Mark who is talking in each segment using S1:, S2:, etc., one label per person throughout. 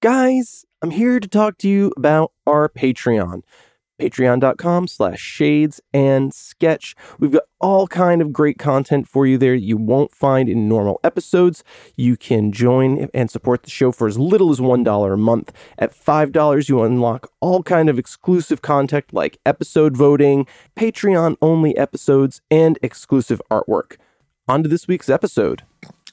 S1: guys, I'm here to talk to you about our Patreon. Patreon.com slash shades and sketch. We've got all kind of great content for you there you won't find in normal episodes. You can join and support the show for as little as $1 a month. At $5, you unlock all kind of exclusive content like episode voting, Patreon only episodes, and exclusive artwork. On to this week's episode.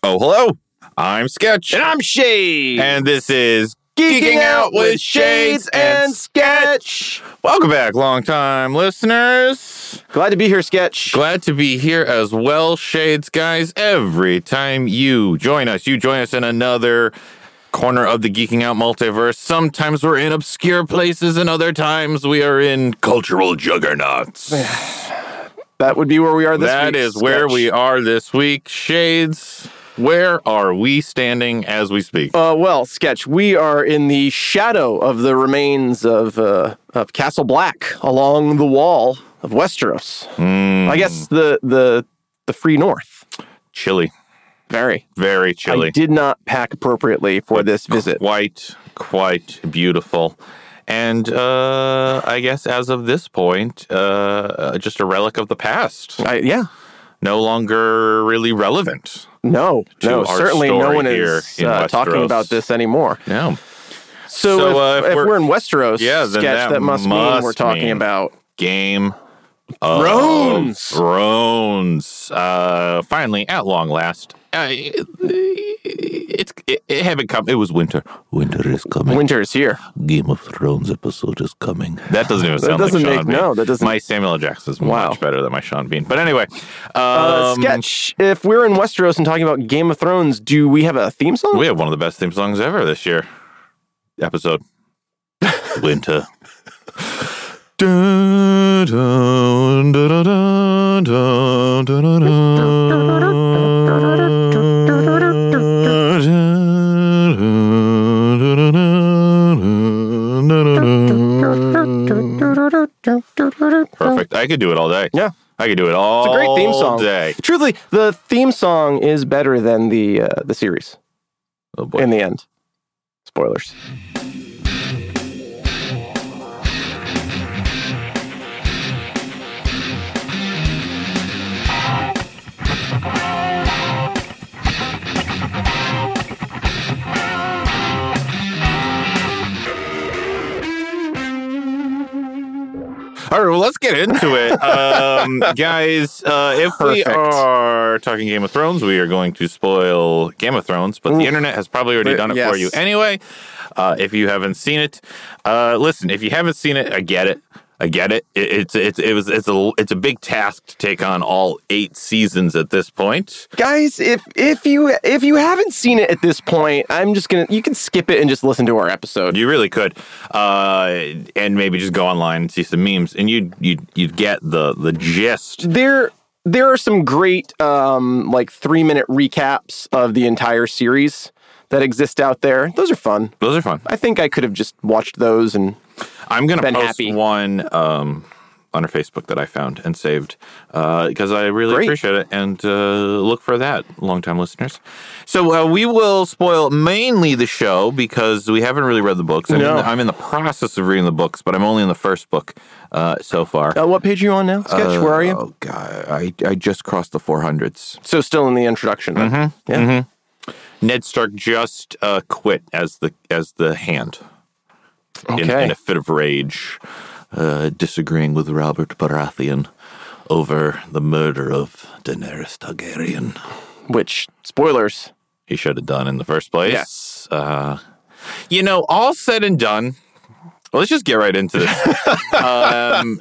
S2: Oh, hello. I'm Sketch.
S3: And I'm Shade.
S2: And this is Geeking Out with Shades and Sketch. Welcome back, longtime listeners.
S3: Glad to be here, Sketch.
S2: Glad to be here as well, Shades guys. Every time you join us, you join us in another corner of the Geeking Out multiverse. Sometimes we're in obscure places, and other times we are in cultural juggernauts.
S3: that would be where we are this
S2: That
S3: week.
S2: is where
S3: Sketch.
S2: we are this week. Shades, where are we standing as we speak?
S3: Uh, well, Sketch, we are in the shadow of the remains of, uh, of Castle Black along the wall of Westeros.
S2: Hmm.
S3: I guess the, the, the free north.
S2: Chilly.
S3: Very.
S2: Very chilly.
S3: I did not pack appropriately for this visit.
S2: Quite, quite beautiful. And uh, I guess as of this point, uh, uh, just a relic of the past.
S3: I, yeah.
S2: No longer really relevant.
S3: No, no,
S2: To our
S3: certainly no
S2: story
S3: one
S2: here
S3: is
S2: in
S3: uh, talking
S2: Westeros.
S3: about this anymore.
S2: No.
S3: So,
S2: So,
S3: if,
S2: uh, if
S3: if
S2: we're-
S3: we're, in Westeros,
S2: Yeah, then
S3: sketch,
S2: that
S3: that, must, mean
S2: must
S3: we're talking
S2: mean-
S3: about
S2: Game of
S3: Thrones.
S2: Thrones. Uh, finally, at long last. Uh, it, it's it, it haven't come. It was winter. Winter is coming.
S3: winter is
S2: Uh,
S3: here.
S2: Game of Thrones episode is coming. That doesn't even sound
S3: doesn't
S2: like Sean
S3: make-
S2: Bean.
S3: no, that doesn't-
S2: My Samuel L. Jackson is
S3: Wow.
S2: much better than my Sean Bean. But anyway, um,
S3: Uh, sketch. If we're in Westeros and talking about Game of Thrones, do we have a theme song?
S2: We have one of the best theme songs ever this year. Episode Winter. Dun, dun, dun, dun, dun, dun, dun, dun. Perfect. I could do it all day.
S3: Yeah.
S2: I could do it all
S3: It's a great theme song.
S2: day.
S3: Truthfully, the theme song is better than the uh, the series
S2: Oh boy.
S3: in the end. Spoilers.
S2: All right, well, let's get into it. Um, guys, uh, if we
S3: Perfect.
S2: are talking Game of Thrones, we are going to spoil Game of Thrones, Mm. but the
S3: Oof.
S2: internet has probably already
S3: But-
S2: done it for
S3: yes.
S2: you anyway. Uh, if you haven't seen it, uh, listen, if you haven't seen it, I get it. I get it. it it's it's it was it's a it's a big task to take on all eight seasons at this point.
S3: Guys, if if you if you haven't seen it at this point, I'm just gonna you can skip it and just listen to our episode.
S2: You really could, uh, and maybe just go online and see some memes, and you you you'd get the the gist.
S3: there there are some great um like three minute recaps of the entire series that exist out there those are fun
S2: Those are fun.
S3: i think i could have just watched those and
S2: I'm gonna
S3: been
S2: post
S3: happy.
S2: one um, on our Facebook that I found and saved because I really
S3: Great.
S2: appreciate it. And uh, look for that, longtime listeners. So uh, we will spoil mainly the show because we haven't really read the books. I'm, in,
S3: No.
S2: the, I'm in the process of reading the books, but I'm only in the first book uh, so far.
S3: uh, what page are you on now sketch where are you
S2: Oh god, I, I just crossed the 400s.
S3: so still in the introduction then. yeah
S2: Ned Stark just uh, quit as the as the hand. in,
S3: Okay.
S2: in a fit of rage, uh, disagreeing with Robert Baratheon over the murder of Daenerys Targaryen.
S3: which spoilers
S2: He should have done in the first place.
S3: Yes.
S2: Uh, you know, all said and done, let's just get right into this. um,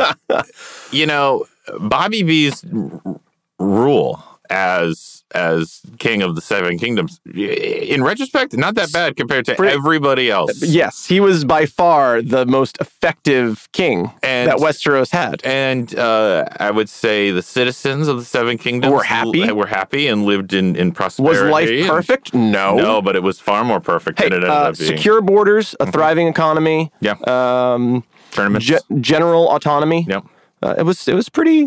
S2: you know, Bobby B's r- rule as as king of the seven kingdoms in retrospect not that bad compared to
S3: Pretty- Uh,
S2: everybody else
S3: yes he was by far the most effective king
S2: And-
S3: that westeros had
S2: and uh, I would say the citizens of the Seven Kingdoms
S3: Were happy?
S2: were happy and lived in in
S3: was
S2: prosperity.
S3: life
S2: and-
S3: perfect no
S2: No, but it was far more perfect
S3: Hey,
S2: than it ended
S3: uh,
S2: up being.
S3: secure borders, a thriving economy,
S2: yeah,
S3: um,
S2: tournaments.
S3: ge- general autonomy.
S2: yep,
S3: Uh, it was it was pretty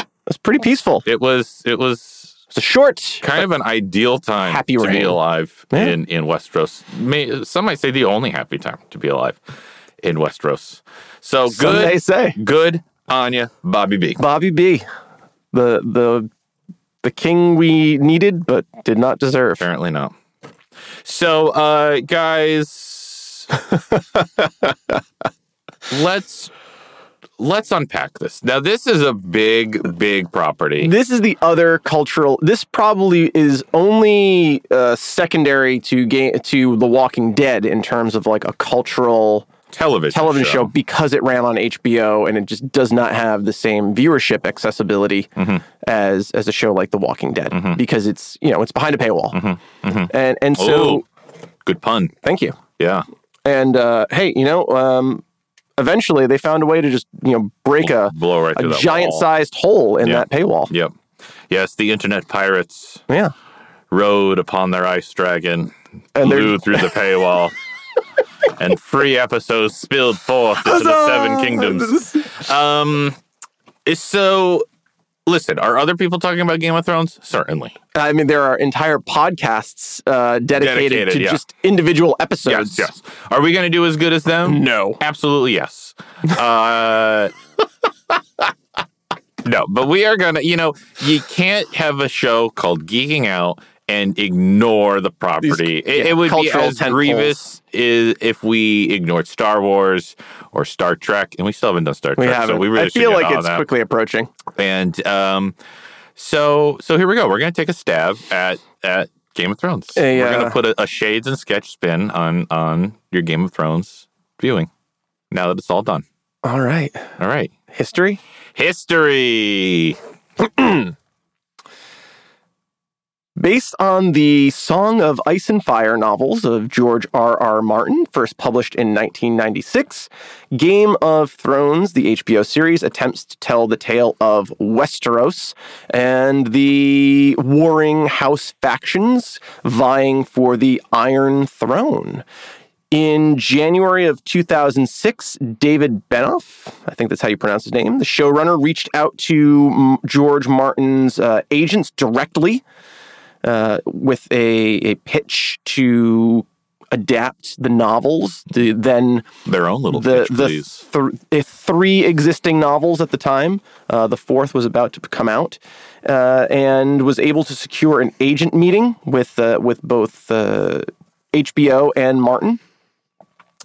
S3: it was pretty peaceful.
S2: it was it was
S3: It's a short.
S2: Kind of an ideal time
S3: Happy
S2: to be
S3: rain.
S2: alive
S3: Yeah.
S2: in in Westeros. May, some might say the only happy time to be alive in Westeros. So
S3: Some may
S2: good,
S3: say
S2: good Anya Bobby B.
S3: Bobby B, the the the king we needed but did not deserve.
S2: Apparently not. So, uh, guys, let's let's unpack this. Now, this is a big, big property.
S3: This is the other cultural. This probably is only uh, secondary to game to The Walking Dead in terms of like a cultural
S2: television
S3: television show. because it ran on HBO and it just does not have the same viewership accessibility
S2: Mm-hmm.
S3: as as a show like The Walking Dead because it's you know it's behind a paywall and and so
S2: Mm-hmm. Oh, good pun.
S3: thank you
S2: Yeah.
S3: and uh, hey you know um, eventually they found a way to just you know break a
S2: Blow right through
S3: a
S2: that
S3: giant
S2: wall.
S3: sized hole in
S2: Yeah.
S3: that paywall
S2: Yep. Yes, the internet pirates
S3: yeah
S2: rode upon their ice dragon,
S3: And they're-
S2: flew through the paywall, and free episodes spilled forth into the Seven Kingdoms. Um, is- so, listen, are other people talking about Game of Thrones? Certainly.
S3: I mean there are entire podcasts uh, dedicated,
S2: Dedicated,
S3: to
S2: yeah.
S3: just individual episodes
S2: Yes, yes. Are we going to do as good as them?
S3: no
S2: Absolutely, yes. Uh, no, but we are going to, you know, you can't have a show called Geeking Out and ignore the property. it, it would be
S3: cultural
S2: as
S3: tentpoles.
S2: grievous is if we ignored Star Wars or Star Trek, and we still haven't done Star
S3: we
S2: Trek,
S3: haven't
S2: so we
S3: I
S2: really should
S3: feel
S2: get
S3: like
S2: on
S3: it's
S2: that.
S3: quickly approaching
S2: And um, so, so here we go. We're going to take a stab at at Game of Thrones.
S3: A,
S2: We're going
S3: uh,
S2: to put a, a shades and sketch spin on on your Game of Thrones viewing. Now that it's all done.
S3: all right
S2: All right.
S3: history
S2: History.
S3: Based on the Song of Ice and Fire novels of George R. R. Martin, first published in 1996, Game of Thrones, the HBO series, attempts to tell the tale of Westeros and the warring house factions vying for the Iron Throne. In January of 2006, David Benoff, I think that's how you pronounce his name, the showrunner, reached out to mm, George Martin's uh, agents directly uh, with a, a pitch to adapt the novels, the then
S2: Their own little
S3: the
S2: pitch,
S3: the
S2: please.
S3: th- the three existing novels at the time. Uh, the fourth was about to come out, uh, and was able to secure an agent meeting with uh, with both uh, HBO and Martin.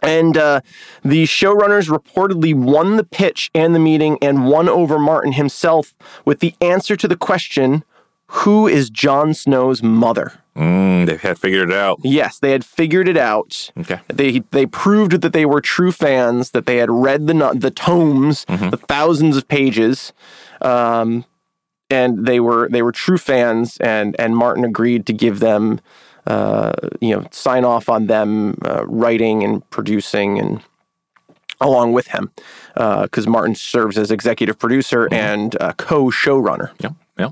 S3: And uh, the showrunners reportedly won the pitch and the meeting, and won over Martin himself with the answer to the question, "Who is Jon Snow's mother?"
S2: Mm, they've had figured it out.
S3: Yes, they had figured it out.
S2: Okay.
S3: They they proved that they were true fans, that they had read the no- the tomes, the thousands of pages, um, and they were they were true fans. And and Martin agreed to give them, uh, you know, sign off on them uh, writing and producing and along with him, because Martin serves as executive producer and uh, co showrunner.
S2: Yeah. Yeah.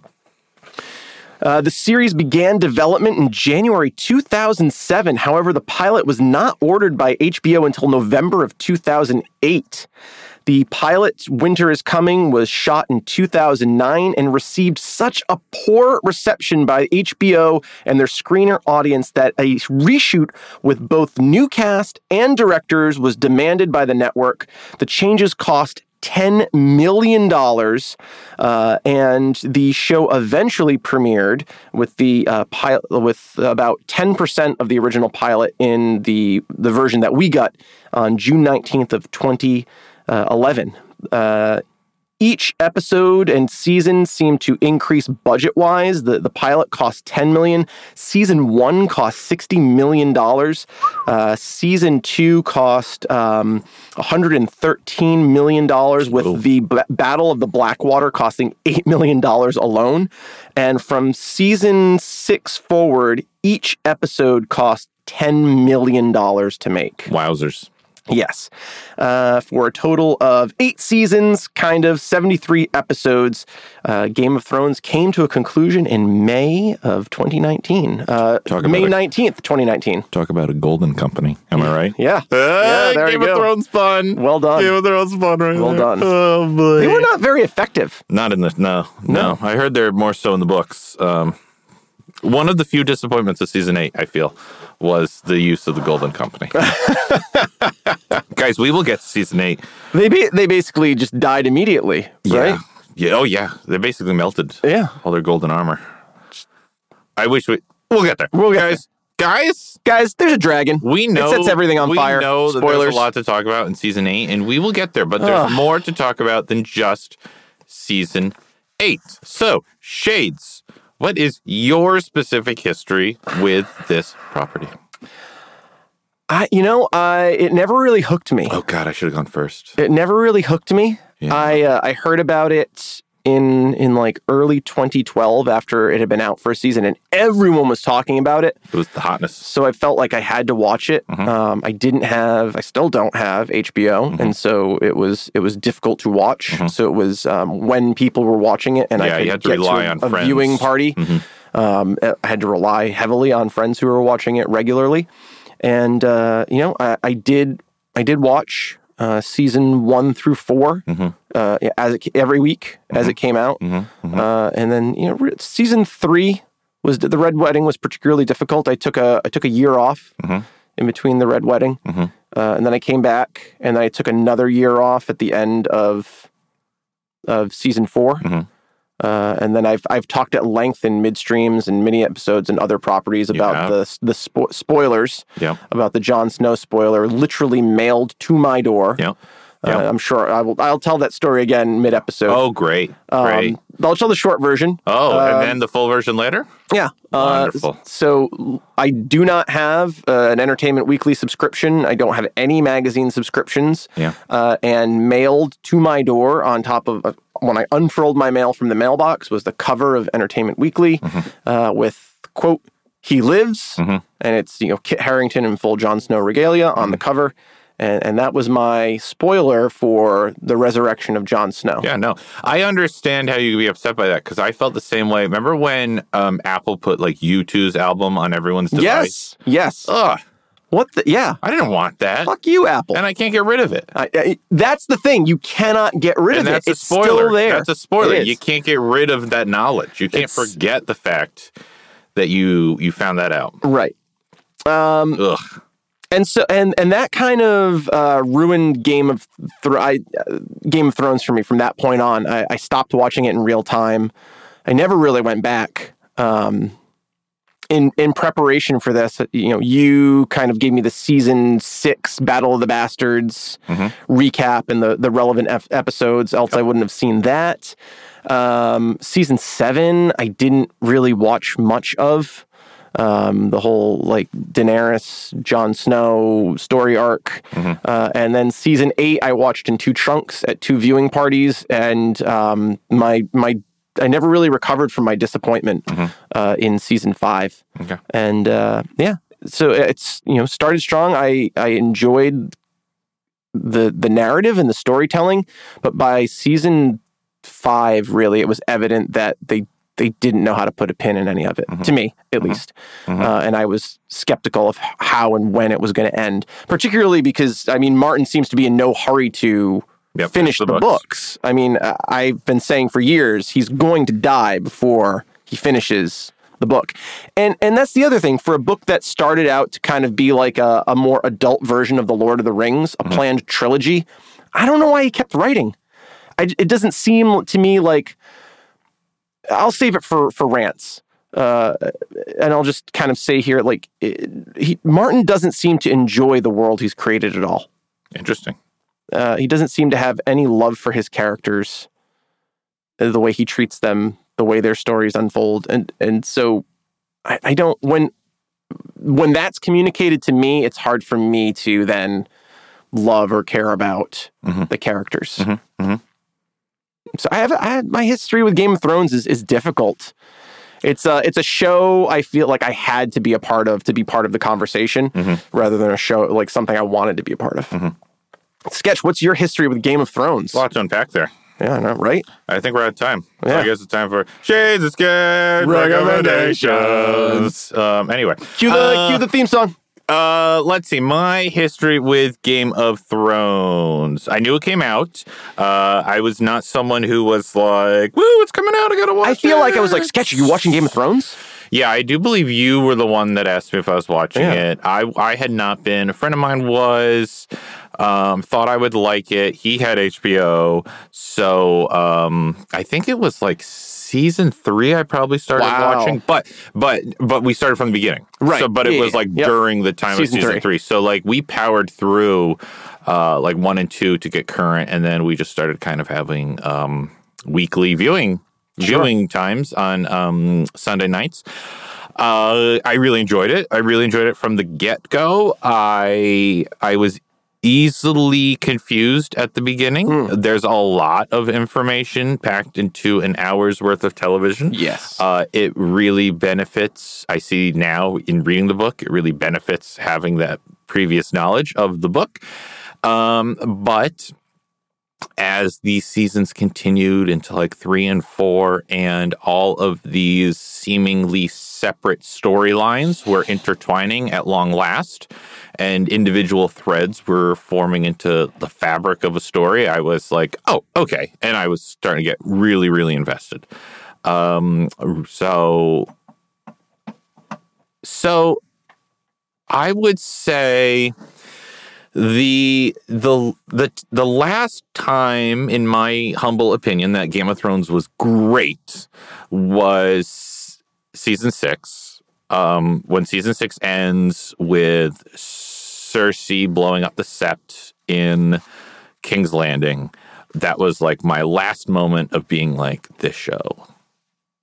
S3: Uh, the series began development in January 2007. However, the pilot was not ordered by HBO until November of 2008. The pilot Winter is Coming was shot in 2009 and received such a poor reception by HBO and their screener audience that a reshoot with both new cast and directors was demanded by the network. The changes cost $10 million. Uh, and the show eventually premiered with the uh, pilot with about 10% of the original pilot in the, the version that we got on June 19th of 2011. Uh, each episode and season seemed to increase budget wise. The, the pilot cost 10 million. Season one cost 60 million dollars. Uh, season two cost um, 113 million dollars, with the B- Battle of the Blackwater costing 8 million dollars alone. And from season six forward, each episode cost 10 million dollars to make.
S2: Wowzers.
S3: Yes. Uh, for a total of eight seasons, kind of 73 episodes, uh, Game of Thrones came to a conclusion in May of 2019. Uh,
S2: Talk about
S3: May
S2: it.
S3: 19th, 2019.
S2: Talk about a golden company. Am I right?
S3: Yeah.
S2: Ah,
S3: there
S2: Game
S3: you
S2: of
S3: go.
S2: Thrones fun.
S3: Well done.
S2: Game of Thrones fun right
S3: Well
S2: there.
S3: done.
S2: Oh, boy.
S3: They were not very effective.
S2: Not in the no, no. I heard they're more so in the books. Um, One of the few disappointments of season eight, I feel, was the use of the Golden Company. Guys, we will get to season eight.
S3: They ba- they basically just died immediately, right?
S2: Yeah. Yeah. Oh, yeah. They basically melted
S3: Yeah.
S2: all their golden armor. I wish we. We'll get there.
S3: We'll get
S2: Guys, guys,
S3: Guys, there's a dragon.
S2: we know.
S3: sets everything on
S2: we
S3: fire.
S2: know that
S3: Spoilers.
S2: there's a lot to talk about in season eight, and we will get there, but there's
S3: Ugh.
S2: more to talk about than just season eight. So, Shades, what is your specific history with this property?
S3: I, you know, I it never really hooked me.
S2: Oh, God, I should have gone first.
S3: It never really hooked me.
S2: Yeah.
S3: I uh, I heard about it in in like early 2012 after it had been out for a season, and everyone was talking about it.
S2: It was the hotness.
S3: so I felt like I had to watch it.
S2: Mhm.
S3: Um, I didn't have, I still don't have HBO,
S2: Mm-hmm.
S3: and so it was it was difficult to watch. So it was um, when people were watching it, and
S2: Yeah,
S3: I
S2: you
S3: could
S2: had to
S3: get
S2: rely
S3: to a,
S2: on
S3: a
S2: friends. Mm-hmm.
S3: viewing party. Um, I had to rely heavily on friends who were watching it regularly, and uh, you know, I, I did I did watch uh, season one through 4
S2: Mm-hmm.
S3: uh, yeah, as it, ca- every week as it came out,
S2: mm-hmm.
S3: Uh, and then you know, re- season three was the red wedding was particularly difficult. I took a I took a year off
S2: Mm-hmm.
S3: in between the red wedding, uh, and then I came back, and then I took another year off at the end of of season 4
S2: Mm-hmm.
S3: Uh, and then I've I've talked at length in midstreams and mini episodes and other properties about
S2: have.
S3: the the spo- spoilers
S2: Yeah.
S3: about the Jon Snow spoiler literally mailed to my door.
S2: Yeah.
S3: Uh,
S2: Yeah.
S3: I'm sure I will. I'll tell that story again mid episode.
S2: Oh, great. Great.
S3: I'll tell the short version.
S2: oh, and then the full version later?
S3: Yeah. Uh,
S2: Wonderful.
S3: so I do not have uh, an Entertainment Weekly subscription. I don't have any magazine subscriptions.
S2: Yeah.
S3: Uh, and mailed to my door on top of uh, when I unfurled my mail from the mailbox was the cover of Entertainment Weekly
S2: Mm-hmm.
S3: uh, with quote he lives and it's you know Kit Harrington in full Jon Snow regalia on
S2: Mm-hmm.
S3: the cover. And, and that was my spoiler for the resurrection of Jon Snow.
S2: Yeah, no. I understand how you could be upset by that because I felt the same way. Remember when um, Apple put like U2's album on everyone's device?
S3: Yes. Yes.
S2: Ugh,
S3: what the? Yeah.
S2: I didn't want that.
S3: Fuck you, Apple.
S2: And I can't get rid of it.
S3: I, I, that's the thing. You cannot get rid
S2: And
S3: of
S2: that's
S3: it.
S2: a
S3: it's
S2: spoiler.
S3: still there.
S2: That's a spoiler.
S3: It is.
S2: You can't get rid of that knowledge. You can't
S3: It's-
S2: forget the fact that you you found that out.
S3: right. Um,
S2: Ugh.
S3: And so, and and that kind of uh, ruined Game of Thro- I, uh, Game of Thrones for me. From that point on, I, I stopped watching it in real time. I never really went back. Um, in in preparation for this, you know, you kind of gave me the season six Battle of the Bastards recap and the the relevant ep- episodes. Else, I wouldn't have seen that. Um, season seven, I didn't really watch much of. Um, the whole like Daenerys, Jon Snow story arc, uh, and then season eight, I watched in two chunks at two viewing parties, and um, my my I never really recovered from my disappointment uh, in season five,
S2: Okay.
S3: and uh, yeah, so it's you know started strong. I I enjoyed the the narrative and the storytelling, but by season five, really, it was evident that they they didn't know how to put a pin in any of it. To me, at least, Uh, and I was skeptical of how and when it was going to end, particularly because I mean Martin seems to be in no hurry to.
S2: Yep,
S3: finish the, books. I mean, I- I've been saying for years he's going to die before he finishes the book. And and that's the other thing for a book that started out to kind of be like a, a more adult version of The Lord of the Rings, a planned trilogy. I don't know why he kept writing. I, it doesn't seem to me like I'll save it for for rants. Uh, and I'll just kind of say here, like it, he, Martin doesn't seem to enjoy the world he's created at all
S2: Interesting.
S3: uh, he doesn't seem to have any love for his characters, uh, the way he treats them, the way their stories unfold, and and so I, I don't when when that's communicated to me, it's hard for me to then love or care about
S2: Mhm.
S3: the characters.
S2: Mhm, mhm.
S3: So I have I had, my history with Game of Thrones is is difficult. It's a it's a show I feel like I had to be a part of to be part of the conversation
S2: Mhm.
S3: rather than a show like something I wanted to be a part of. Sketch, what's your history with Game of Thrones?
S2: A lot to unpack there.
S3: Yeah, I know, right?
S2: I think we're out of time. So
S3: Yeah.
S2: I guess it's time for Shades of Scared
S3: Recommendations.
S2: recommendations. Um, anyway,
S3: Cue the
S2: Uh,
S3: cue the theme song.
S2: Uh, let's see. My history with Game of Thrones. I knew it came out. Uh, I was not someone who was like, "Woo, it's coming out! I gotta watch."
S3: I feel like I was like,
S2: it."
S3: Sketch, are you watching Game of Thrones?
S2: Yeah, I do believe you were the one that asked me if I was watching
S1: Yeah.
S2: it. I I had not been. A friend of mine was. Um, thought I would like it. He had HBO, so um, I think it was like season three. I probably started
S3: Wow.
S2: watching, but but but we started from the beginning,
S3: Right.
S2: So, but it
S3: Yeah,
S2: was
S3: yeah,
S2: like
S3: yeah.
S2: during the time
S3: Season
S2: of season
S3: three.
S2: three. So like we powered through uh, like one and two to get current, and then we just started kind of having um, weekly viewing viewing times on um, Sunday nights. Uh, I really enjoyed it. I really enjoyed it from the get go. I I was easily confused at the beginning. There's a lot of information packed into an hour's worth of television.
S3: Yes.
S2: Uh, it really benefits. I see now in reading the book, it really benefits having that previous knowledge of the book. Um, but as these seasons continued into like three and four, and all of these seemingly separate storylines were intertwining at long last, and individual threads were forming into the fabric of a story, I was like, oh, okay. And I was starting to get really, really invested. Um, so, so I would say the the the the last time, in my humble opinion, that Game of Thrones was great was season six. Um, when season six ends with Cersei blowing up the Sept in King's Landing, that was like my last moment of being like, this show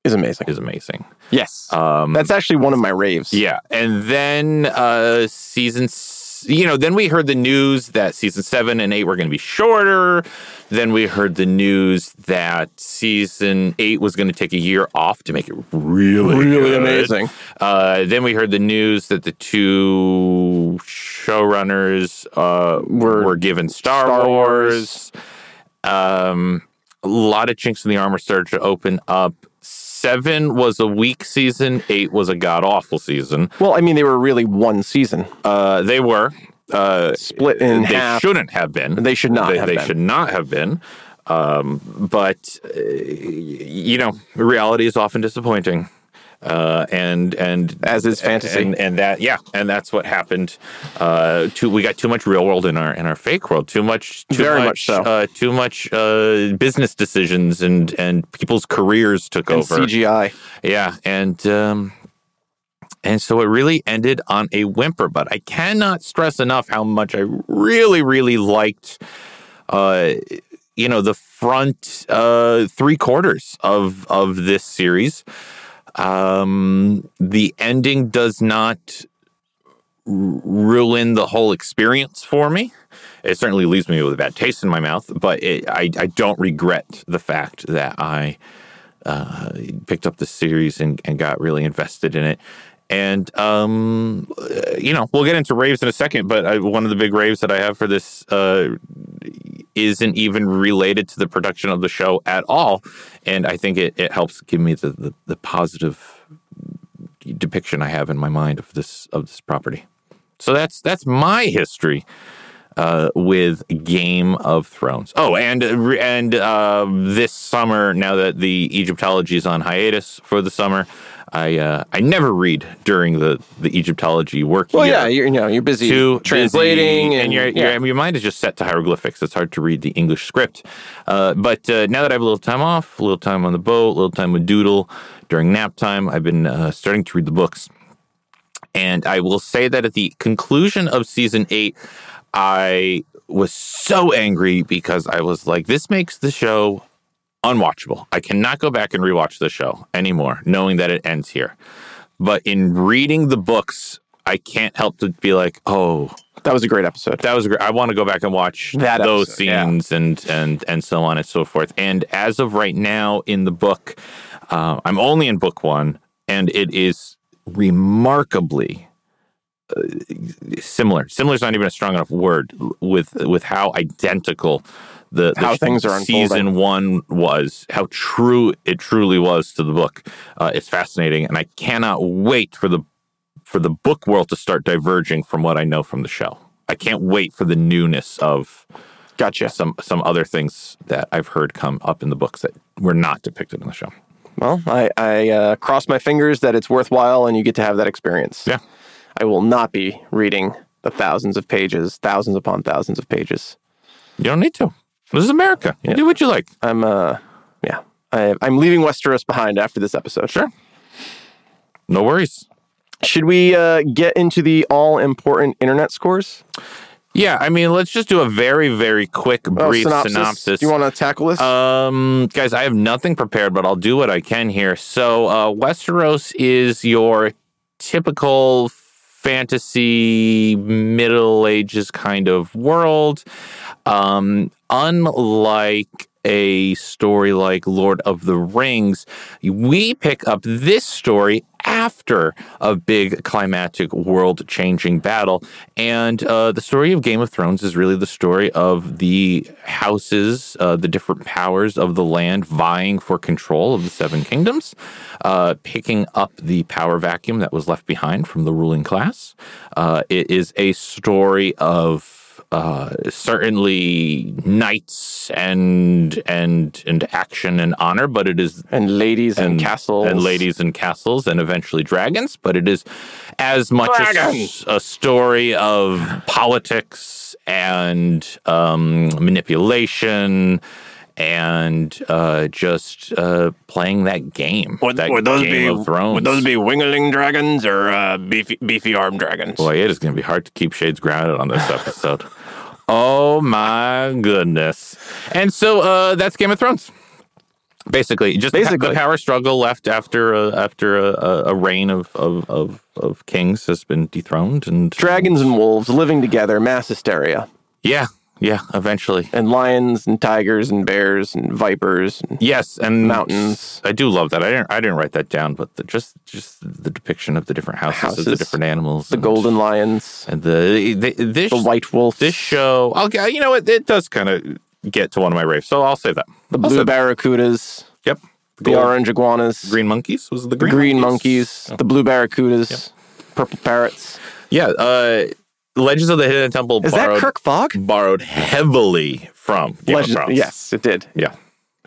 S3: is amazing.
S2: is amazing.
S3: Yes.
S2: Um,
S3: That's actually one of my raves.
S2: yeah, and then uh, season, s- you know, then we heard the news that season seven and eight were going to be shorter. Then we heard the news that season eight was going to take a year off to make it really,
S3: Really
S2: good.
S3: amazing.
S2: Uh, then we heard the news that the two showrunners uh,
S3: Were-
S2: were, given Star,
S3: Star Wars.
S2: Wars. Um, a lot of chinks in the armor started to open up. Seven was a weak season. Eight was a god awful season.
S3: Well, I mean, they were really one season
S2: Uh, they were uh,
S3: split in
S2: they
S3: half.
S2: shouldn't have been.
S3: They should not
S2: They,
S3: have
S2: they
S3: been.
S2: should not have been. Um, but uh, you know, reality is often disappointing. Uh, and and
S3: As is fantasy.
S2: and, and that yeah, and that's what happened. Uh, too, we got too much real world in our in our fake world. Too much, too
S3: Very
S2: much,
S3: much so.
S2: Uh, too much uh, business decisions and and people's careers took
S3: and
S2: over.
S3: CGI.
S2: Yeah, and um, and so it really ended on a whimper. But I cannot stress enough how much I really, really liked, uh, you know, the front uh, three quarters of of this series. Um, the ending does not r- ruin the whole experience for me. It certainly leaves me with a bad taste in my mouth, but it, I, I don't regret the fact that I uh, picked up the series and, and got really invested in it. And um, uh, you know, we'll get into raves in a second, but I, one of the big raves that I have for this uh, isn't even related to the production of the show at all, and I think it, it helps give me the, the the positive depiction I have in my mind of this of this property. So that's that's my history uh, with Game of Thrones. Oh, and and uh, this summer, now that the Egyptology is on hiatus for the summer, I uh, I never read during the the Egyptology work
S3: Well,
S2: year
S3: yeah, you're, you know, you're busy
S2: too
S3: translating,
S2: busy,
S3: and,
S2: your,
S3: yeah.
S2: your, I mean, your mind is just set to hieroglyphics. It's hard to read the English script. Uh, but uh, now that I have a little time off, a little time on the boat, a little time with Doodle during nap time, I've been uh, starting to read the books. And I will say that at the conclusion of season eight, I was so angry because I was like, this makes the show unwatchable. I cannot go back and rewatch the show anymore, knowing that it ends here. But in reading the books, I can't help but be like, oh,
S3: that was a great episode.
S2: that was great. I want to go back and watch
S3: That
S2: those
S3: episode, yeah.
S2: scenes and and and so on and so forth. And as of right now in the book, uh, I'm only in book one, and it is remarkably uh, similar. Similar is not even a strong enough word with with how identical the, the
S3: How things are
S2: season one was, how true it truly was to the book. Uh, it's fascinating, and I cannot wait for the for the book world to start diverging from what I know from the show. I can't wait for the newness of
S3: Gotcha.
S2: some some other things that I've heard come up in the books that were not depicted in the show.
S3: Well, I, I uh, cross my fingers that it's worthwhile and you get to have that experience.
S2: Yeah.
S3: I will not be reading the thousands of pages, thousands upon thousands of pages.
S2: You don't need to. This is America. You
S3: Yeah.
S2: do what you like.
S3: I'm, uh, yeah, I, I'm leaving Westeros behind after this episode.
S2: Sure. No worries.
S3: Should we uh, get into the all important internet scores?
S2: Yeah, I mean, let's just do a very, very quick,
S3: Oh,
S2: brief synopsis.
S3: Do you want to tackle this?
S2: Um, guys, I have nothing prepared, but I'll do what I can here. So, uh, Westeros is your typical fantasy Middle Ages kind of world. Um, unlike a story like Lord of the Rings, we pick up this story after a big climatic world changing battle. And uh, the story of Game of Thrones is really the story of the houses, uh, the different powers of the land vying for control of the Seven Kingdoms, uh, picking up the power vacuum that was left behind from the ruling class. Uh, it is a story of uh, certainly knights and and and action and honor, but it is
S3: and ladies and, castles.
S2: and ladies and castles and eventually dragons. But it is as much a, s- a story of politics and um, manipulation and uh, just uh, playing that game. that Game of Thrones.
S3: be wingaling dragons or uh, beefy beefy arm dragons?
S2: Boy, it is going to be hard to keep shades grounded on this episode. oh my goodness! And so uh, that's Game of Thrones. Basically, just the pa-
S3: Basically.
S2: the power struggle left after a, after a, a, a reign of, of, of, of kings has been dethroned, and
S3: Dragons and wolves living together, mass hysteria,
S2: yeah, yeah, eventually,
S3: and lions and tigers and bears and vipers. And
S2: yes, and
S3: Mountains.
S2: I do love that. I didn't I didn't write that down, but the, just just the depiction of the different houses, of the
S3: Houses.
S2: different animals,
S3: the golden lions,
S2: and the, the this
S3: the white wolf,
S2: this show. I'll g- you know what it does kind of get to one of my raves, so I'll save that.
S3: the
S2: I'll
S3: blue
S2: save that.
S3: barracudas,
S2: Yep.
S3: the
S2: Gold-
S3: orange iguanas,
S2: green monkeys was it
S3: the
S2: the green,
S3: green monkeys, Oh. the blue barracudas, purple parrots.
S2: Yeah. Uh, Legends of the Hidden Temple
S3: Is
S2: borrowed
S3: that Kirk Fogg?
S2: borrowed heavily from Game
S3: Legend-
S2: of Thrones.
S3: Yes, it did.
S2: Yeah.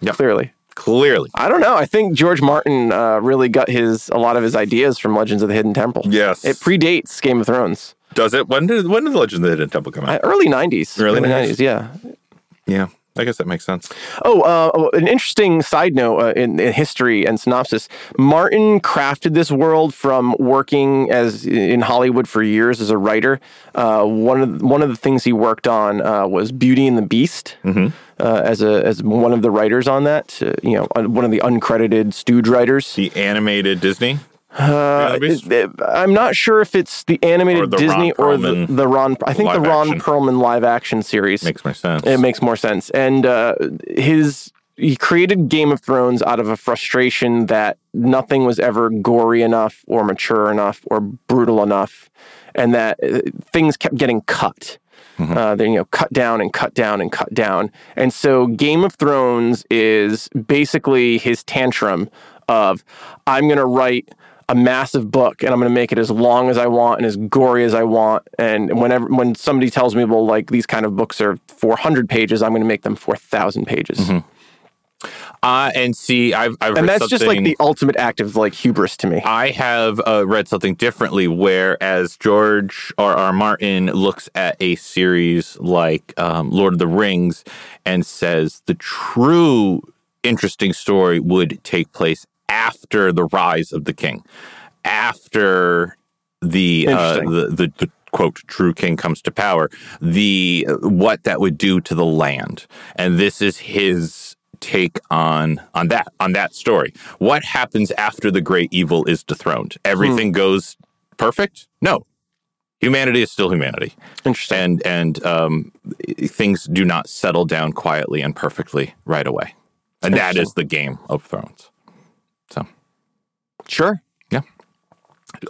S2: Yep.
S3: Clearly.
S2: Clearly.
S3: I don't know. I think George Martin uh, really got his a lot of his ideas from Legends of the Hidden Temple.
S2: Yes.
S3: It predates Game of Thrones.
S2: Does it? When did when did the Legend of the Hidden Temple come out?
S3: Uh, early 90s.
S2: Early 90s.
S3: yeah.
S2: yeah. I guess that makes sense.
S3: Oh, uh, oh, an interesting side note uh, in, in history and synopsis. Martin crafted this world from working as in Hollywood for years as a writer. Uh, one of one of the things he worked on uh, was Beauty and the Beast
S2: Mm-hmm.
S3: uh, as a as one of the writers on that. Uh, you know, un- one of the uncredited stooge writers.
S2: The animated Disney.
S3: Uh, it- it- I'm not sure if it's the animated
S2: Or the
S3: Disney
S2: Ron
S3: or the,
S2: Perlman
S3: the Ron. I think the
S2: live
S3: Ron
S2: action.
S3: Perlman live action series.
S2: makes more sense.
S3: It makes more sense. And uh, his he created Game of Thrones out of a frustration that nothing was ever gory enough, or mature enough, or brutal enough, and that uh, things kept getting cut.
S2: Mm-hmm.
S3: Uh, then you know, cut down and cut down and cut down, and so Game of Thrones is basically his tantrum of I'm going to write a massive book and I'm going to make it as long as I want and as gory as I want. And whenever when somebody tells me, well, like these kind of books are 400 pages, I'm going to make them 4,000 pages.
S2: Mm-hmm. Uh, and see, I've I've heard
S3: And that's just like
S2: something-
S3: the ultimate act of like hubris to me.
S2: I have uh, read something differently, whereas George R. R. Martin looks at a series like um, Lord of the Rings and says the true interesting story would take place after the rise of the king, after the uh,
S3: Interesting.
S2: the, the, the quote true king comes to power the what that would do to the land and this is his take on on that on that story what happens after the great evil is dethroned everything
S3: Hmm.
S2: goes perfect no humanity is still humanity
S3: Interesting.
S2: and and um, things do not settle down quietly and perfectly right away and that is the game of thrones
S3: Sure.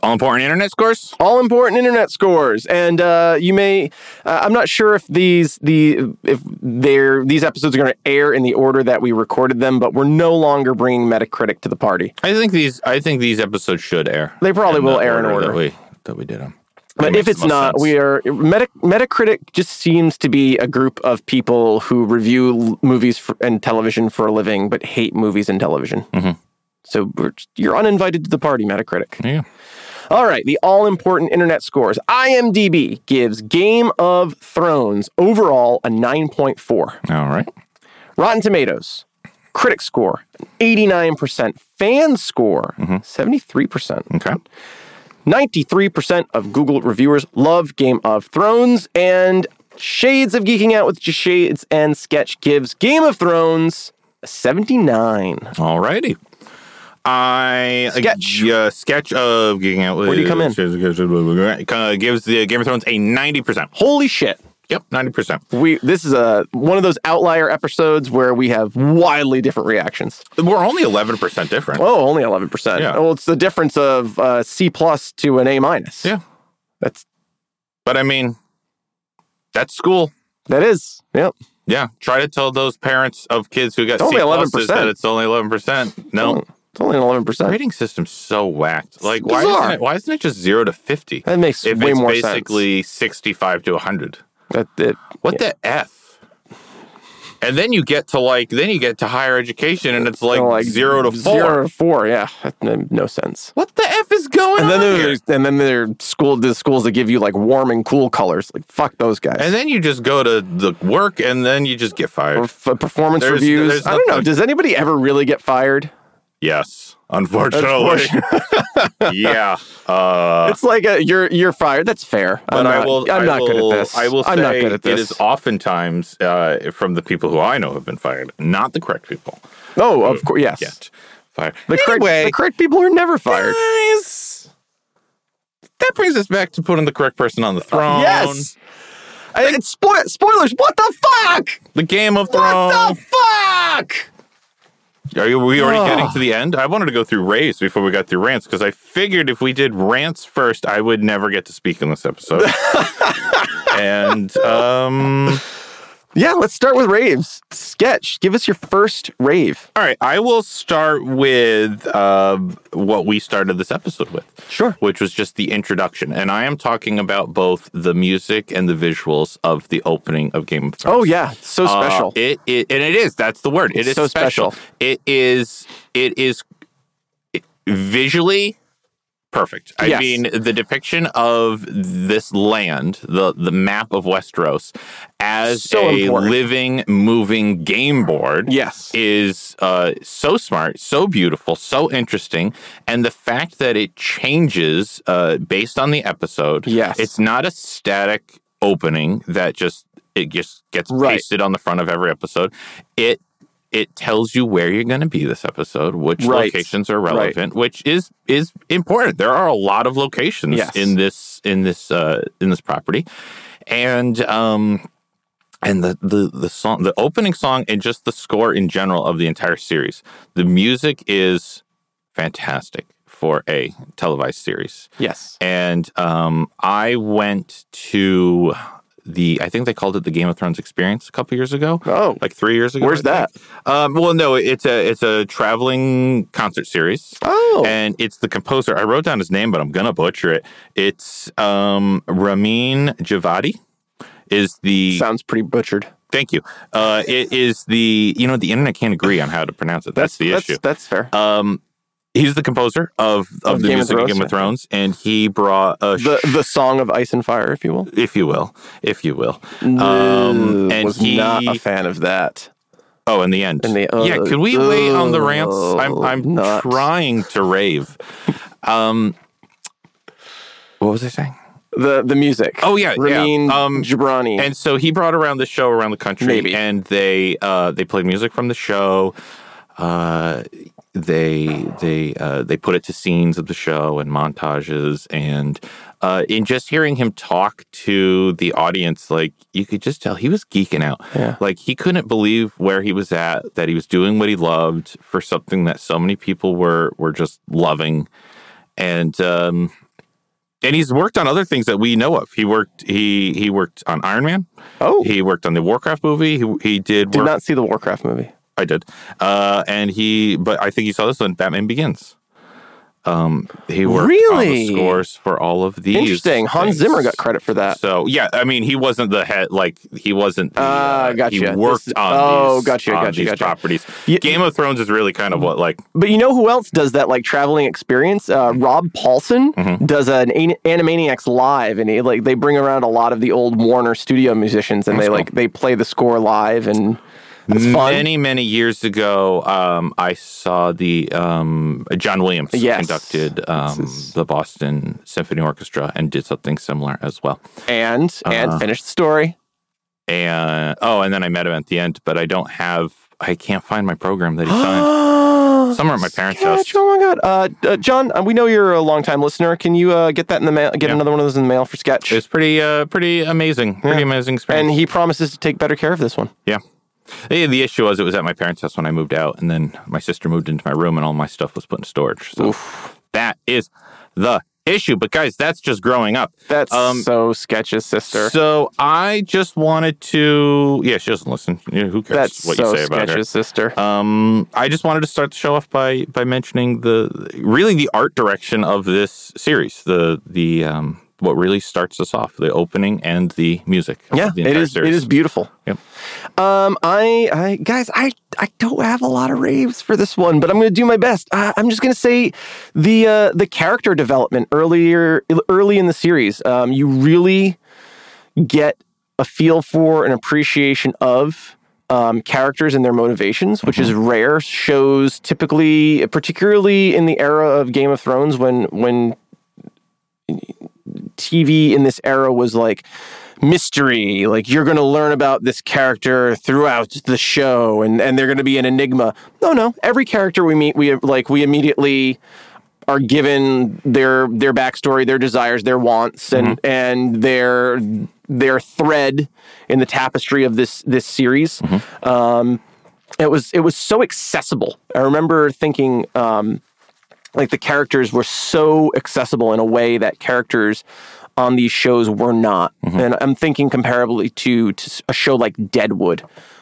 S2: all important internet scores
S3: all important internet scores and uh, you may uh, i'm not sure if these the if they're these episodes are going to air in the order that we recorded them but we're no longer bringing metacritic to the party
S2: i think these i think these episodes should air
S3: they probably will
S2: the
S3: air in order
S2: that we that we did them.
S3: but if it's not we are Meta, metacritic just seems to be a group of
S2: Mm-hmm.
S3: people who review l- movies for, and television for a living but hate movies and television So we're, you're uninvited to the party, Metacritic.
S2: Yeah.
S3: All right, the all important internet scores. IMDb gives Game of Thrones overall a 9.4.
S2: All right.
S3: Rotten Tomatoes, critic score 89%, fan score 73%.
S2: Okay.
S3: 93% of Google reviewers love Game of Thrones, and Shades of Geeking Out with Shades and Sketch gives Game of Thrones a 79.
S2: All righty. I
S3: Sketch.
S2: uh, sketch of getting out. Where
S3: do you come in?
S2: Gives the Game of Thrones a ninety percent.
S3: Holy shit.
S2: Yep, ninety percent.
S3: We this is a one of those outlier episodes where we have wildly different reactions.
S2: We're only eleven percent different.
S3: Oh, only eleven percent.
S2: Yeah.
S3: Well, it's the difference of uh, C plus to an A minus.
S2: Yeah,
S3: that's
S2: but I mean, that's school.
S3: that is. Yep.
S2: Yeah, try to tell those parents of kids who got
S3: It's only
S2: C pluses
S3: 11%.
S2: that it's only eleven percent. No,
S3: It's only an eleven percent.
S2: rating system's so whacked. Like, why
S3: bizarre.
S2: isn't, it, why isn't it just zero to fifty?
S3: That makes
S2: If
S3: way
S2: it's
S3: more sense.
S2: basically sixty-five to hundred.
S3: That, that,
S2: What the f? And then you get to like, then you get to higher education, and it's like,
S3: you know,
S2: zero to four.
S3: Zero to four. Yeah, that made no sense.
S2: What the f is going
S3: And then
S2: on here?
S3: there's and then there are school the schools that give you like warm and cool colors. Like fuck those guys.
S2: And then you just go to the work, and then you just get
S3: Or
S2: fired.
S3: f- performance
S2: There's-
S3: reviews.
S2: there's
S3: I don't know.
S2: nothing.
S3: Does anybody ever really get fired?
S2: Yes, unfortunately. yeah. Uh,
S3: it's like a, you're you're fired. That's fair.
S2: but
S3: I'm not,
S2: I will.
S3: I'm
S2: I
S3: not
S2: will,
S3: good at this.
S2: I will say
S3: I'm not good at this.
S2: it is oftentimes uh, from the people who I know have been fired, not the correct people
S3: oh, of course. Yes.
S2: yet. Fired.
S3: The correct
S2: Anyway,
S3: the correct people are never fired.
S2: Guys, that brings us back to putting the correct person on the throne.
S3: Uh, Yes. And it's spoil- spoilers. What the fuck?
S2: The Game of
S3: What
S2: Thrones.
S3: the fuck?
S2: Are you, we already
S3: Ugh.
S2: getting to the end? I wanted to go through raves before we got through rants because I figured if we did rants first, I would never get to speak in this episode. and um,
S3: Yeah, let's start with raves. Sketch, give us your first rave.
S2: all right, I will start with uh, what we started this episode with.
S3: Sure.
S2: which was just the introduction. And I am talking about both the music and the visuals of the opening of Game of Thrones.
S3: Oh yeah, so
S2: Uh,
S3: special.
S2: it, it and it is. That's the word. It
S3: It's
S2: is
S3: so
S2: special.
S3: special.
S2: It is. It is it- visually perfect. I
S3: Yes.
S2: mean, the depiction of this land, the the map of Westeros, as
S3: So
S2: a
S3: important.
S2: living, moving game board
S3: yes.
S2: is uh, so smart, so beautiful, so interesting, and the fact that it changes uh, based on the episode.
S3: Yes.
S2: it's not a static opening that just it just gets
S3: Right.
S2: pasted on the front of every episode. It it tells you where you're going to be this episode, which
S3: Right.
S2: locations are
S3: Right.
S2: relevant, which is is important. There are a lot of locations
S3: Yes.
S2: in this in this uh, in this property, and um, and the, the the song the opening song and just the score in general of the entire series the music is fantastic for a televised series
S3: yes.
S2: and um, i went to the i think they called it the game of thrones experience a couple years ago
S3: Oh,
S2: like three years ago
S3: where's
S2: I think.
S3: that?
S2: um, well no it's a it's a traveling concert series
S3: Oh,
S2: and it's the composer i wrote down his name but i'm gonna butcher it it's um, ramin javadi is the
S3: sounds pretty butchered.
S2: Thank you. Uh, it is the you know the internet can't agree on how to pronounce it. That's, the issue.
S3: That's fair.
S2: Um, he's the composer of of,
S3: Of
S2: the
S3: Game of
S2: music of
S3: Thrones,
S2: Game
S3: yeah.
S2: of Thrones, and he brought a
S3: the the song of ice and fire, if you will.
S2: if you will, if you will.
S3: Um,
S2: and
S3: was
S2: he-
S3: not a fan of that.
S2: Oh, in the end.
S3: In the-
S2: yeah,
S3: uh,
S2: could we wait on the rants?
S3: uh,
S2: I'm I'm
S3: not.
S2: trying to rave. Um, what was I saying?
S3: The the music.
S2: Oh yeah,
S3: Ramin
S2: yeah. Um,
S3: Jabrani.
S2: And so he brought around the show around the country,
S3: Maybe.
S2: and they uh, they played music from the show. Uh, they they uh, they put it to scenes of the show and montages, and uh, in just hearing him talk to the audience, like you could just tell he was geeking out.
S3: Yeah.
S2: Like he couldn't believe where he was at, that he was doing what he loved for something that so many people were were just loving, and. Um, and he's worked on other things that we know of. He worked he he worked on Iron Man.
S3: oh,
S2: He worked on the Warcraft movie. He, he did
S3: did
S2: work.
S3: not see the Warcraft movie.
S2: I did. Uh, and he, but I think he saw this one, Batman Begins. Um, he worked on
S3: Really?
S2: the scores for all of these.
S3: Interesting. Hans
S2: things.
S3: Zimmer got credit for that.
S2: So yeah, I mean, he wasn't the head. Like he wasn't. The, uh,
S3: Ah,
S2: He
S3: gotcha.
S2: worked
S3: This-
S2: on.
S3: oh,
S2: these,
S3: gotcha,
S2: on
S3: gotcha,
S2: these
S3: gotcha.
S2: Properties.
S3: Ye-
S2: Game of Thrones is really kind of what like
S3: But you know who else does that like traveling experience? Uh,
S2: Mm-hmm.
S3: Rob Paulson does an An- Animaniacs live, and he, like they bring around a lot of the old Warner Studio musicians, and they like they play the score live, and that's fun.
S2: many many years ago. Um, I saw the um John Williams
S3: Yes.
S2: conducted um the Boston Symphony Orchestra and did something similar as well.
S3: and
S2: Uh-huh.
S3: and finish the story.
S2: And oh, and then I met him at the end, but I don't have. I can't find my program that he signed. Somewhere at my parents' house.
S3: Sketch, Oh my god, uh, uh, John, uh, we know you're a longtime listener. Can you uh, get that in the mail? Get
S2: Yeah.
S3: another one of those in the mail for Sketch.
S2: It was pretty uh pretty amazing. Pretty amazing experience.
S3: and he promises to take better care of this one.
S2: Yeah. Yeah, the issue was it was at my parents' house when I moved out, and then my sister moved into my room, and all my stuff was put in storage. So that is the issue. But guys, that's just growing up.
S3: That's
S2: Um,
S3: so Sketch's sister.
S2: So I just wanted to. Yeah, she doesn't listen. Yeah, who cares
S3: That's
S2: what
S3: so
S2: you say about her?
S3: Sketch's sister.
S2: Um, I just wanted to start the show off by by mentioning the really the art direction of this series. The the um what really starts us off the opening and the music. of
S3: yeah,
S2: the
S3: it
S2: entire
S3: is.
S2: series.
S3: It is beautiful.
S2: Yep.
S3: Um, I, I, guys, I, I don't have a lot of raves for this one, but I'm going to do my best. Uh, I'm just going to say the uh, the character development earlier, early in the series, um, you really get a feel for an appreciation of. Um, characters and their motivations, which
S2: Mm-hmm.
S3: is rare. Shows typically, particularly in the era of Game of Thrones, when when TV in this era was like mystery. Like you're going to learn about this character throughout the show, and and they're going to be an enigma. No, no. Every character we meet, we like we immediately are given their their backstory, their desires, their wants, and and their their thread in the tapestry of this this series. Um, it was it was so accessible. I remember thinking. Um, like the characters were so accessible in a way that characters on these shows were not. And I'm thinking comparably to, to a show like Deadwood,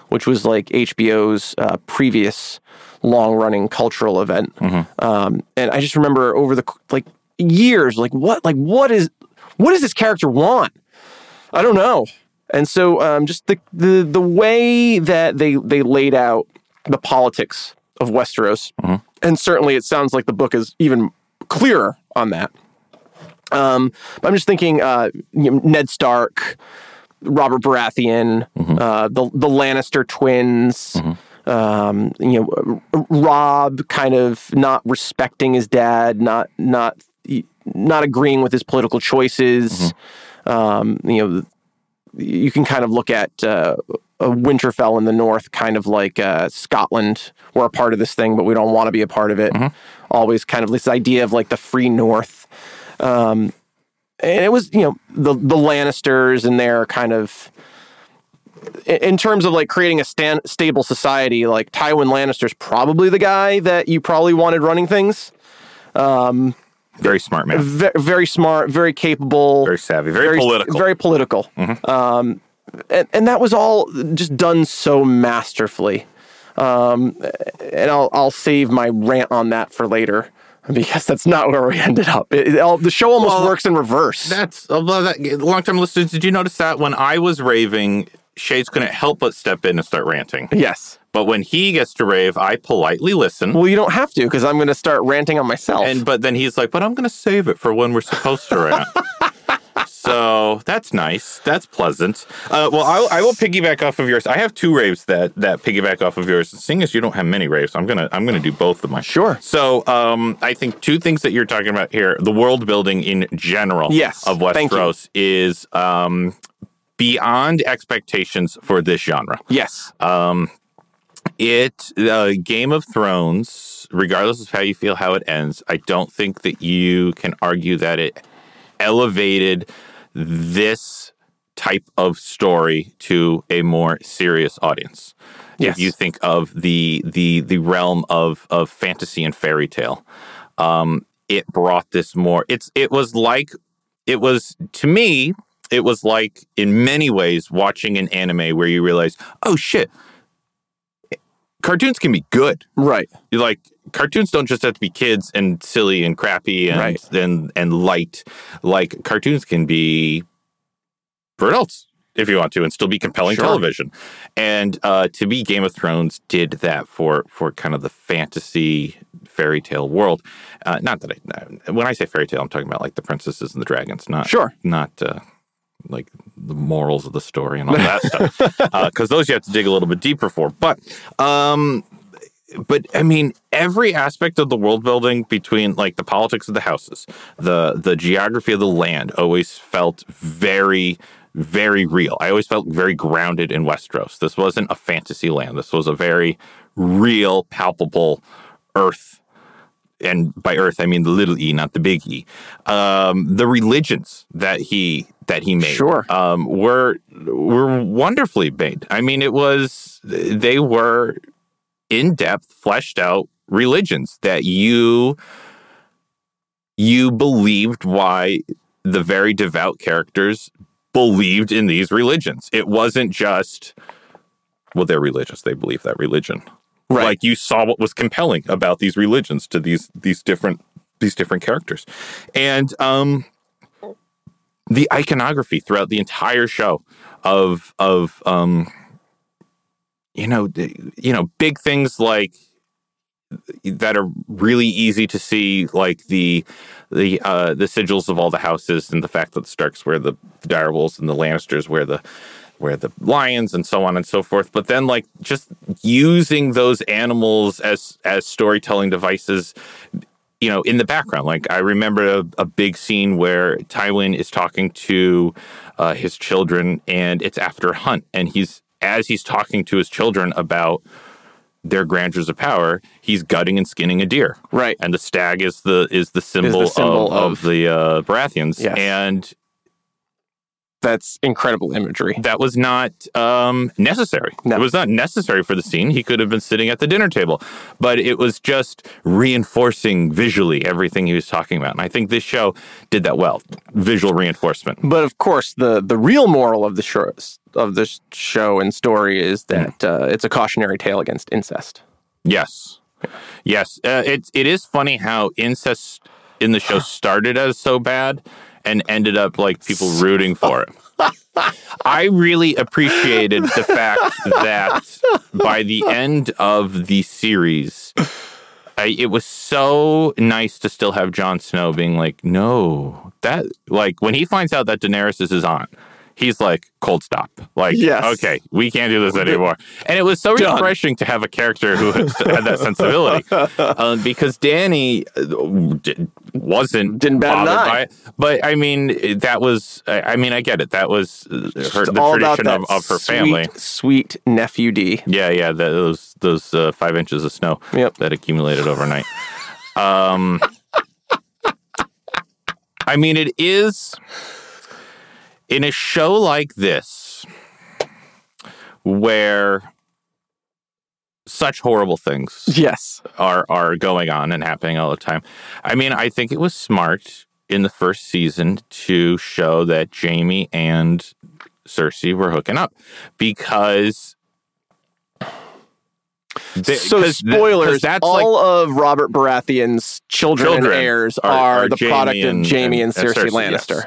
S3: which was like HBO's uh, previous long running cultural event. Um, and I just remember over the c- like years, like what, like what is, what does this character want? I don't know. And so um, just the, the the way that they they laid out the politics of Westeros, and certainly it sounds like the book is even clearer on that. Um, but I'm just thinking uh, you know, Ned Stark, Robert Baratheon, uh, the the Lannister twins. Um, you know, R- Rob kind of not respecting his dad, not not not agreeing with his political choices um, you know, you can kind of look at uh, a Winterfell in the north, kind of like uh, Scotland. We're a part of this thing, but we don't want to be a part of it. Always kind of this idea of like the free north. Um, and it was, you know, the, the Lannisters and their kind of, in- in terms of like creating a stan- stable society, like Tywin Lannister's probably the guy that you probably wanted running things.
S2: very smart man,
S3: Ve- very smart, very capable,
S2: very savvy, very, political. Mm-hmm.
S3: very political. Um, and, and that was all just done so masterfully. Um, and I'll, I'll save my rant on that for later because that's not where we ended up. It, it all, the show almost
S2: Well,
S3: works in reverse.
S2: That's a lot of that. Long-time listeners, did you notice that when I was raving, Shades couldn't help but step in and start ranting.
S3: yes.
S2: But when he gets to rave, I politely listen.
S3: Well, you don't have to because I'm going to start ranting on myself.
S2: And but then he's like, "But I'm going to save it for when we're supposed to rant." so that's nice. That's pleasant. Uh, well, I, I will piggyback off of yours. I have two raves that that piggyback off of yours. Seeing as you don't have many raves, I'm gonna I'm gonna do both of mine.
S3: Sure.
S2: So um, I think two things that you're talking about here: the world building in general,
S3: Yes,
S2: of
S3: thank you.
S2: Westeros is um, beyond expectations for this genre
S3: yes.
S2: Uh, it uh, game of thrones regardless of how you feel how it ends i don't think that you can argue that it elevated this type of story to a more serious audience
S3: Yes.
S2: if you think of the the the realm of of fantasy and fairy tale um it brought this more it's it was like it was to me it was like in many ways watching an anime where you realize oh shit cartoons can be good
S3: right.
S2: like cartoons don't just have to be kids and silly and crappy and
S1: Right.
S2: and, and light. Like cartoons can be for adults if you want to and still be compelling
S1: Sure.
S2: television. And uh, to me, Game of Thrones did that for for kind of the fantasy fairy tale world. Uh, not that I when I say fairy tale, I'm talking about like the princesses and the dragons, not
S3: Sure.
S2: not uh, like the morals of the story and all that stuff, because those you have to dig a little bit deeper for. But, um, but I mean, every aspect of the world building between like the politics of the houses, the the geography of the land, always felt very. Very real. I always felt very grounded in Westeros. This wasn't a fantasy land. This was a very real, palpable Earth and by earth I mean the little e, not the big e. Um, the religions that he that he made
S3: Sure.
S2: um, were were wonderfully made. I mean, it was they were in depth, fleshed out religions that you you believed why the very devout characters believed in these religions. It wasn't just well, they're religious; they believe that religion.
S3: Right.
S2: Like you saw what was compelling about these religions to these these different these different characters, and um, the iconography throughout the entire show of of um, you know the- you know big things like that are really easy to see, like the the uh, the sigils of all the houses, and the fact that the Starks wear the, the direwolves and the Lannisters wear the wear the lions, and so on and so forth. But then, like just using those animals as as storytelling devices, you know, in the background. Like I remember a, a big scene where Tywin is talking to uh, his children, and it's after a hunt, and he's as he's talking to his children about their grandeurs of power, he's gutting and skinning a deer.
S3: Right.
S2: And the stag is the is the symbol,
S3: symbol
S2: of, of,
S3: of-
S2: the uh, Baratheons,
S3: Yes.
S2: and
S3: That's incredible imagery.
S2: that was not um, necessary.
S3: No.
S2: It was not necessary for the scene. He could have been sitting at the dinner table, but it was just reinforcing visually everything he was talking about. And I think this show did that well. Visual reinforcement.
S3: But of course, the the real moral of the show of this show and story is that
S2: Mm-hmm.
S3: uh, it's a cautionary tale against incest.
S2: Yes, yes. Uh, it it is funny how incest in the show started as so bad and ended up like people rooting for it. I really appreciated the fact that by the end of the series, I, it was so nice to still have Jon Snow being like, "No, that like when he finds out that Daenerys is his aunt." He's like cold stop. Like,
S3: Yes.
S2: okay, we can't do this anymore. And it was so
S3: Done.
S2: refreshing to have a character who had had that sensibility, um, because Danny uh, d- wasn't
S3: Didn't bat an
S2: bothered
S3: eye.
S2: by it. But I mean, that was. I I mean, I get it. That was uh, her,
S3: It's
S2: the tradition of, of her
S3: sweet,
S2: family.
S3: Sweet nephew D.
S2: Yeah, yeah. The, those those uh, five inches of snow
S3: Yep.
S2: that accumulated overnight. um, I mean, it is in a show like this where such horrible things
S3: Yes.
S2: are are going on and happening all the time. I mean, I think it was smart in the first season to show that Jamie and Cersei were hooking up because they-
S3: so
S2: 'cause th- 'cause
S3: spoilers.
S2: that's like
S3: all of Robert Baratheon's children, and
S2: Children
S3: heirs
S2: are-
S3: are,
S2: are
S3: the
S2: Jaime
S3: product
S2: and-
S3: of Jamie and,
S2: and- and
S3: Cersei,
S2: Cersei, yes.
S3: Lannister.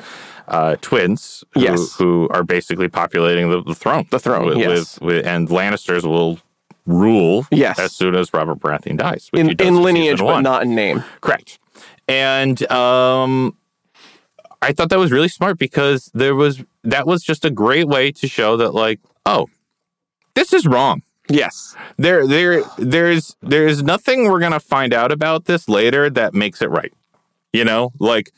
S2: uh, twins who,
S3: Yes.
S2: who are basically populating the, the throne.
S3: The throne,
S2: With,
S3: yes.
S2: with, with- and Lannisters will rule
S3: Yes.
S2: as soon as Robert Baratheon dies. which he
S3: In,
S2: does
S3: in
S2: season
S3: lineage, but
S2: one.
S3: not in name.
S2: Correct. And um, I thought that was really smart because there was that was just a great way to show that like, oh, this is wrong.
S3: Yes.
S2: There, there, there's, there's nothing we're gonna find out about this later that makes it right. You know, like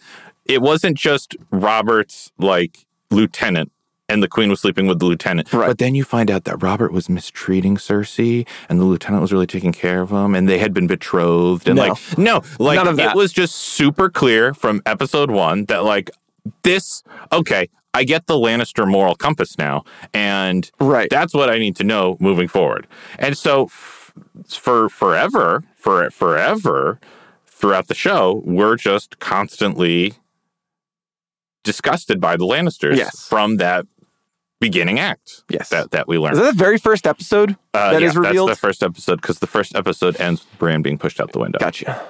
S2: it wasn't just Robert's like lieutenant. And the queen was sleeping with the lieutenant.
S3: Right.
S2: But then you find out that Robert was mistreating Cersei and the lieutenant was really taking care of him and they had been betrothed. And
S3: No.
S2: like, no, like
S3: None of that.
S2: it was just super clear from episode one that like this, okay, I get the Lannister moral compass now. And
S3: Right.
S2: that's what I need to know moving forward. And so f- for forever, for forever, throughout the show, we're just constantly disgusted by the Lannisters
S3: Yes.
S2: from that beginning act
S3: Yes.
S2: that, that we learned.
S3: Is that the very first episode
S2: Uh,
S3: that
S2: yeah,
S3: is revealed?
S2: That's the first episode because the first episode ends with Bran being pushed out the window.
S3: gotcha.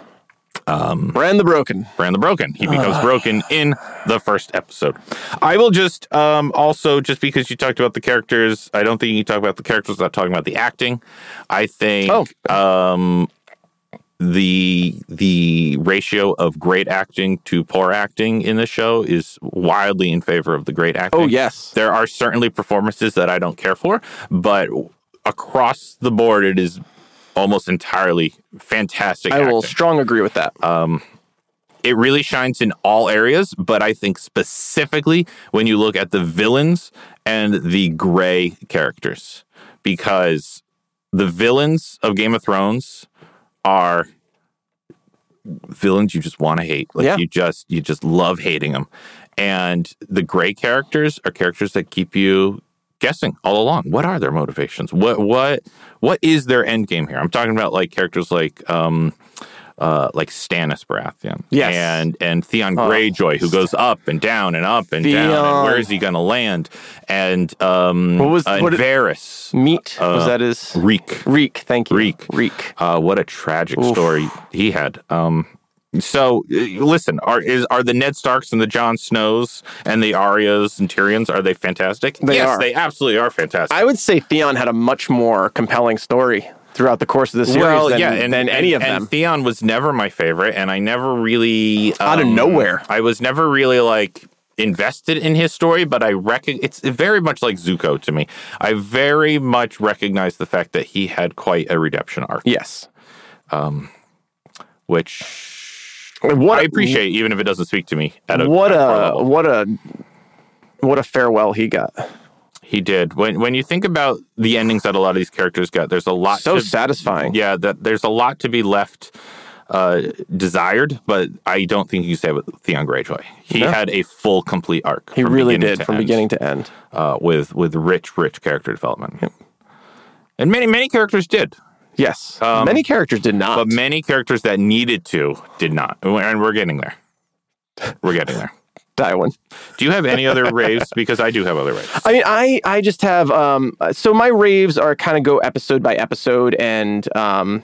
S3: Um, Bran the Broken.
S2: Bran the Broken. He becomes broken in the first episode. I will just um, also just because you talked about the characters, I don't think you can talk about the characters without talking about the acting. I think
S3: Oh.
S2: um, the the ratio of great acting to poor acting in the show is wildly in favor of the great acting.
S3: Oh, yes.
S2: There are certainly performances that I don't care for, but across the board, it is almost entirely fantastic.
S3: I will
S2: acting. Uh,
S3: strong agree with that.
S2: It really shines in all areas, but I think specifically when you look at the villains and the gray characters, because the villains of Game of Thrones are villains you just want to hate. Like
S3: Yeah.
S2: you just you just love hating them. And the gray characters are characters that keep you guessing all along. What are their motivations? What what what is their end game here? I'm talking about like characters like um uh like Stannis Baratheon.
S3: Yes. Oh,
S2: And and Theon Greyjoy who goes up and down and up and
S3: Theon.
S2: down. And where is he gonna land? And um
S3: What was-
S2: and
S3: what-
S2: Varys.
S3: Meat was
S2: uh,
S3: that his
S2: Reek.
S3: Reek? Thank you.
S2: Reek.
S3: Reek.
S2: Uh, what a tragic story he had. Um, so uh, listen, are is are the Ned Starks and the Jon Snows and the Aryas and Tyrions are they fantastic?
S3: They
S2: yes,
S3: are.
S2: they absolutely are fantastic.
S3: I would say Theon had a much more compelling story throughout the course of the series than, than any of
S2: and
S3: them.
S2: Theon was never my favorite, and I never really um,
S3: Out of nowhere.
S2: I was never really like invested in his story, but I reckon it's very much like Zuko to me. I very much recognize the fact that he had quite a redemption arc,
S3: yes.
S2: which
S3: And What
S2: I
S3: a-
S2: appreciate, even if it doesn't speak to me. At a,
S3: what
S2: at a core
S3: a
S2: level.
S3: what a what a farewell he got.
S2: he did. When when you think about the endings that a lot of these characters got, there's a lot.
S3: So
S2: to-
S3: satisfying.
S2: Yeah, that there's a lot to be left uh, desired, but I don't think you can say with Theon Greyjoy. He
S3: No.
S2: had a full, complete arc.
S3: He
S2: from
S3: really
S2: beginning
S3: did
S2: to
S3: from
S2: end,
S3: beginning to end.
S2: uh, with with rich, rich character development. And many many characters did,
S3: Yes.
S2: Um,
S3: Many characters did not.
S2: but many characters that needed to did not, and we're getting there. We're getting there.
S3: Tywin.
S2: Do you have any other raves? Because I do have other raves.
S3: I mean, I I just have um. So my raves are kind of go episode by episode and um.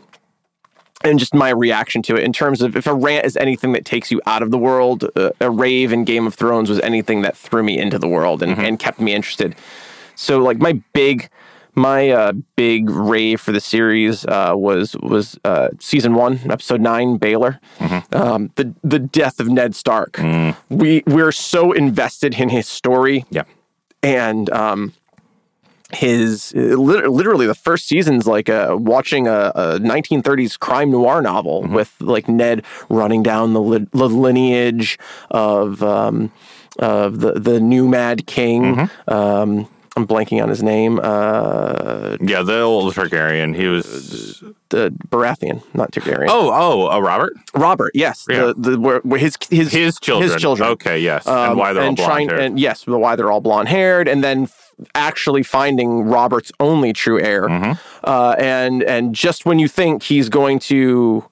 S3: And just my reaction to it in terms of if a rant is anything that takes you out of the world, uh, a rave in Game of Thrones was anything that threw me into the world and, and kept me interested. So like my big, my uh, big rave for the series uh, was was uh, season one, episode nine, Baylor, um, the the death of Ned Stark. We we're so invested in his story
S2: Yeah.
S3: and um his uh, lit- literally the first season's like uh, watching a, a 1930s crime noir novel
S2: Mm-hmm.
S3: with like Ned running down the, li- the lineage of um, of the the new Mad King.
S2: Mm-hmm.
S3: Um, I'm blanking on his name. Uh,
S2: Yeah, the old Targaryen. He was.
S3: the Baratheon, not Targaryen.
S2: Oh, oh, uh, Robert.
S3: Robert, yes,
S2: Yeah.
S3: the the where, where his his
S2: His children.
S3: his children. Um,
S2: Okay, yes. and why they're all blonde haired.
S3: and yes, why they're all blonde haired, and then f- actually finding Robert's only true heir,
S2: Mm-hmm.
S3: uh, and and just when you think he's going to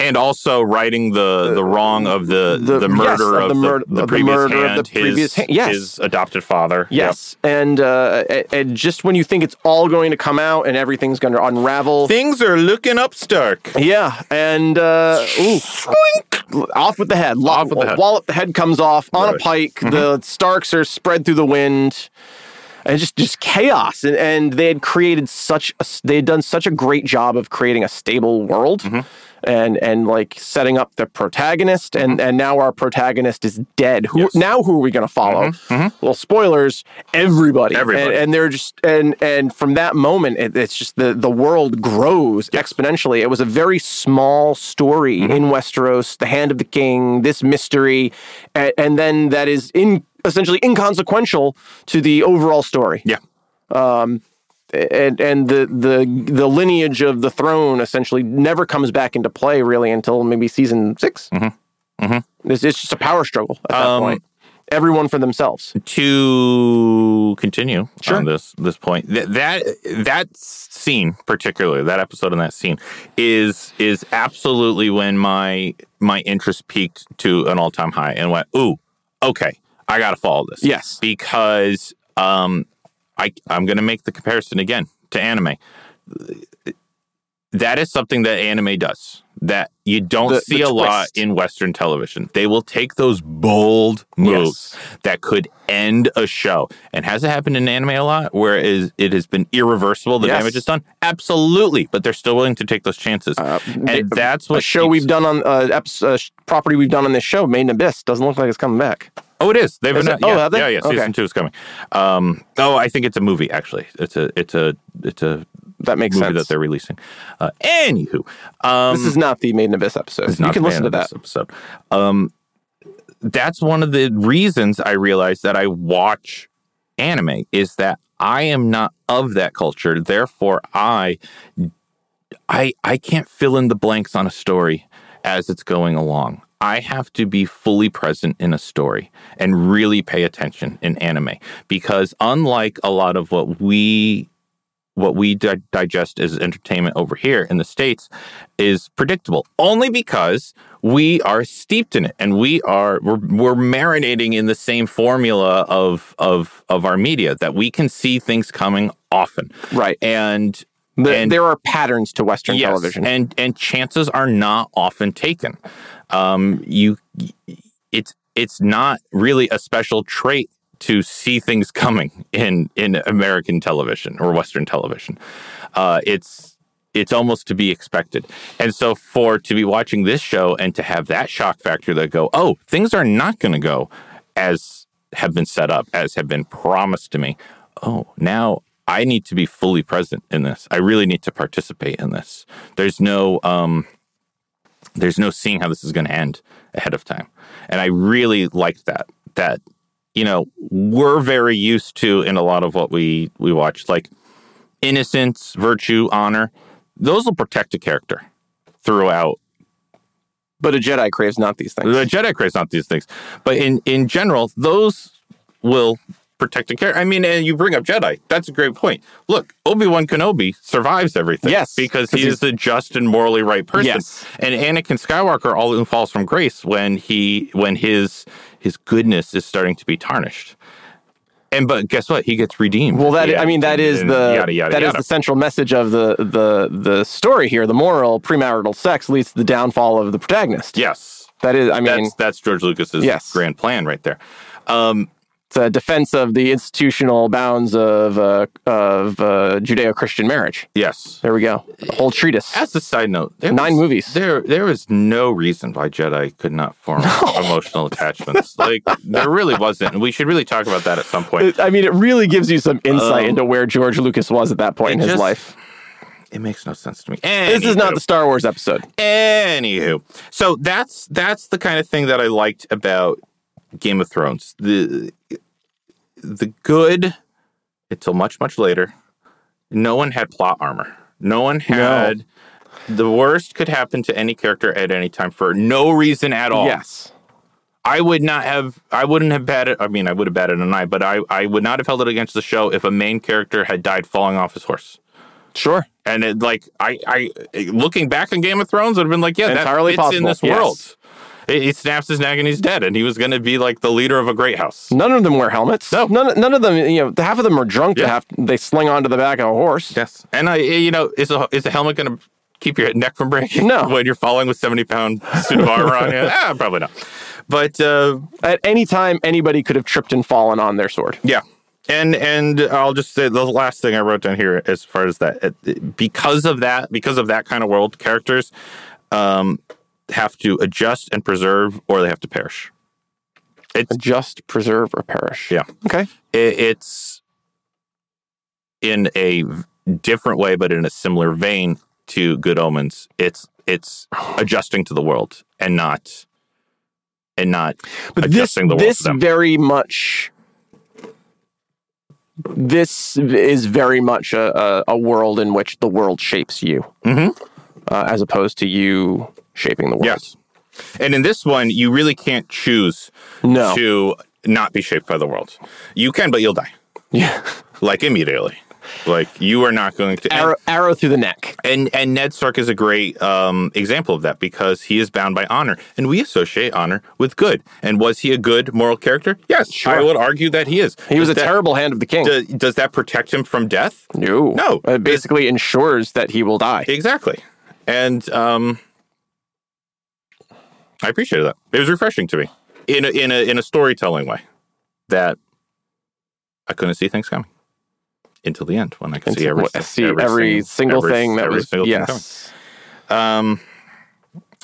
S2: and also righting the the wrong of the the,
S3: yes,
S2: murder
S3: of
S2: of,
S3: Uh, the
S2: the,
S3: murder-
S2: the
S3: of the
S2: previous
S3: murder of the
S2: hand, his,
S3: previous hand, yes.
S2: his adopted father.
S3: yes, and, uh, and and just when you think it's all going to come out and everything's going to unravel,
S2: Yep. Things are looking up, Stark.
S3: yeah, and uh, ooh, off with the head, Lo-
S2: Off with the head.
S3: wallop the head comes off on a
S2: Right. Mm-hmm.
S3: pike. The Starks are spread through the wind. and just just chaos and, and they had created such a, they had done such a great job of creating a stable world
S2: Mm-hmm.
S3: and and like setting up the protagonist and and now our protagonist is dead who
S2: Mm-hmm. Yes. Mm-hmm.
S3: now who are we going to follow well spoilers everybody
S2: Everybody.
S3: and, and they're just and and from that moment it, it's just the the world grows exponentially it was a very small story in Westeros the hand of the king this mystery and, and then that is in essentially inconsequential to the overall story Um,
S2: Yeah.
S3: and and the the the lineage of the throne essentially never comes back into play really until maybe season 6 mm-hmm. Mm-hmm. It's, it's just a power struggle at that
S2: Um,
S3: point everyone for themselves
S2: To continue on this this point, th- that that scene particularly, that episode and that scene is is absolutely when my my interest peaked to an all time high and went, ooh, okay, I gotta follow this.
S3: yes
S2: because um I I'm going to make the comparison again to anime. That is something that anime does that you don't
S3: The-
S2: see
S3: the
S2: a lot
S3: twist.
S2: in Western television. They will take those bold moves that could end a show. And has it happened in anime a lot where it, is, it has been irreversible, the
S3: Yes.
S2: damage is done? Absolutely. But they're still willing to take those chances.
S3: Uh,
S2: and that's
S3: a
S2: what
S3: show
S2: keeps-
S3: we've done on uh, eps- uh, sh- property we've done on this show, Made in Abyss, doesn't look like it's coming back.
S2: Oh, it is. They've
S3: Is
S2: announced-
S3: it? Oh,
S2: yeah,
S3: have they?
S2: Yeah, yeah.
S3: Okay.
S2: Season two is coming. Um, oh, I think it's a movie. Actually, it's a it's a it's a
S3: That makes
S2: movie
S3: sense.
S2: that they're releasing. Uh, anywho, um,
S3: this is not the Made in Abyss episode.
S2: it's
S3: you
S2: not
S3: can
S2: the
S3: listen to
S2: end of
S3: that.
S2: this episode. Um, that's one of the reasons I realized that I watch anime is that I am not of that culture. Therefore, I I I can't fill in the blanks on a story as it's going along. I have to be fully present in a story and really pay attention in anime because unlike a lot of what we what we di- digest as entertainment over here in the states is predictable only because we are steeped in it and we are we're, we're marinating in the same formula of of of our media that we can see things coming often
S3: Right.
S2: and
S3: The-
S2: and-
S3: there are patterns to Western
S2: Yes,
S3: television.
S2: and and chances are not often taken. Um, you, it's it's not really a special trait to see things coming in in American television or Western television. Uh, it's it's almost to be expected, and so for to be watching this show and to have that shock factor that go, oh, things are not going to go as have been set up, as have been promised to me. Oh, now I need to be fully present in this. I really need to participate in this. There's no um there's no seeing how this is going to end ahead of time. And I really liked that that you know, we're very used to in a lot of what we we watch like innocence, virtue, honor. Those will protect a character throughout
S3: but a Jedi craves not these things.
S2: the Jedi creates not these things, but in in general, those will protect and care. I mean, and you bring up Jedi. That's a great point. Look, Obi Wan Kenobi survives everything.
S3: Yes,
S2: because
S3: 'cause
S2: he is the just and morally right person.
S3: Yes.
S2: and Anakin Skywalker all falls from grace when he when his his goodness is starting to be tarnished. And but guess what? He gets redeemed.
S3: Well, that
S2: Yeah,
S3: I mean, that
S2: and-
S3: is
S2: and
S3: the that
S2: yada
S3: is
S2: yada yada.
S3: the central message of the the the story here. The moral premarital sex leads to the downfall of the protagonist.
S2: yes.
S3: That is, I mean,
S2: that's that's George Lucas's
S3: Yes.
S2: grand plan right there. Um,
S3: it's a defense of the institutional bounds of uh, of uh, Judeo-Christian marriage.
S2: yes.
S3: There we go. A whole treatise.
S2: As a side note, there
S3: Nine
S2: was-
S3: movies.
S2: There, there is no reason why Jedi could not form emotional attachments. like there really wasn't. And we should really talk about that at some point.
S3: It- I mean, it really gives you some insight
S2: Um,
S3: into where George Lucas was at that point in
S2: it
S3: his
S2: just-
S3: life.
S2: It makes no sense to me.
S3: This is
S2: Anywho.
S3: not the Star Wars episode.
S2: Anywho, so that's that's the kind of thing that I liked about Game of Thrones. The the good until much much later, no one had plot armor. No one had. The worst could happen to any character at any time for no reason at all.
S3: Yes.
S2: I would not have. I wouldn't have batted. I mean, I would have batted an eye, but I, I would not have held it against the show if a main character had died falling off his horse.
S3: Sure.
S2: And it, like I, I looking back on Game of Thrones, I'd have been like, yeah,
S3: Entirely
S2: that fits in
S3: possible,
S2: this
S3: yes.
S2: world. It, it snaps his neck and he's dead, and he was going to be like the leader of a great house.
S3: None of them wear helmets.
S2: No.
S3: None, none of them, you know, half of them are drunk.
S2: Yeah.
S3: To have, they sling onto the back of a horse.
S2: Yes, and I, eh, you know, is a is the helmet going to keep your neck from breaking?
S3: No.
S2: when you're falling with seventy pound suit of armor on you, ah, probably not. But uh,
S3: At any time, anybody could have tripped and fallen on their sword.
S2: Yeah. And and I'll just say the last thing I wrote down here as far as that it- because of that because of that kind of world characters um, have to adjust and preserve or they have to perish.
S3: Just preserve or perish.
S2: Yeah.
S3: Okay.
S2: It, it's in a v- different way, but in a similar vein to Good Omens. It's it's adjusting to the world and not and not
S3: But this,
S2: adjusting the world.
S3: this
S2: to them.
S3: very much, this is very much a, a, a world in which the world shapes you,
S2: Mhm.
S3: uh, as opposed to you shaping the world.
S2: Yes. And in this one, you really can't choose
S3: No.
S2: to not be shaped by the world. You can, but you'll die
S3: Yeah.
S2: like immediately. Like you are not going to.
S3: Arrow, arrow through the neck.
S2: And and Ned Stark is a great um, example of that because he is bound by honor, and we associate honor with good. And was he a good moral character? Yes, I would argue that he is.
S3: He was a
S2: Does that-
S3: terrible hand of the king.
S2: Does, does that protect him from death?
S3: no.
S2: No.
S3: It basically ensures that he will die.
S2: Exactly. And um, I appreciated that. It was refreshing to me in a, in a in a storytelling way that I couldn't see things coming until the end when I could
S3: And
S2: see every
S3: what- see every,
S2: sing-
S3: single
S2: every-
S3: thing that
S2: every
S3: was.
S2: single thing coming.
S3: Yes.
S2: Um,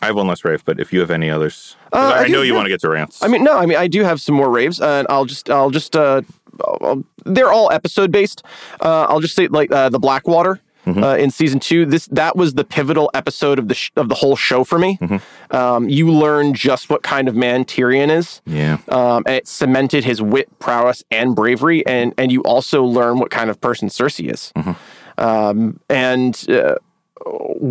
S2: I have one less rave, but if you have any others, 'cause
S3: Uh,
S2: I,
S3: I do-
S2: know you
S3: yeah.
S2: want to get to rants.
S3: I mean, no, I mean, I do have some more raves, uh, and I'll just, I'll just, uh, I'll- I'll- they're all episode based. Uh, I'll just say like uh, the Blackwater.
S2: Mm-hmm.
S3: Uh, in season two, this that was the pivotal episode of the sh- of the whole show for me.
S2: Mm-hmm.
S3: Um, you learn just what kind of man Tyrion is.
S2: yeah,
S3: Um, and it cemented his wit, prowess, and bravery, and and you also learn what kind of person Cersei is.
S2: Mm-hmm.
S3: Um, and uh,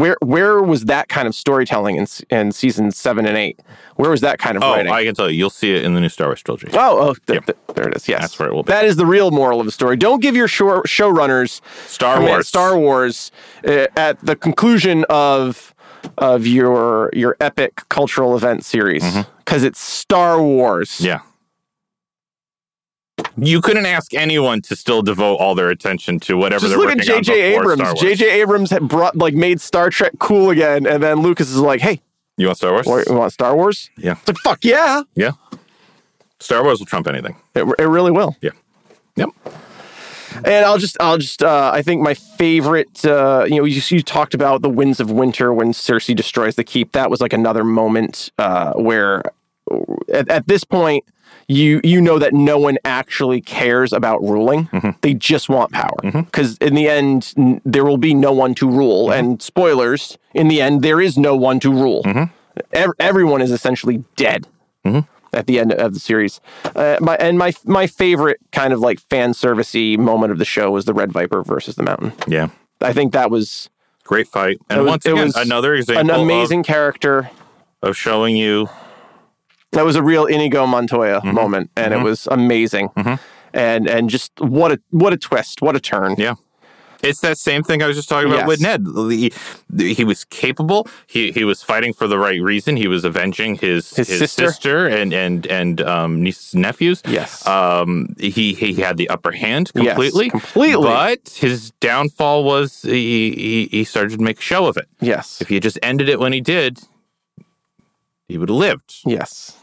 S3: where where was that kind of storytelling in s- in season seven and eight? Where was that kind of
S2: oh,
S3: writing?
S2: I can tell you, you'll see it in the new Star Wars trilogy.
S3: Oh, oh, th- th- there it is. Yes,
S2: That's where it will be.
S3: That is the real moral of the story. Don't give your show- showrunners
S2: Star
S3: I mean,
S2: Wars.
S3: Star Wars uh, at the conclusion of of your your epic cultural event series
S2: Mm-hmm.
S3: because it's Star Wars.
S2: Yeah. You couldn't ask anyone to still devote all their attention to whatever
S3: Just
S2: they're
S3: look at
S2: working on
S3: J.J.
S2: before
S3: Abrams.
S2: Star Wars.
S3: J.J. Abrams had brought like made Star Trek cool again, and then Lucas is like, "Hey,
S2: You want Star Wars?
S3: we want Star Wars."
S2: Yeah.
S3: It's like, "Fuck yeah!"
S2: yeah. Star Wars will trump anything.
S3: It, it really will.
S2: Yeah. Yep.
S3: And I'll just, I'll just, uh, I think my favorite, uh, you know, you, you talked about the winds of winter when Cersei destroys the keep. That was like another moment uh, where, at, at this point, you you know that no one actually cares about ruling. They just want power because in the end, n- there will be no one to rule. And spoilers, in the end, there is no one to rule. Ev- everyone is essentially dead at the end of the series. Uh, my and my my favorite kind of like fan servicey moment of the show was the Red Viper versus the Mountain.
S2: Yeah.
S3: I think that was
S2: Great fight.
S3: It
S2: And
S3: was-
S2: once
S3: it
S2: again,
S3: was
S2: another
S3: an
S2: example
S3: amazing character.
S2: of, of showing you
S3: That was a real Inigo Montoya
S2: Mm-hmm.
S3: moment, and it was amazing. And and just what a what a twist, what a turn.
S2: Yeah. It's that same thing I was just talking about
S3: Yes.
S2: with Ned. The- the- he was capable. He he was fighting for the right reason. He was avenging his
S3: His sister.
S2: and and and um, nieces and nephews.
S3: Yes.
S2: Um. He he had the upper hand
S3: Yes,
S2: completely.
S3: completely.
S2: But his downfall was he, he he started to make a show of it.
S3: Yes.
S2: If he had just ended it when he did, he would have lived.
S3: Yes.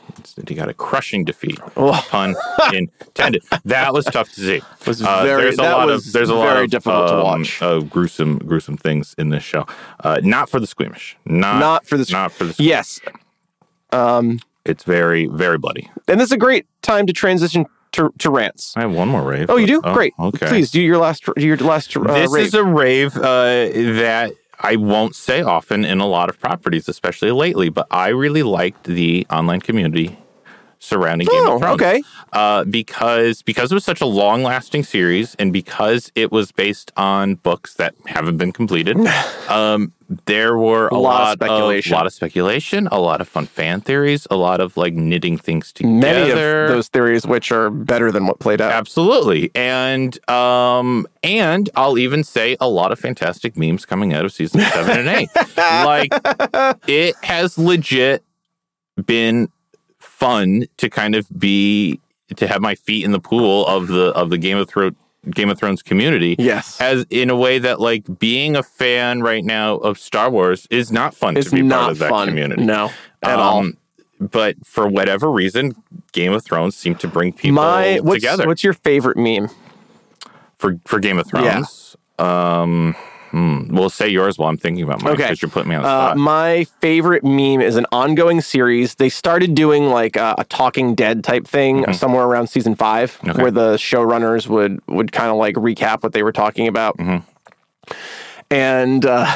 S2: He got a crushing defeat.
S3: Oh.
S2: Pun intended. That was tough to see. Uh,
S3: Was very-
S2: there's a
S3: that
S2: lot
S3: was
S2: of there's a lot
S3: very
S2: of,
S3: difficult to
S2: um,
S3: watch.
S2: of gruesome gruesome things in this show. Uh, not for the squeamish. Not
S3: Not for the-
S2: not for the squeamish.
S3: Yes. Um,
S2: It's very very bloody.
S3: and this is a great time to transition to, to rants.
S2: I have one more rave.
S3: Oh, you do?
S2: Oh,
S3: Great.
S2: Okay.
S3: Please do your last your last uh,
S2: this
S3: rave.
S2: is a rave uh, that I won't say often in a lot of properties, especially lately. But I really liked the online community surrounding Game
S3: Oh,
S2: of Thrones.
S3: okay.
S2: uh, because because it was such a long lasting series, and because it was based on books that haven't been completed. um, there were
S3: lot
S2: a,
S3: of
S2: lot,
S3: speculation.
S2: a lot of speculation, a lot of fun fan theories, a lot of like knitting things together.
S3: Many of those theories which are better than what played out.
S2: Absolutely. And um and I'll even say a lot of fantastic memes coming out of season 7 and 8. Like it has legit been fun to kind of be to have my feet in the pool of the of the Game of Thrones Game of Thrones community
S3: Yes.
S2: as in a way that like being a fan right now of Star Wars is not fun
S3: It's
S2: to be
S3: not
S2: part of that
S3: fun.
S2: community
S3: No, at all.
S2: Um, But for whatever reason, Game of Thrones seemed to bring people
S3: My what's,
S2: together
S3: what's your favorite meme?
S2: for for Game of Thrones. Um, hmm, well, say yours while I'm thinking about mine
S3: Okay.
S2: because you're putting me on the
S3: Uh,
S2: spot.
S3: my favorite meme is an ongoing series. They started doing like uh, a, a Talking Dead type thing somewhere around season five,
S2: Mm-hmm. Okay.
S3: where the showrunners would would kind of like recap what they were talking about.
S2: Mm-hmm.
S3: And uh,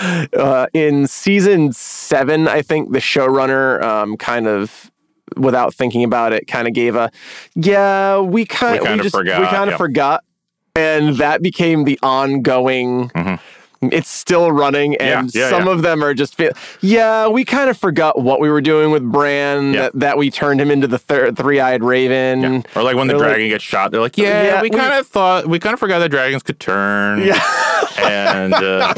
S3: uh, in season seven, I think the showrunner um, kind of. Without thinking about it, kind of gave a, yeah, we kind
S2: We
S3: of
S2: kinda
S3: just,
S2: forgot,
S3: we kind of
S2: yeah.
S3: forgot, and that became the ongoing It's still running, and
S2: Mm-hmm. Yeah, yeah,
S3: some
S2: yeah.
S3: of them are just. Feel, yeah, we kind of forgot what we were doing with Bran.
S2: Yeah.
S3: That, that we turned him into the thir- three-eyed raven.
S2: Or like when the
S3: They're like-
S2: dragon gets shot, they're like, "Yeah,
S3: Yeah,
S2: we
S3: we-
S2: kind of thought, we kind of forgot that dragons could turn." and uh,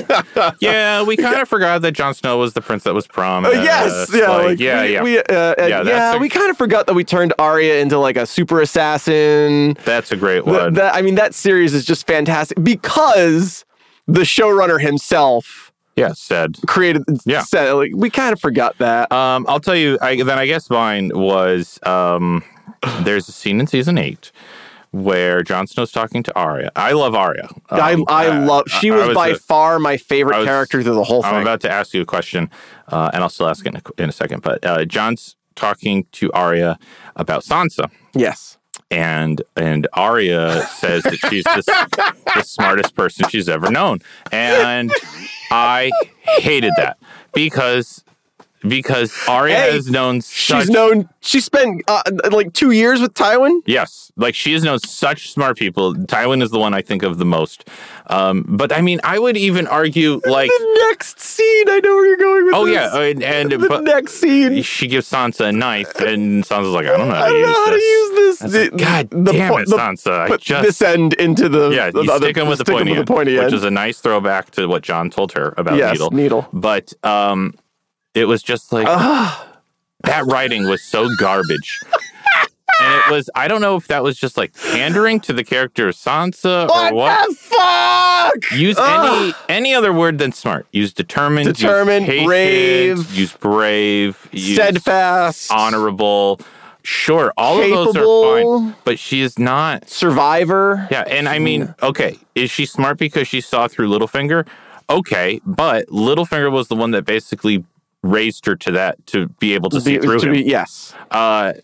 S2: yeah, we kind of forgot that Jon Snow was the prince that was
S3: Uh,
S2: promised.
S3: yes, yeah,
S2: Like,
S3: like,
S2: yeah,
S3: we,
S2: yeah.
S3: We, uh, uh, yeah,
S2: that's a-
S3: we kind of forgot that we turned Arya into like a super assassin.
S2: That's a great
S3: Th-
S2: one.
S3: that- I mean, that series is just fantastic because the showrunner himself
S2: yeah, said.
S3: created.
S2: Yeah.
S3: said, like, we kind of forgot that.
S2: Um, I'll tell you. I, then I guess mine was um, there's a scene in season eight where Jon Snow's talking to Arya. I love Arya. Um,
S3: I, I love. She was,
S2: I
S3: by
S2: a-
S3: far my favorite
S2: I was-
S3: character through the whole thing.
S2: I'm about to ask you a question, uh, and I'll still ask it in a, in a second. But uh, John's talking to Arya about Sansa,
S3: yes.
S2: and and Arya says that she's the, s- the smartest person she's ever known, and I hated that because because Arya
S3: Hey,
S2: has known such
S3: She's known. She spent uh, like two years with Tywin.
S2: Yes, like she has known such smart people. Tywin is the one I think of the most. Um, but I mean, I would even argue like,
S3: The next scene, I know where you're going with
S2: oh
S3: this.
S2: yeah, and, and
S3: the
S2: but
S3: next scene.
S2: she gives Sansa a knife, and Sansa's like, I don't know how
S3: I don't
S2: to use
S3: know how
S2: this.
S3: to use
S2: I
S3: this.
S2: was like, God damn
S3: po-
S2: it,
S3: the-
S2: Sansa! I
S3: put
S2: just
S3: this end into the
S2: yeah,
S3: the
S2: you
S3: other-
S2: stick him with the
S3: stick 'em
S2: pointy,
S3: with the pointy
S2: end,
S3: end.
S2: which is a nice throwback to what John told her about
S3: yes,
S2: needle.
S3: needle.
S2: But um, it was just like
S3: Ah,
S2: that writing was so garbage. And it was, I don't know if that was just like pandering to the character of Sansa
S3: what,
S2: or what.
S3: the fuck?
S2: Use
S3: Ugh.
S2: any any other word than smart. Use determined, use
S3: Determined,
S2: patient,
S3: brave,
S2: use brave, use
S3: Steadfast,
S2: honorable. Sure, all of those are
S3: Capable.
S2: fine, but she is not.
S3: survivor.
S2: Yeah, and I mean, okay, is she smart because she saw through Littlefinger? Okay, but Littlefinger was the one that basically raised her to that to be able to see
S3: Be-
S2: through
S3: to
S2: him.
S3: be- yes.
S2: uh,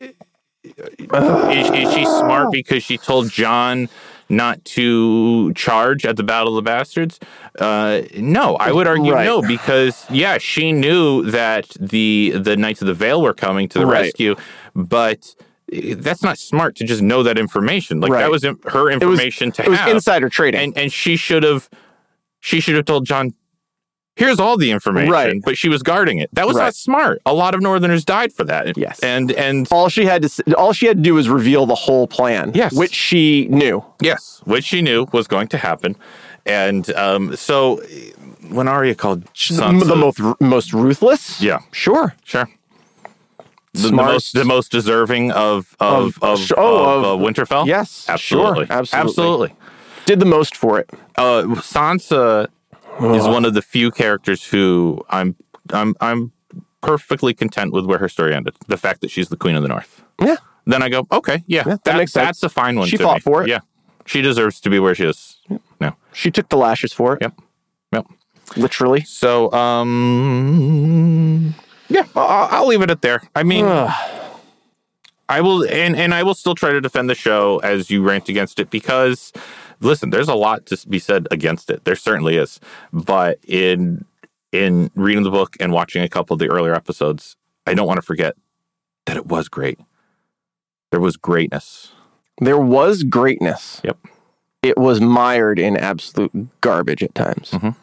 S2: is, is she smart because she told John not to charge at the Battle of the Bastards? Uh, no, I would argue
S3: Right.
S2: no because yeah, she knew that the the Knights of the Vale were coming to the
S3: Right.
S2: rescue, but eh, that's not smart to just know that information. Like that
S3: Right.
S2: was im- her information to
S3: It was
S2: have,
S3: insider trading.
S2: and and she should have she should have told John. Here's all the information,
S3: Right.
S2: but she was guarding it. That was
S3: Right.
S2: not smart. A lot of Northerners died for that.
S3: Yes.
S2: and and
S3: all she had to s- all she had to do was reveal the whole plan.
S2: Yes.
S3: which she knew.
S2: Yes, which she knew was going to happen, and um, so when Arya called Sansa,
S3: The most most ruthless.
S2: yeah,
S3: Sure.
S2: sure, the, the
S3: Smart.
S2: most the most deserving of of
S3: Of-
S2: of,
S3: sh- oh,
S2: of,
S3: of-
S2: uh, Winterfell.
S3: yes, sure,
S2: absolutely,
S3: absolutely.
S2: absolutely.
S3: Did the most for it.
S2: Uh, Sansa is one of the few characters who I'm I'm I'm perfectly content with where her story ended. The fact that she's the queen of the North.
S3: Yeah.
S2: Then I go, okay, yeah,
S3: that makes sense.
S2: That's a fine one.
S3: She
S2: to
S3: fought
S2: me.
S3: for it.
S2: Yeah, she deserves to be where she is. No.
S3: She took the lashes for it.
S2: Yep. Yep.
S3: Literally.
S2: So, um, yeah, I- I'll, I'll leave it at there. I mean, I will, and and I will still try to defend the show as you rant against it because, listen, there's a lot to be said against it. There certainly is, but in in reading the book and watching a couple of the earlier episodes, I don't want to forget that it was great. There was greatness.
S3: There was greatness.
S2: Yep.
S3: It was mired in absolute garbage at times.
S2: Mhm.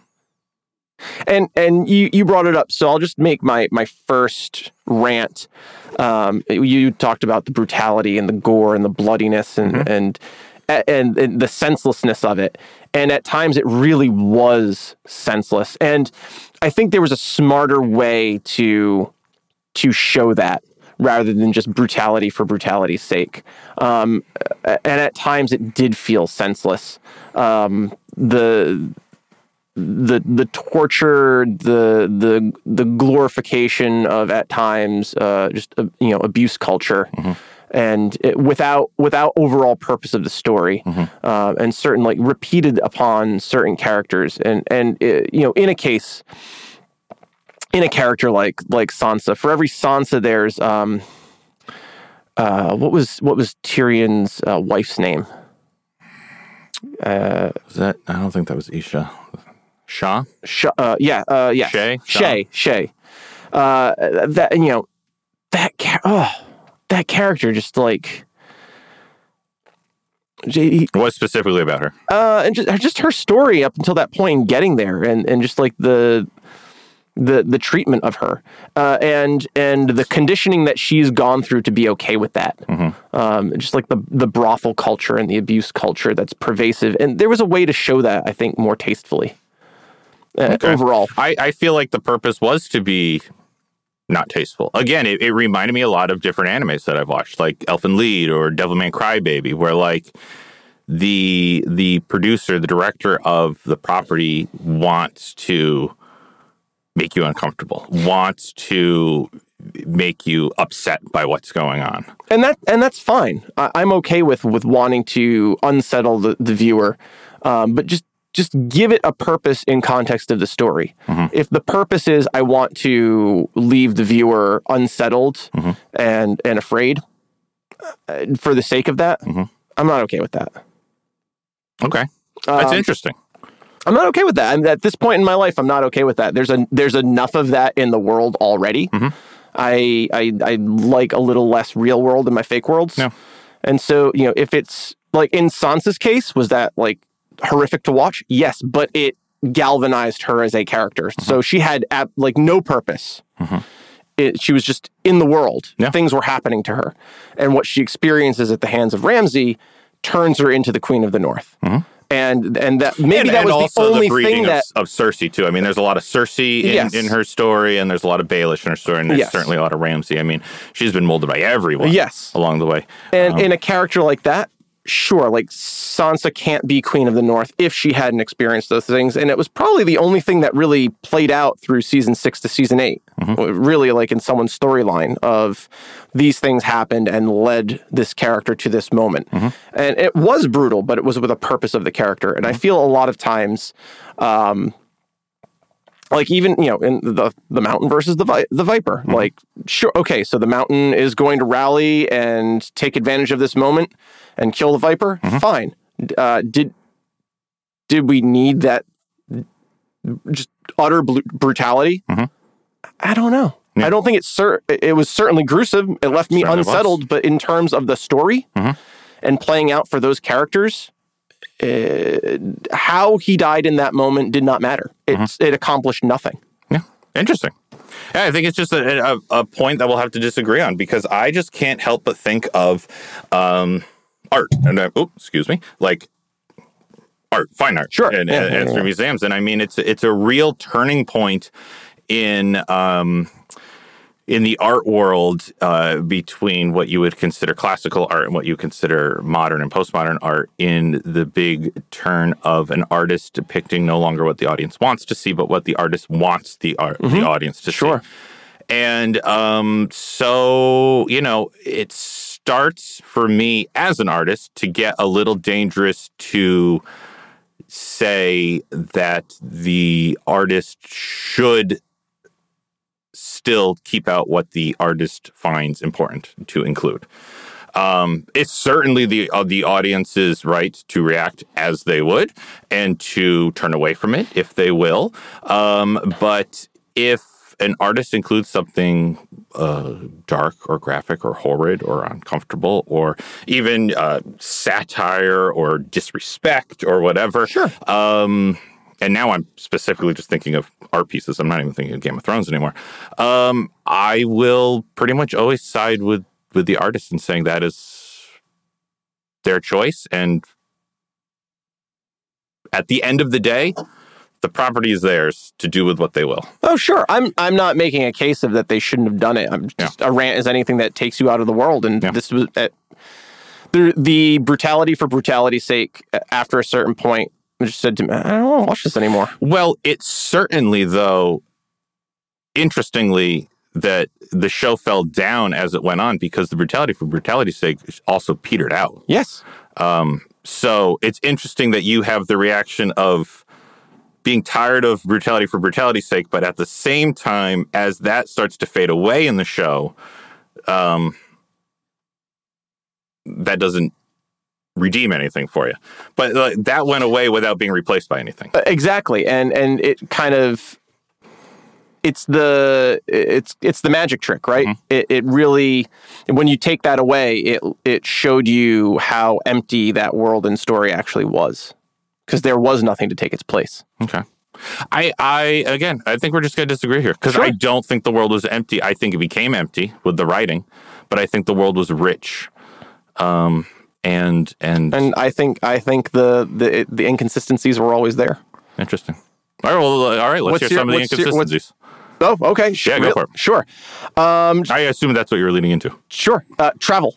S3: And and you you brought it up, so I'll just make my my first rant. Um, you talked about the brutality and the gore and the bloodiness and and, and and the senselessness of it. And at times it really was senseless. And I think there was a smarter way to to show that rather than just brutality for brutality's sake. Um, and at times it did feel senseless. Um, the the the torture, the the the glorification of at times uh, just uh, you know abuse culture. And it, without without overall purpose of the story, uh, and certain like repeated upon certain characters, and and uh, you know in a case in a character like like Sansa. For every Sansa, there's um, uh, what was what was Tyrion's uh, wife's name?
S2: Was that? I don't think that was Isha. Shah.
S3: Sh- uh, yeah, uh, yeah,
S2: Shay?
S3: Shay, Shay. Uh, that you know, that ca- oh, that character just like J-
S2: What specifically about her?
S3: uh, and just, just her story up until that point and getting there and, and just like the the the treatment of her uh, and and the conditioning that she's gone through to be okay with that um, just like the the brothel culture and the abuse culture that's pervasive and there was a way to show that I think more tastefully uh, overall
S2: I, I feel like the purpose was to be not tasteful. Again, it, it reminded me a lot of different animes that I've watched, like Elfin Lead or Devilman Crybaby, where like the the producer, the director of the property wants to make you uncomfortable, wants to make you upset by what's going on.
S3: and that and that's fine. I, I'm okay with with wanting to unsettle the, the viewer, um, but just just give it a purpose in context of the story. If the purpose is I want to leave the viewer unsettled and and afraid uh, for the sake of that, I'm not okay with that.
S2: Okay. That's
S3: Um,
S2: interesting.
S3: I'm not okay with that. I'm, at this point in my life, I'm not okay with that. There's a there's enough of that in the world already. I, I I like a little less real world in my fake worlds.
S2: Yeah.
S3: And so you know, if it's like in Sansa's case, was that like horrific to watch? Yes, but it galvanized her as a character.
S2: Mm-hmm.
S3: So she had ab- like no purpose. It, she was just in the world.
S2: Yeah.
S3: Things were happening to her, and what she experiences at the hands of Ramsey turns her into the Queen of the North. And and that maybe
S2: Mm-hmm. and,
S3: that
S2: and
S3: was the
S2: also
S3: only
S2: breeding
S3: thing
S2: of,
S3: that
S2: of Cersei too. I mean, there's a lot of Cersei in,
S3: Yes.
S2: in her story, and there's a lot of Baelish in her story, and there's
S3: Yes.
S2: certainly a lot of Ramsey. I mean, she's been molded by everyone.
S3: Yes.
S2: along the way.
S3: And in a character like that, sure, like Sansa can't be Queen of the North if she hadn't experienced those things. And it was probably the only thing that really played out through season six to season 8 really like in someone's storyline of these things happened and led this character to this moment. And it was brutal, but it was with a purpose of the character. And I feel a lot of times, um, like even you know in the the mountain versus the vi- the viper like sure okay so the mountain is going to rally and take advantage of this moment and kill the viper
S2: Mm-hmm.
S3: fine uh, did did we need that just utter blu- brutality
S2: Mm-hmm.
S3: i don't know i don't think it's cer- it was certainly gruesome it left me
S2: Certainly was. Mm-hmm.
S3: unsettled but in terms of the story and playing out for those characters uh, how he died in that moment did not matter.
S2: Mm-hmm.
S3: It's, It accomplished nothing.
S2: Yeah, interesting. Yeah, I think it's just a, a, a point that we'll have to disagree on because I just can't help but think of um, art. And I, oh, excuse me, like art, fine art,
S3: Sure.
S2: and,
S3: Yeah,
S2: and,
S3: yeah,
S2: and through museums. And I mean, it's it's a real turning point in. Um, in the art world uh, between what you would consider classical art and what you consider modern and postmodern art in the big turn of an artist depicting no longer what the audience wants to see, but what the artist wants the art the audience to
S3: Sure.
S2: see. And um, so, you know, it starts for me as an artist to get a little dangerous to say that the artist should still keep out what the artist finds important to include. Um, it's certainly the uh, the audience's right to react as they would and to turn away from it if they will. Um, but if an artist includes something uh, dark or graphic or horrid or uncomfortable or even uh, satire or disrespect or whatever,
S3: Sure.
S2: um, and now I'm specifically just thinking of art pieces. I'm not even thinking of Game of Thrones anymore. Um, I will pretty much always side with with the artist in saying that is their choice. And at the end of the day, the property is theirs to do with what they will.
S3: Oh, sure. I'm I'm not making a case of that they shouldn't have done it. I'm just a rant is anything that takes you out of the world, and
S2: Yeah.
S3: this was at, the the brutality for brutality's sake. a- After a certain point, I just said to me, I don't want to watch this anymore.
S2: Well, it's certainly though interestingly that the show fell down as it went on because the brutality for brutality's sake also petered out.
S3: Yes,
S2: Um, so it's interesting that you have the reaction of being tired of brutality for brutality's sake, but at the same time, as that starts to fade away in the show, um, that doesn't redeem anything for you. But like, that
S3: Uh,
S2: went away without being replaced by anything.
S3: exactly. And and it kind of it's the it's it's the magic trick, right?
S2: Mhm.
S3: It, it really when you take that away, it it showed you how empty that world and story actually was because there was nothing to take its place.
S2: Okay. I, I again, I think we're just gonna disagree here because
S3: Sure.
S2: I don't think the world was empty. I think it became empty with the writing, but I think the world was rich. Um, and and,
S3: And I think I think the the the inconsistencies were always there.
S2: interesting. All right, well, uh, all right. Let's
S3: What's
S2: hear
S3: your-
S2: some of the
S3: what's your- what's-
S2: inconsistencies.
S3: Oh, okay. Sure.
S2: Yeah, go for it.
S3: Sure.
S2: I assume that's what you were leading into.
S3: Sure. Uh, travel.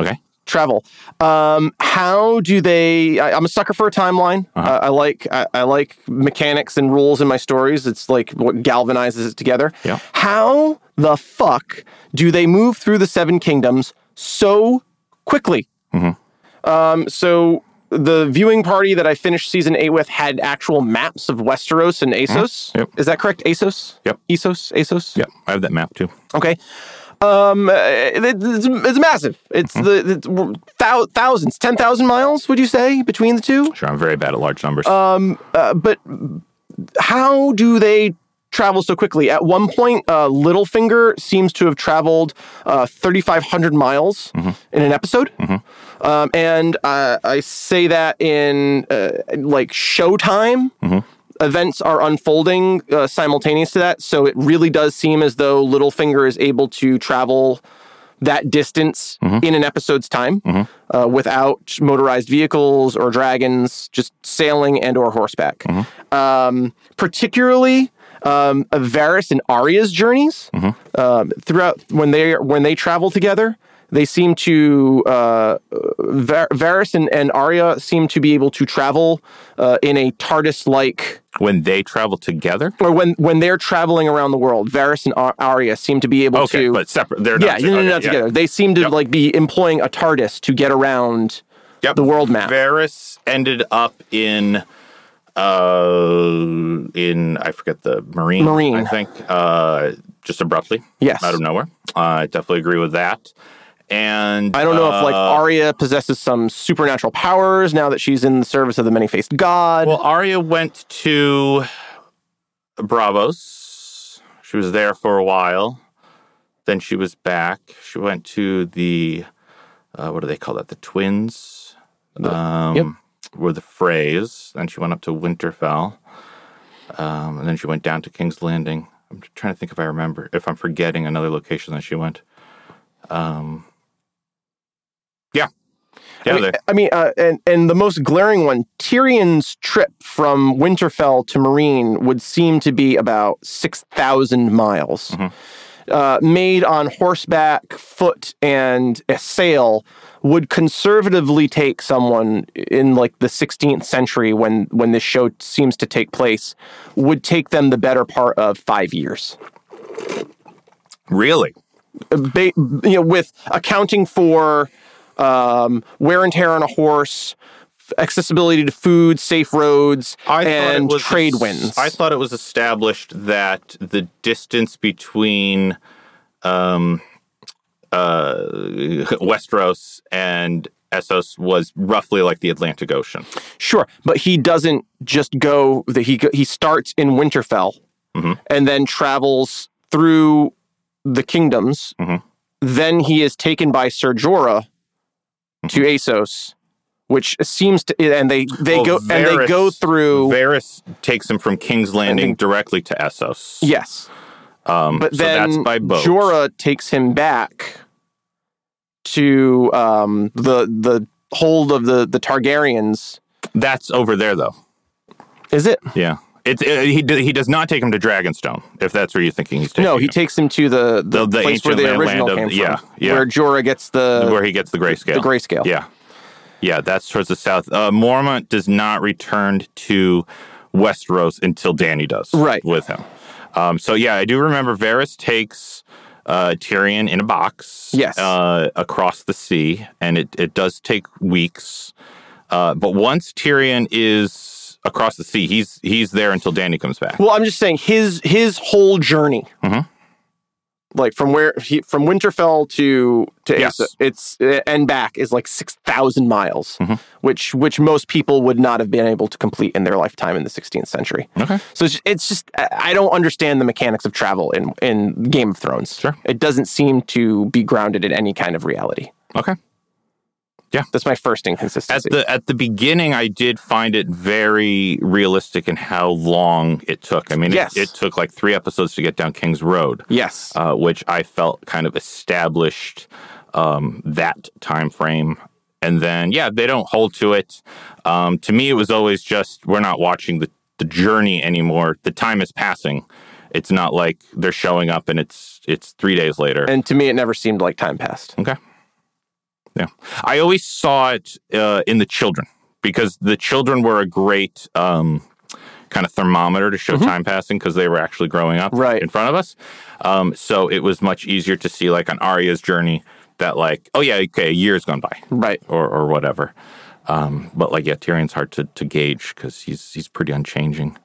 S2: Okay.
S3: travel. Um, how do they? I, I'm a sucker for a timeline. Uh,
S2: Uh-huh.
S3: I, I like I, I like mechanics and rules in my stories. It's like what galvanizes it together.
S2: Yeah.
S3: How the fuck do they move through the Seven Kingdoms so quickly?
S2: Mhm.
S3: Um, so the viewing party that I finished season eight with had actual maps of Westeros and Asos.
S2: Mm-hmm. Yep.
S3: Is that correct? Asos.
S2: Yep.
S3: Esos. Asos.
S2: Yep. I have that map too.
S3: Okay. Um, uh, it- it's, it's massive. It's the it's thou, thousands, ten thousand miles. Would you say between the two?
S2: Sure, I'm very bad at large numbers.
S3: Uh, but how do they travel so quickly? At one point, uh, Littlefinger seems to have traveled uh, thirty five hundred miles in an episode, um, and uh, I say that in uh, like showtime. Events are unfolding uh, simultaneous to that, so it really does seem as though Littlefinger is able to travel that distance
S2: Mm-hmm.
S3: in an episode's time uh, without motorized vehicles or dragons just sailing and or horseback
S2: Mm-hmm.
S3: um, particularly um, Varys and Arya's journeys
S2: Mm-hmm.
S3: um, throughout when they when they travel together they seem to uh, Var- Varys and, and Arya seem to be able to travel uh, in a TARDIS like
S2: when they travel together.
S3: or when when they're traveling around the world Varys and Ar- Arya seem to be able
S2: Okay,
S3: to
S2: but separate. They're
S3: yeah,
S2: not.
S3: no, no,
S2: okay,
S3: not
S2: yeah.
S3: together. They seem to like be employing a TARDIS to get around
S2: Yep.
S3: the world map.
S2: Varys ended up in uh in I forget the marine
S3: Marine.
S2: I think uh just abruptly
S3: Yes.
S2: out of nowhere uh, I definitely agree with that and
S3: I don't know if like
S2: uh,
S3: Arya possesses some supernatural powers now that she's in the service of the many-faced god.
S2: well Arya went to Bravos she was there for a while then she was back she went to the uh, what do they call that the twins um
S3: yep.
S2: were the phrase then she went up to Winterfell Um, and then she went down to King's Landing. I'm trying to think if I remember, if I'm forgetting another location that she went. Um, yeah.
S3: I
S2: Yeah,
S3: mean,
S2: there.
S3: I mean uh, and and the most glaring one, Tyrion's trip from Winterfell to Marine would seem to be about six thousand miles,
S2: Mhm.
S3: uh, made on horseback, foot, and a sail. Would conservatively take someone in like the 16th century when when this show seems to take place would take them the better part of five years.
S2: Really?
S3: ba- you know, with accounting for um, wear and tear on a horse, accessibility to food, safe roads, and trade winds.
S2: I thought it was established that the distance between um, uh, Westeros and Essos was roughly like the Atlantic Ocean.
S3: sure, but he doesn't just go. The, he go- he starts in Winterfell,
S2: Mhm.
S3: and then travels through the kingdoms.
S2: Mhm.
S3: Then he is taken by Ser Jorah
S2: Mm-hmm.
S3: to Asos. Which seems to, and they they
S2: Oh,
S3: go and they
S2: Varys-
S3: go through.
S2: Varys takes him from King's Landing
S3: think-
S2: directly to Essos.
S3: yes,
S2: Um,
S3: But
S2: so
S3: then
S2: that's by boat.
S3: Jorah takes him back to um, the the hold of the the Targaryens.
S2: That's over there, though.
S3: Is it?
S2: Yeah, it's it, he d- he does not take him to Dragonstone. If that's where you're thinking he's taking
S3: no, he
S2: him.
S3: takes him to the the,
S2: The- the
S3: place where
S2: ancient
S3: the
S2: land-
S3: original
S2: land
S3: came
S2: of-
S3: from.
S2: yeah, yeah.
S3: Where Jorah gets the
S2: where he gets the grayscale.
S3: uh, the grayscale.
S2: Yeah, yeah, that's towards the south. Uh, Mormont does not return to Westeros until Danny does.
S3: Right.
S2: with him. Um, so yeah, I do remember Varys takes. Uh, Tyrion in a box,
S3: Yes.
S2: uh, across the sea, and it, it does take weeks. Uh, but once Tyrion is across the sea, he's he's there until Danny comes back. Mm-hmm.
S3: Well, I'm just saying his his whole journey like from where he from Winterfell to to
S2: Yes.
S3: Asa, it's and back is like six thousand miles,
S2: Mm-hmm.
S3: which which most people would not have been able to complete in their lifetime in the 16th century.
S2: Okay.
S3: So it's, it's just I I don't understand the mechanics of travel in in Game of Thrones.
S2: Sure.
S3: it doesn't seem to be grounded in any kind of reality.
S2: Okay.
S3: That's my first
S2: At
S3: inconsistency.
S2: the at the beginning, I did find it very realistic in how long it took. I mean, it-
S3: Yes.
S2: it, took like three episodes to get down King's Road,
S3: yes,
S2: uh, which I felt kind of established um, that time frame. And then, yeah, they don't hold to it. Um, to me, it was always just we're not watching the the journey anymore. The time is passing. It's not like they're showing up and it's it's three days later.
S3: and to me, it never seemed like time passed.
S2: Okay. Yeah. I always saw it uh, in the children because the children were a great um, kind of thermometer to show time passing because they were actually growing up
S3: Right.
S2: in front of us. Um, so it was much easier to see, like, on Arya's journey that, like, oh, yeah, okay, a year's gone by
S3: Right.
S2: or, or whatever. Um, but, like, yeah, Tyrion's hard to, to gauge because he's, he's pretty unchanging. Um,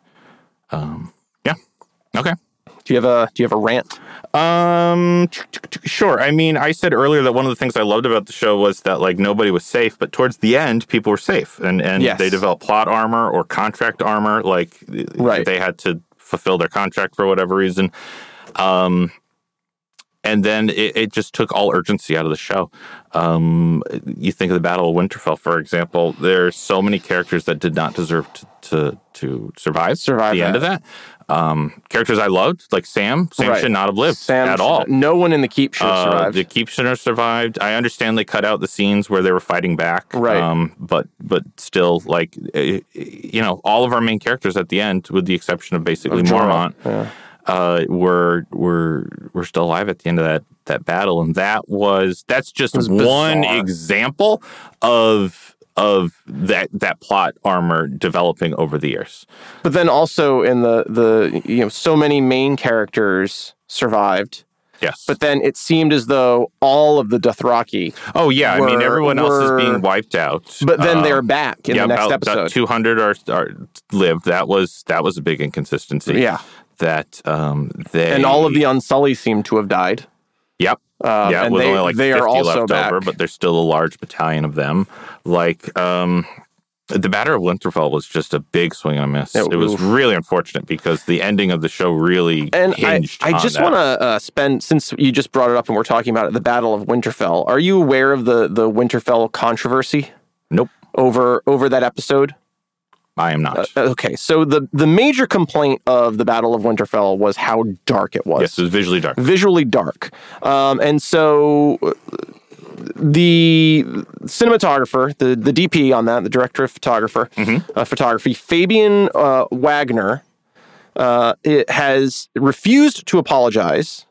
S2: yeah. Okay.
S3: Do you have a Do you have a rant?
S2: Um, t- t- t- sure. I mean, I said earlier that one of the things I loved about the show was that like nobody was safe, but towards the end, people were safe, and and
S3: Yes.
S2: they developed plot armor or contract armor, like
S3: Right.
S2: they had to fulfill their contract for whatever reason. Um, and then it, it just took all urgency out of the show. Um, you think of the Battle of Winterfell, for example. There's so many characters that did not deserve to to, to survive.
S3: Survive
S2: the end
S3: that.
S2: of that. Um, characters I loved, like Sam. Sam
S3: Right.
S2: should not have lived
S3: Sam
S2: at
S3: should-
S2: all.
S3: No one in the keep should have
S2: Uh,
S3: survived.
S2: the Keepsinner survived. I understand they cut out the scenes where they were fighting back,
S3: Right.
S2: Um, but but still, like eh, eh, you know, all of our main characters at the end, with the exception of basically
S3: Of Jorah,
S2: Mormont, uh, were were were still alive at the end of that that battle, and that was that's just
S3: was
S2: one
S3: bizarre.
S2: example of of that that plot armor developing over the years.
S3: But then also in the the you know so many main characters survived.
S2: Yes,
S3: But then it seemed as though all of the Dothraki.
S2: oh yeah, I mean
S3: were-
S2: everyone else is
S3: were-
S2: being wiped out.
S3: But then
S2: Um,
S3: they're back in the next
S2: about,
S3: episode.
S2: About 200 are, are lived. That was that was a big inconsistency.
S3: Yeah.
S2: That um they
S3: and all of the Unsully seem to have died.
S2: Yep.
S3: Um,
S2: yeah,
S3: and
S2: with
S3: they,
S2: only like
S3: they
S2: 50
S3: are also
S2: left
S3: back.
S2: over, but there's still a large battalion of them. Like um the Battle of Winterfell was just a big swing and a miss.
S3: Yeah,
S2: It, was
S3: oof.
S2: really unfortunate because the ending of the show really
S3: and I,
S2: hinged
S3: I
S2: on
S3: just
S2: that.
S3: want to uh, spend since you just brought it up and we're talking about it, the Battle of Winterfell. Are you aware of the the Winterfell controversy
S2: Nope,
S3: over over that episode? Uh,
S2: I am not.
S3: Okay, so the the major complaint of the Battle of Winterfell was how dark it was.
S2: yes, it was visually dark.
S3: visually dark. Um, and so uh, the cinematographer, the, the DP on that, the director of photographer, uh, photography, Fabian uh, Wagner, uh, it has refused to apologize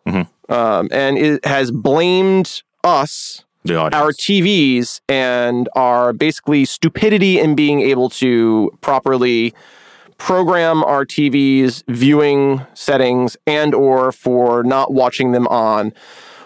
S3: um, and it has blamed us,
S2: The audience.
S3: our TVs, and our basically stupidity in being able to properly program our TVs viewing settings and or for not watching them on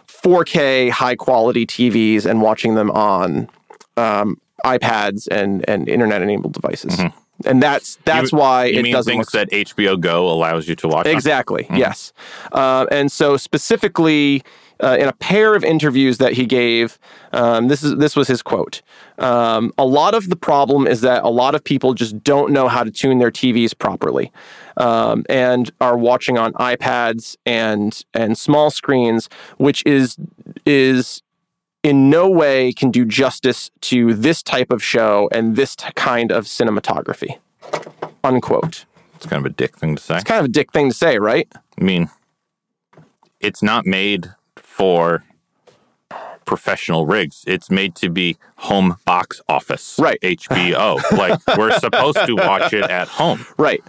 S3: 4K high quality TVs and watching them on um, iPads and and internet enabled devices. And that's that's why
S2: Mm-hmm. you
S3: it
S2: mean
S3: doesn't
S2: things
S3: look
S2: that HBO Go allows you to watch? on-
S3: Exactly. Yes. Um, and so specifically, uh, in a pair of interviews that he gave, um, this is this was his quote. Um, a lot of the problem is that a lot of people just don't know how to tune their TVs properly, um, and are watching on iPads and and small screens, which is is in no way can do justice to this type of show and this t- kind of cinematography. Unquote.
S2: It's kind of a dick thing to say.
S3: It's kind of a dick thing to say, right?
S2: I mean, it's not made for professional rigs. It's made to be home box office,
S3: Right.
S2: HBO. like we're supposed to watch it at home.
S3: Right.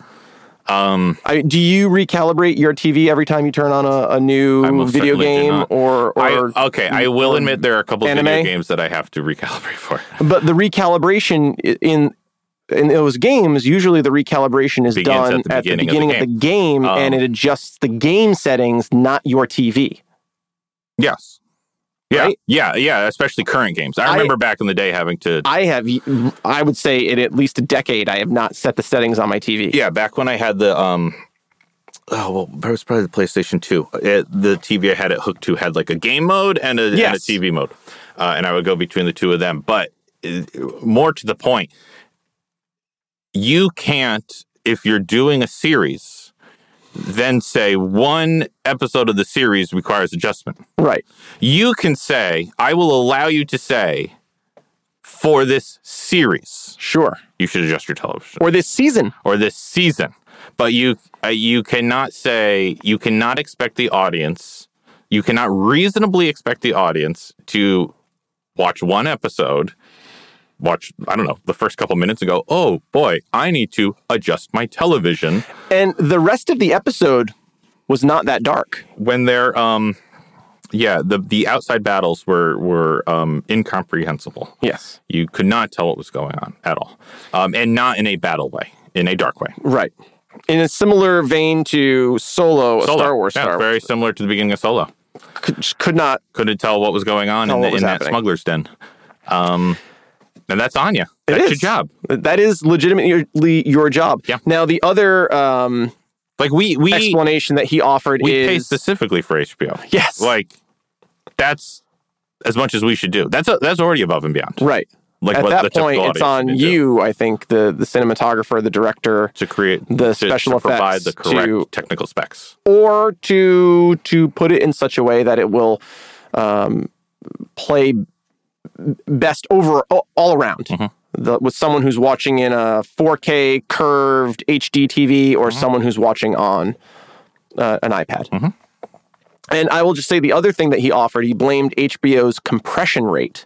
S3: Um, I, do you recalibrate your TV every time you turn on a, a
S2: I
S3: new
S2: most
S3: video
S2: certainly do
S3: game
S2: not.
S3: or, or
S2: I, okay, I will admit there are a couple of video
S3: anime?
S2: games that I have to recalibrate for.
S3: but the recalibration i- in in those games usually the recalibration is
S2: Begins
S3: done at the beginning, of, the game
S2: Um,
S3: and it adjusts the game settings not your TV.
S2: Yes. Yeah,
S3: Right?
S2: yeah, yeah. Especially current games. I
S3: I-
S2: remember back in the day having to
S3: I have I would say in at least a decade I have not set the settings on my TV.
S2: Yeah, back when I had the um oh well, it was probably the PlayStation Two. It, the TV I had it hooked to had like a game mode and a, and a
S3: Yes.
S2: TV mode, uh, and I would go between the two of them. But uh, more to the point, you can't if you're doing a series, then say one episode of the series requires adjustment
S3: Right.
S2: you can say, I will allow you to say, for this series,
S3: Sure.
S2: you should adjust your television
S3: Or this season.
S2: or this season. But you uh, you cannot say you cannot expect the audience, you cannot reasonably expect the audience to watch one episode, watch I don't know the first couple minutes and go, oh boy, I need to adjust my television
S3: And the rest of the episode was not that dark.
S2: when they're um yeah the the outside battles were were um incomprehensible.
S3: Yes.
S2: You could not tell what was going on at all, um, and not in a battle way, in a dark way.
S3: Right. In a similar vein to Solo, a
S2: Solo,
S3: Star Wars
S2: yeah,
S3: Star
S2: very similar to the beginning of Solo.
S3: Could, could not.
S2: Couldn't tell what was going on
S3: Tell
S2: in, the,
S3: what was
S2: in that
S3: happening.
S2: smuggler's den. Um, and that's on you.
S3: it
S2: That's your
S3: is.
S2: job.
S3: That is legitimately your job.
S2: Yeah.
S3: Now, the other um,
S2: Like we we
S3: explanation that he offered
S2: we pay
S3: is
S2: specifically for HBO.
S3: yes,
S2: Like that's as much as we should do. That's that's already above and beyond.
S3: right.
S2: Like
S3: At
S2: what the
S3: that
S2: typical
S3: point, it's
S2: audience
S3: on
S2: should do
S3: you. I think the the cinematographer, the director,
S2: to create
S3: the
S2: to-
S3: special
S2: to provide
S3: effects
S2: the correct
S3: to-
S2: technical specs.
S3: or to to put it in such a way that it will um, play best over all around the, with someone who's watching in a 4K curved HD TV or someone who's watching on uh, an iPad. And I will just say the other thing that he offered, he blamed HBO's compression rate.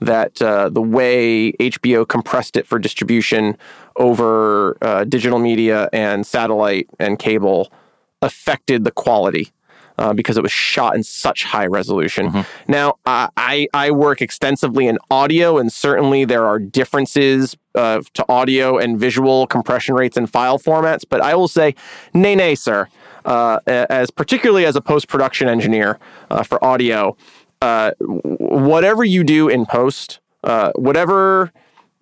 S3: That uh, the way HBO compressed it for distribution over uh, digital media and satellite and cable affected the quality uh, because it was shot in such high resolution. Now, I I I work extensively in audio, and certainly there are differences uh, to audio and visual compression rates and file formats. But I will say, nay, nay, sir. Uh, a- as particularly as a post production engineer uh, for audio, uh, w- whatever you do in post, uh, whatever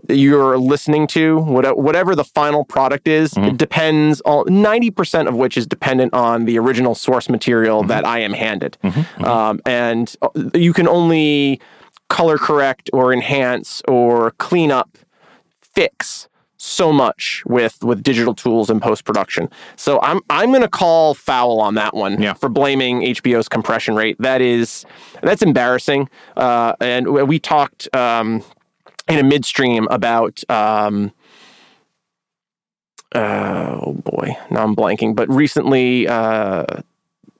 S3: you're listening to, what- whatever the final product is, it depends on 90% of which is dependent on the original source material that I am handed. Um, and uh, you can only color correct or enhance or clean up, fix so much with with digital tools and post production. So I'm I'm going to call foul on that one
S2: Yeah.
S3: for blaming HBO's compression rate. That is that's embarrassing. Uh, and we- we talked um, in a midstream about um oh boy now i'm blanking but recently uh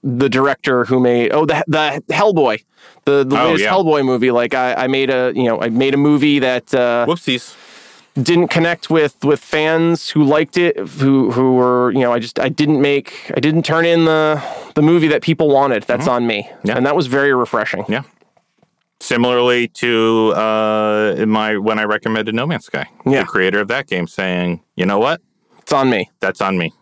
S3: the director who made oh the the hellboy the, the
S2: Oh,
S3: latest
S2: yeah.
S3: hellboy movie like I, I made a you know i made a movie that uh
S2: Whoopsies.
S3: didn't connect with with fans who liked it who who were you know i just i didn't make i didn't turn in the the movie that people wanted that's on me
S2: Mm-hmm. Yeah.
S3: and that was very refreshing
S2: Yeah. Similarly to uh, in my when I recommended No Man's Sky,
S3: Yeah.
S2: the creator of that game saying, "You know what?
S3: it's on me
S2: That's on me.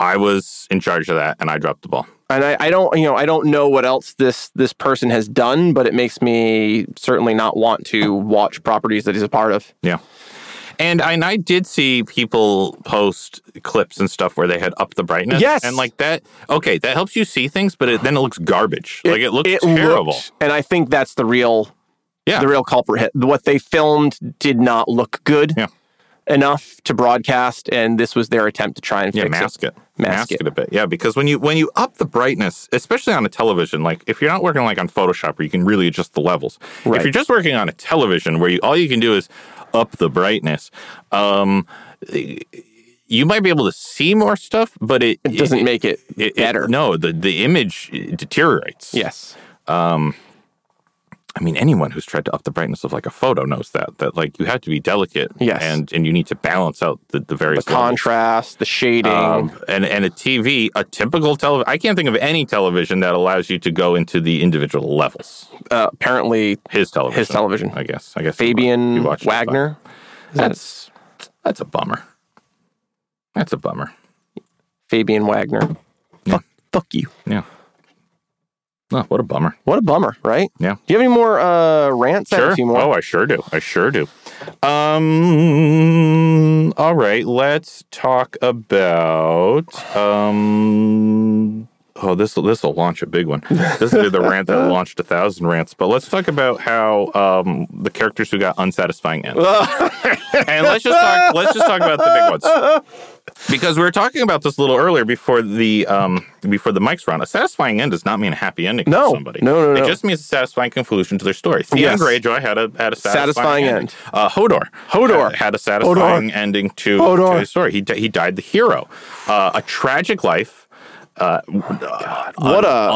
S2: I was in charge of that, and I dropped the ball."
S3: and I, I don't you know I don't know what else this this person has done, but it makes me certainly not want to watch properties that he's a part of.
S2: Yeah. And I, and I did see people post clips and stuff where they had up the brightness.
S3: Yes.
S2: And like that, okay, that helps you see things, but it, then it looks garbage. like it looks terrible.
S3: looked- and I think that's the real
S2: yeah.
S3: the real culprit. What they filmed did not look good
S2: Yeah.
S3: enough to broadcast, and this was their attempt to try and
S2: Yeah,
S3: fix
S2: mask it.
S3: Mask it.
S2: a bit. Yeah, because when you when you up the brightness, especially on a television, like if you're not working like on Photoshop where you can really adjust the levels.
S3: Right.
S2: If you're just working on a television where you all you can do is up the brightness, um you might be able to see more stuff, but it,
S3: it. It doesn't make it,
S2: it- it-
S3: better.
S2: no, the the image uh, deteriorates.
S3: Yes.
S2: I mean, anyone who's tried to up the brightness of like a photo knows that that like you have to be delicate.
S3: Yes.
S2: and and you need to balance out the the
S3: The
S2: various levels.
S3: contrast, the shading.
S2: Um, and and a TV, a typical television. I can't think of any television that allows you to go into the individual levels.
S3: uh, apparently,
S2: His television.
S3: his television.
S2: I guess. I guess.
S3: Fabian
S2: you watched it, but
S3: Wagner. Is that it?
S2: That's that's a bummer. That's a bummer.
S3: Fabian Wagner. Fuck, fuck you.
S2: Yeah. Oh, what a bummer.
S3: What a bummer, right?
S2: Yeah.
S3: Do you have any more uh, rants? I have
S2: Sure.
S3: a few more.
S2: Oh, I sure do. I sure do. Um. All right. Let's talk about. Um. Oh, this this will launch a big one. This will be the rant that launched a thousand rants. But let's talk about how um the characters who got unsatisfying ends. and let's just talk. Let's just talk about the big ones. Because we were talking about this a little earlier before the um before the mics round. A satisfying end does not mean a happy ending
S3: No.
S2: for somebody.
S3: No, no,
S2: It
S3: no.
S2: just means a satisfying conclusion to their story. Theon
S3: Yes.
S2: Greyjoy had a had a satisfying,
S3: Satisfying
S2: ending.
S3: end.
S2: Uh, Hodor.
S3: Hodor.
S2: had, had a satisfying ending to,
S3: Hodor.
S2: to his story. He di- he died the hero. Uh, a tragic life. Uh,
S3: What a-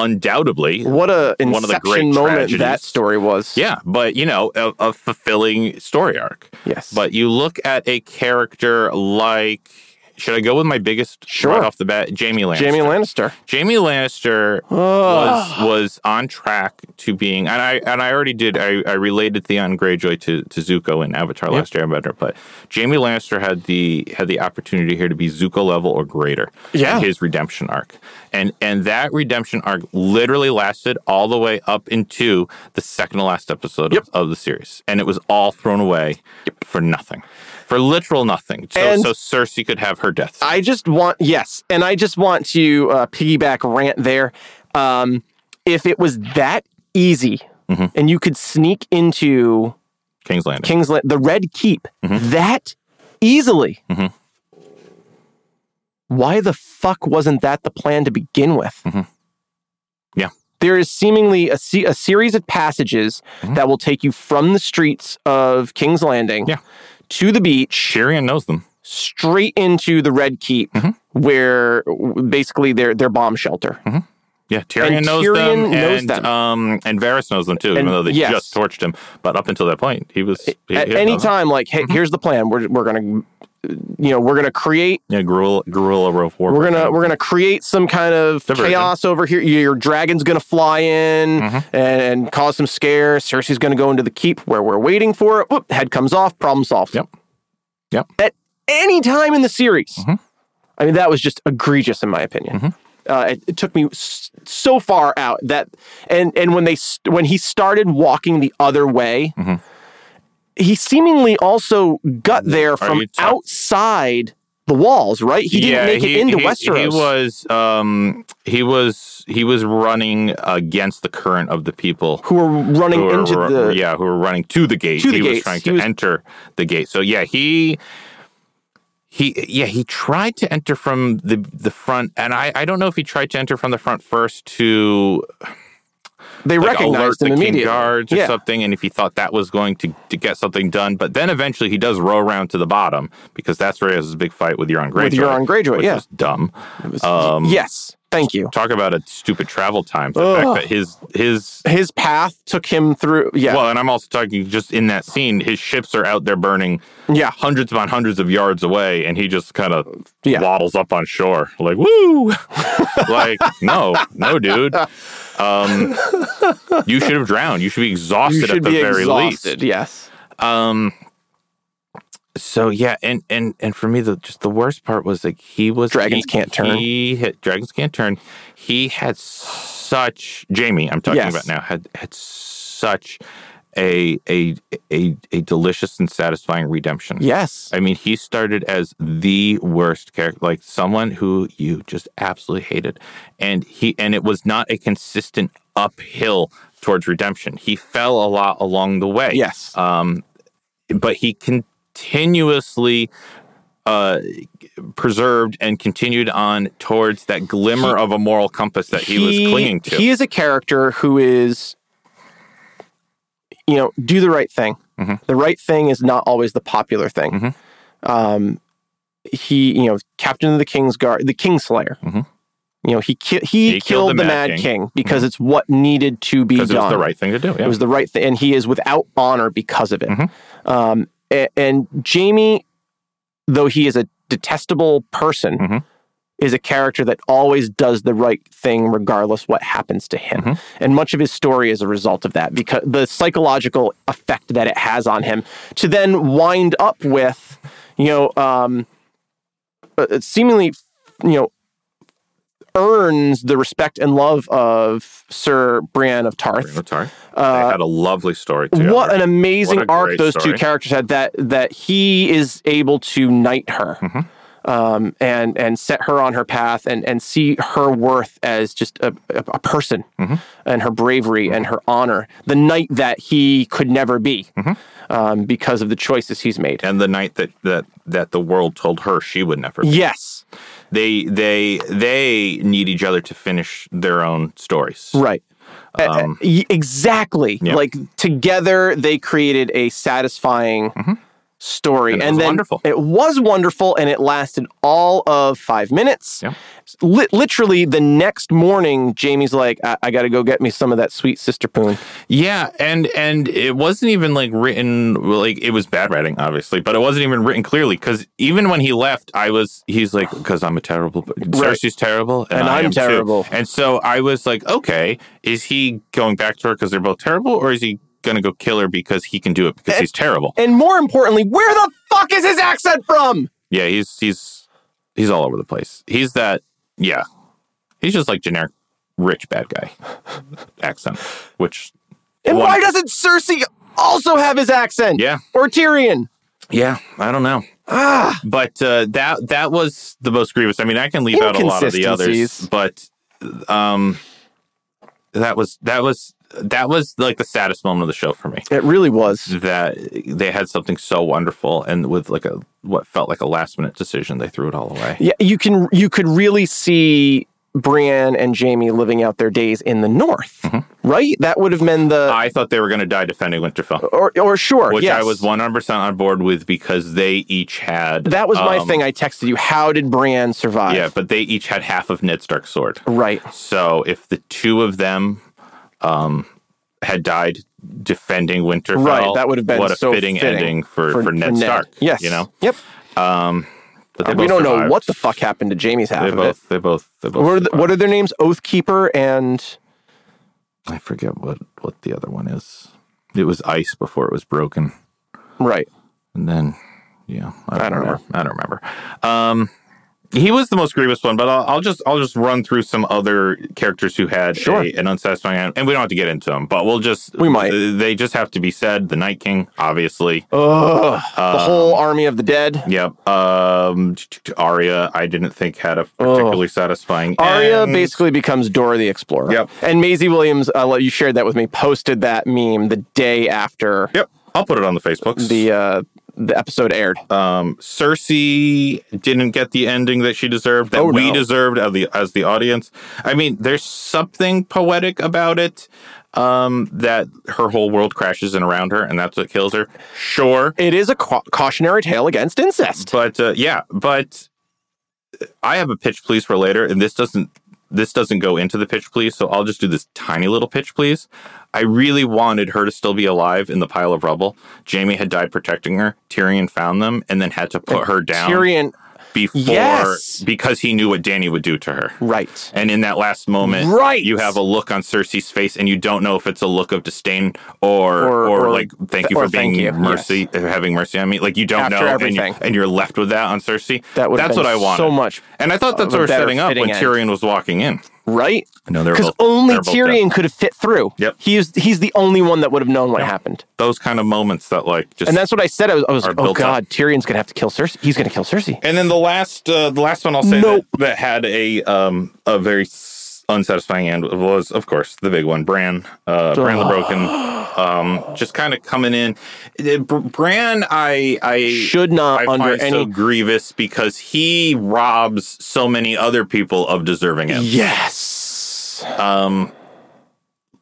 S2: undoubtedly
S3: What a inception
S2: One of the great
S3: moment
S2: tragedies.
S3: that story was.
S2: yeah, but you know, a, a fulfilling story arc.
S3: Yes.
S2: But you look at a character like should I go with my biggest
S3: Sure.
S2: right off the bat, Jamie Lannister?
S3: Jamie Lannister.
S2: Jamie Lannister was was on track to being, and I and I already did. I, I related Theon Greyjoy to, to Zuko in Avatar: Last Airbender, but Jamie Lannister had the had the opportunity here to be Zuko level or greater.
S3: Yeah.
S2: in his redemption arc, and and that redemption arc literally lasted all the way up into the second to last episode
S3: Yep.
S2: of, of the series, and it was all thrown away for nothing, for literal nothing. So
S3: And-
S2: so Cersei could have her death.
S3: I just want yes, and I just want to uh, piggyback rant there. Um, if it was that easy,
S2: Mm-hmm.
S3: and you could sneak into
S2: King's Landing.
S3: King's Land, the Red Keep,
S2: Mm-hmm.
S3: that easily, why the fuck wasn't that the plan to begin with?
S2: Mm-hmm. Yeah.
S3: There is seemingly a, se- a series of passages
S2: Mm-hmm.
S3: that will take you from the streets of King's Landing
S2: Yeah.
S3: to the beach
S2: Tyrion knows them.
S3: straight into the Red Keep,
S2: Mm-hmm.
S3: where w- basically their their bomb shelter.
S2: Yeah, Tyrion
S3: And
S2: knows
S3: Tyrion
S2: them,
S3: knows
S2: and
S3: them.
S2: um, and Varys knows them too, even
S3: And-
S2: though they
S3: yes.
S2: just torched him. But up until that point, he was he,
S3: At
S2: he
S3: any
S2: knows them.
S3: time, like,
S2: Mm-hmm.
S3: hey, here's the plan. We're we're gonna, you know, we're gonna create.
S2: Yeah, guerrilla guerrilla ro- war.
S3: We're gonna we're gonna create some kind of
S2: Diversion.
S3: chaos over here. Your dragon's gonna fly in
S2: Mm-hmm.
S3: and, and cause some scare. Cersei's gonna go into the keep where we're waiting for it. Whoop, head comes off. Problem solved.
S2: Yep. Yep. Mm-hmm.
S3: At any time in the series, I mean, that was just egregious in my opinion. Uh, it, it took me s- so far out that, and and when they st- when he started walking the other way,
S2: Mm-hmm.
S3: he seemingly also got there from
S2: you talk-
S3: outside the walls. Right? He didn't
S2: yeah,
S3: make
S2: he,
S3: it into
S2: he,
S3: Westeros.
S2: He was um he was he was running against the current of the people
S3: who were running
S2: who were-
S3: into
S2: were-
S3: the
S2: yeah who were running to the gate.
S3: To the
S2: he was
S3: gates.
S2: trying
S3: He
S2: to
S3: was-
S2: enter the gate. So yeah, he. He yeah he tried to enter from the the front and I, I don't know if he tried to enter from the front first to
S3: they
S2: like, alert
S3: recognized
S2: the
S3: him
S2: king
S3: immediately.
S2: guards or
S3: yeah.
S2: something, and if he thought that was going to, to get something done, but then eventually he does row around to the bottom because that's where he has his big fight with Euron Greyjoy.
S3: With Euron Greyjoy,
S2: which
S3: yeah.
S2: is dumb. Um,
S3: yes. Thank you.
S2: talk about a stupid travel time. The
S3: Ugh.
S2: fact that his his
S3: His path took him through. Yeah.
S2: well, and I'm also talking just in that scene, his ships are out there burning
S3: yeah.
S2: hundreds upon hundreds of yards away, and he just kind of
S3: Yeah.
S2: waddles up on shore, like woo, like no, no, dude. Um, you should have drowned. You should be exhausted
S3: You should
S2: at the
S3: be
S2: very
S3: exhausted.
S2: least.
S3: Yes.
S2: Um, so yeah, and and and for me, the just the worst part was like he was
S3: Dragons
S2: he-
S3: can't turn.
S2: He hit, dragons can't turn. He had such Jamie. I'm talking
S3: Yes.
S2: about now had had such a a a a delicious and satisfying redemption.
S3: Yes.
S2: I mean, he started as the worst character, like someone who you just absolutely hated, and he and it was not a consistent uphill towards redemption. He fell a lot along the way.
S3: Yes.
S2: um, but he continuously uh preserved and continued on towards that glimmer of a moral compass that he, was clinging to
S3: He is a character who is, you know, do the right thing.
S2: Mm-hmm.
S3: The right thing is not always the popular thing. Um, he, you know, captain of the King's Guard, the Kingslayer.
S2: Mm-hmm.
S3: You know, he ki- he, killed, the Mad King, because it's what needed to be done.
S2: Mm-hmm. because it was the right thing to do yeah.
S3: It was the right thing, and he is without honor because of it. Um, a- and, Jamie, though he is a detestable person,
S2: Mhm.
S3: is a character that always does the right thing regardless what happens to him. And much of his story is a result of that because the psychological effect that it has on him to then wind up with, you know, um, uh, seemingly, you know, earns the respect and love of Sir Brienne of Tarth.
S2: Sorry.
S3: Uh,
S2: they had a lovely story too.
S3: What an amazing
S2: What a
S3: arc
S2: great
S3: those
S2: story.
S3: two characters had. That that he is able to knight her,
S2: Mm-hmm.
S3: um, and and set her on her path, and and see her worth as just a, a, a person,
S2: Mm-hmm.
S3: and her bravery and her honor. The knight that he could never be,
S2: Mm-hmm.
S3: um, because of the choices he's made.
S2: and the night that, that that the world told her she would never. be.
S3: Yes,
S2: They they they need each other to finish their own stories.
S3: right. Uh, uh, y- exactly.
S2: Um, yeah.
S3: Like together, they created a satisfying story,
S2: Mm-hmm. And it
S3: and
S2: was
S3: then
S2: wonderful.
S3: it was wonderful, and it lasted all of five minutes.
S2: Yeah.
S3: Li- literally, the next morning, Jamie's like, "I, I got to go get me some of that sweet sister poon."
S2: Yeah, and and it wasn't even like written like it was bad writing, obviously, but it wasn't even written clearly because even when he left, I was he's like because I'm a terrible Cersei's terrible and,
S3: And
S2: I
S3: I'm
S2: am too."
S3: terrible.
S2: and so I was like, okay, is he going back to her because they're both terrible, or is he gonna go kill her because he can do it because he's terrible?
S3: And more importantly, where the fuck is his accent from?
S2: Yeah, he's he's he's all over the place. He's that yeah, he's just like generic rich bad guy accent, which
S3: And
S2: One-
S3: why doesn't Cersei also have his accent?
S2: Yeah.
S3: or Tyrion?
S2: Yeah, I don't know. Ah, but uh, that that was the most grievous. I mean, I can leave out a lot of the others,
S3: Inconsistencies.
S2: but um, that was that was that was like the saddest moment of the show for me.
S3: It really was.
S2: That they had something so wonderful, and with like a what felt like a last minute decision, they threw it all away.
S3: Yeah, you can you could really see Brienne and Jamie living out their days in the North, right? That would have been the
S2: Mm-hmm. I thought they were going to die defending Winterfell,
S3: or or sure,
S2: which
S3: yes.
S2: I was one hundred percent on board with because they each had
S3: That was my
S2: um,
S3: thing. I texted you. How did Brienne survive?
S2: Yeah, but they each had half of Ned Stark's sword.
S3: Right.
S2: So if the two of them um, had died defending Winterfell,
S3: Right. That would have been
S2: what a
S3: so
S2: fitting,
S3: fitting
S2: ending for, for, Ned Stark.
S3: Yes.
S2: you know.
S3: Yep.
S2: But
S3: we
S2: they both
S3: don't know
S2: survived.
S3: what the fuck happened to Jamie's half
S2: They
S3: of
S2: both, they both, they
S3: it.
S2: both.
S3: What are, the,
S2: survived.
S3: what are their names? Oathkeeper and
S2: I forget what what the other one is. It was ice before it was broken,
S3: right.
S2: and then yeah, I don't,
S3: don't
S2: remember. I don't remember. Um, he was the most grievous one, but I'll, I'll just I'll just run through some other characters who had
S3: Sure.
S2: a- an unsatisfying, and we don't have to get into them, but we'll just uh,
S3: We might.
S2: They just have to be said. The Night King, obviously.
S3: Ugh, the whole army of the dead.
S2: Yep. Um, t- t- Arya, I didn't think had a particularly satisfying
S3: Oh. Arya
S2: end.
S3: basically becomes Dora the Explorer.
S2: Yep.
S3: And Maisie Williams, uh, like you shared that with me, posted that meme the day after
S2: Yep. I'll put it on the Facebooks.
S3: the uh, the episode aired.
S2: um, Cersei didn't get the ending that she deserved, that
S3: Oh,
S2: we
S3: no.
S2: deserved as the as the audience. I mean, there's something poetic about it. Um, that her whole world crashes in around her, and that's what kills her. Sure,
S3: It is a cau- cautionary tale against incest.
S2: but uh, yeah, but uh, I have a pitch please for later, and this doesn't this doesn't go into the pitch please, so I'll just do this tiny little pitch please. I really wanted her to still be alive in the pile of rubble. Jamie had died protecting her. Tyrion found them and then had to put her down
S3: Tyrion,
S2: before
S3: Yes.
S2: because he knew what Danny would do to her.
S3: right.
S2: And in that last moment,
S3: Right.
S2: you have a look on Cersei's face, and you don't know if it's a look of disdain or
S3: Or-
S2: or,
S3: or-
S2: like thank you
S3: or
S2: for being
S3: thank you,
S2: mercy, having mercy on me. Like you don't
S3: After
S2: know,
S3: everything.
S2: and, you, and you're left with that on Cersei.
S3: That would have
S2: that's
S3: been
S2: what I wanted
S3: so much.
S2: And I thought that's
S3: of a
S2: what we're
S3: better
S2: setting up
S3: fitting
S2: when
S3: end.
S2: Tyrion was walking in.
S3: Right?
S2: No, they're
S3: Because
S2: both-
S3: only
S2: they're both dead.
S3: Tyrion could have fit through.
S2: Yep.
S3: He's he's the only one that would have known what happened.
S2: Those kind of moments that like just
S3: And that's what I said. I was, I was like, oh
S2: built up.
S3: god, Tyrion's gonna have to kill Cersei. He's gonna kill Cersei.
S2: And then the last, uh, the last one I'll say
S3: Nope.
S2: that, that had a um a very s- unsatisfying end was, of course, the big one, Bran, uh, Bran the Broken, um, just kind of coming in. Uh, Br- Bran, I I
S3: Should not
S2: I
S3: under
S2: find so
S3: any.
S2: grievous because he robs so many other people of deserving it.
S3: yes.
S2: Um,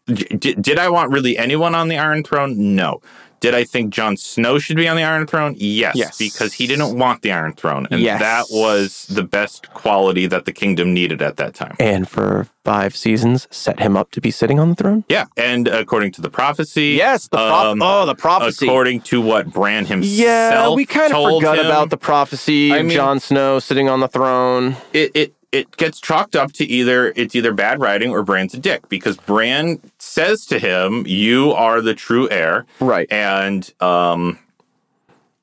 S2: d- d- did I want really anyone on the Iron Throne? No. Did I think Jon Snow should be on the Iron Throne? Yes,
S3: Yes.
S2: because he didn't want the Iron Throne, and
S3: Yes.
S2: that was the best quality that the kingdom needed at that time.
S3: And for five seasons, set him up to be sitting on the throne.
S2: Yeah, and according to the prophecy,
S3: Yes, the proph-
S2: um,
S3: oh, the prophecy.
S2: According to what Bran himself,
S3: Yeah, we kind of
S2: told
S3: forgot
S2: him,
S3: about the prophecy.
S2: I
S3: of
S2: mean-
S3: Jon Snow sitting on the throne.
S2: it it it gets chalked up to either it's either bad writing or Bran's a dick because Bran says to him, "You are the true heir,
S3: Right.
S2: And um,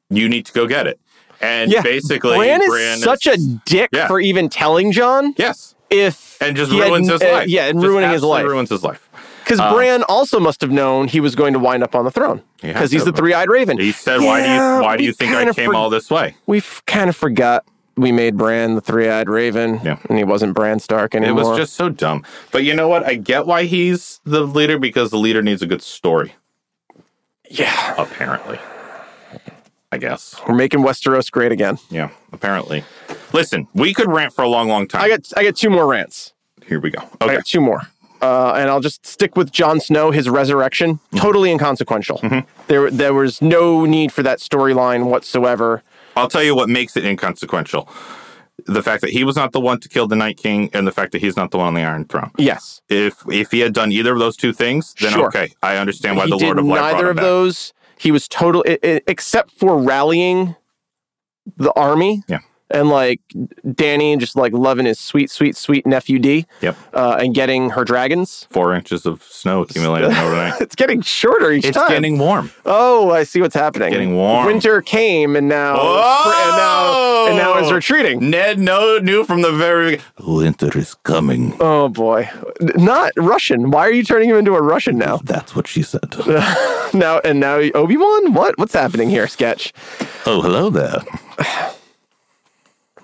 S2: you need to go get it." And basically,
S3: Bran is
S2: Bran
S3: such a dick
S2: Yeah.
S3: for even telling John.
S2: yes.
S3: if
S2: and just
S3: he had-
S2: ruins his
S3: uh,
S2: life.
S3: yeah, and
S2: Just
S3: ruining his
S2: absolutely
S3: life.
S2: Ruins his life.
S3: Because
S2: Uh,
S3: Bran also must have known he was going to wind up on the throne
S2: He had
S3: because he's
S2: to,
S3: the
S2: but-
S3: three-eyed raven.
S2: He said, "Why do
S3: Yeah,
S2: you? Why do
S3: we
S2: you think I
S3: kinda
S2: came
S3: for-
S2: all this way?
S3: We f- kind of forgot we made Bran the three-eyed raven,
S2: Yeah.
S3: and he wasn't Bran Stark
S2: It
S3: anymore.
S2: was just so dumb." But you know what? I get why he's the leader because the leader needs a good story.
S3: yeah,
S2: Apparently, I guess.
S3: we're making Westeros great again.
S2: Yeah, apparently. Listen, we could rant for a long, long time.
S3: I got I got two more rants.
S2: Here we go.
S3: I
S2: Okay.
S3: got two more. Uh, and I'll just stick with Jon Snow, his resurrection, totally inconsequential. There, there was no need for that storyline whatsoever.
S2: I'll tell you what makes it inconsequential: the fact that he was not the one to kill the Night King, and the fact that he's not the one on the Iron Throne.
S3: Yes,
S2: If if he had done either of those two things, then
S3: Sure.
S2: okay, I understand why
S3: he
S2: the Lord
S3: did
S2: of Light brought
S3: neither
S2: him
S3: of
S2: back.
S3: those. He was total, i i except for rallying the army.
S2: Yeah.
S3: and like Danny, just like loving his sweet, sweet, sweet nephew D.
S2: Yep.
S3: uh, and getting her dragons.
S2: Four inches of snow accumulated overnight.
S3: It's getting shorter each
S2: It's
S3: time.
S2: getting warm.
S3: oh, I see what's happening.
S2: Getting warm.
S3: Winter came, and now,
S2: Oh!
S3: and now, and now it's retreating.
S2: Ned no knew from the very winter is coming.
S3: Oh boy, not Russian. Why are you turning him into a Russian now?
S2: That's what she said.
S3: now and now Obi Wan. What? What's happening here? Sketch.
S2: Oh, hello there.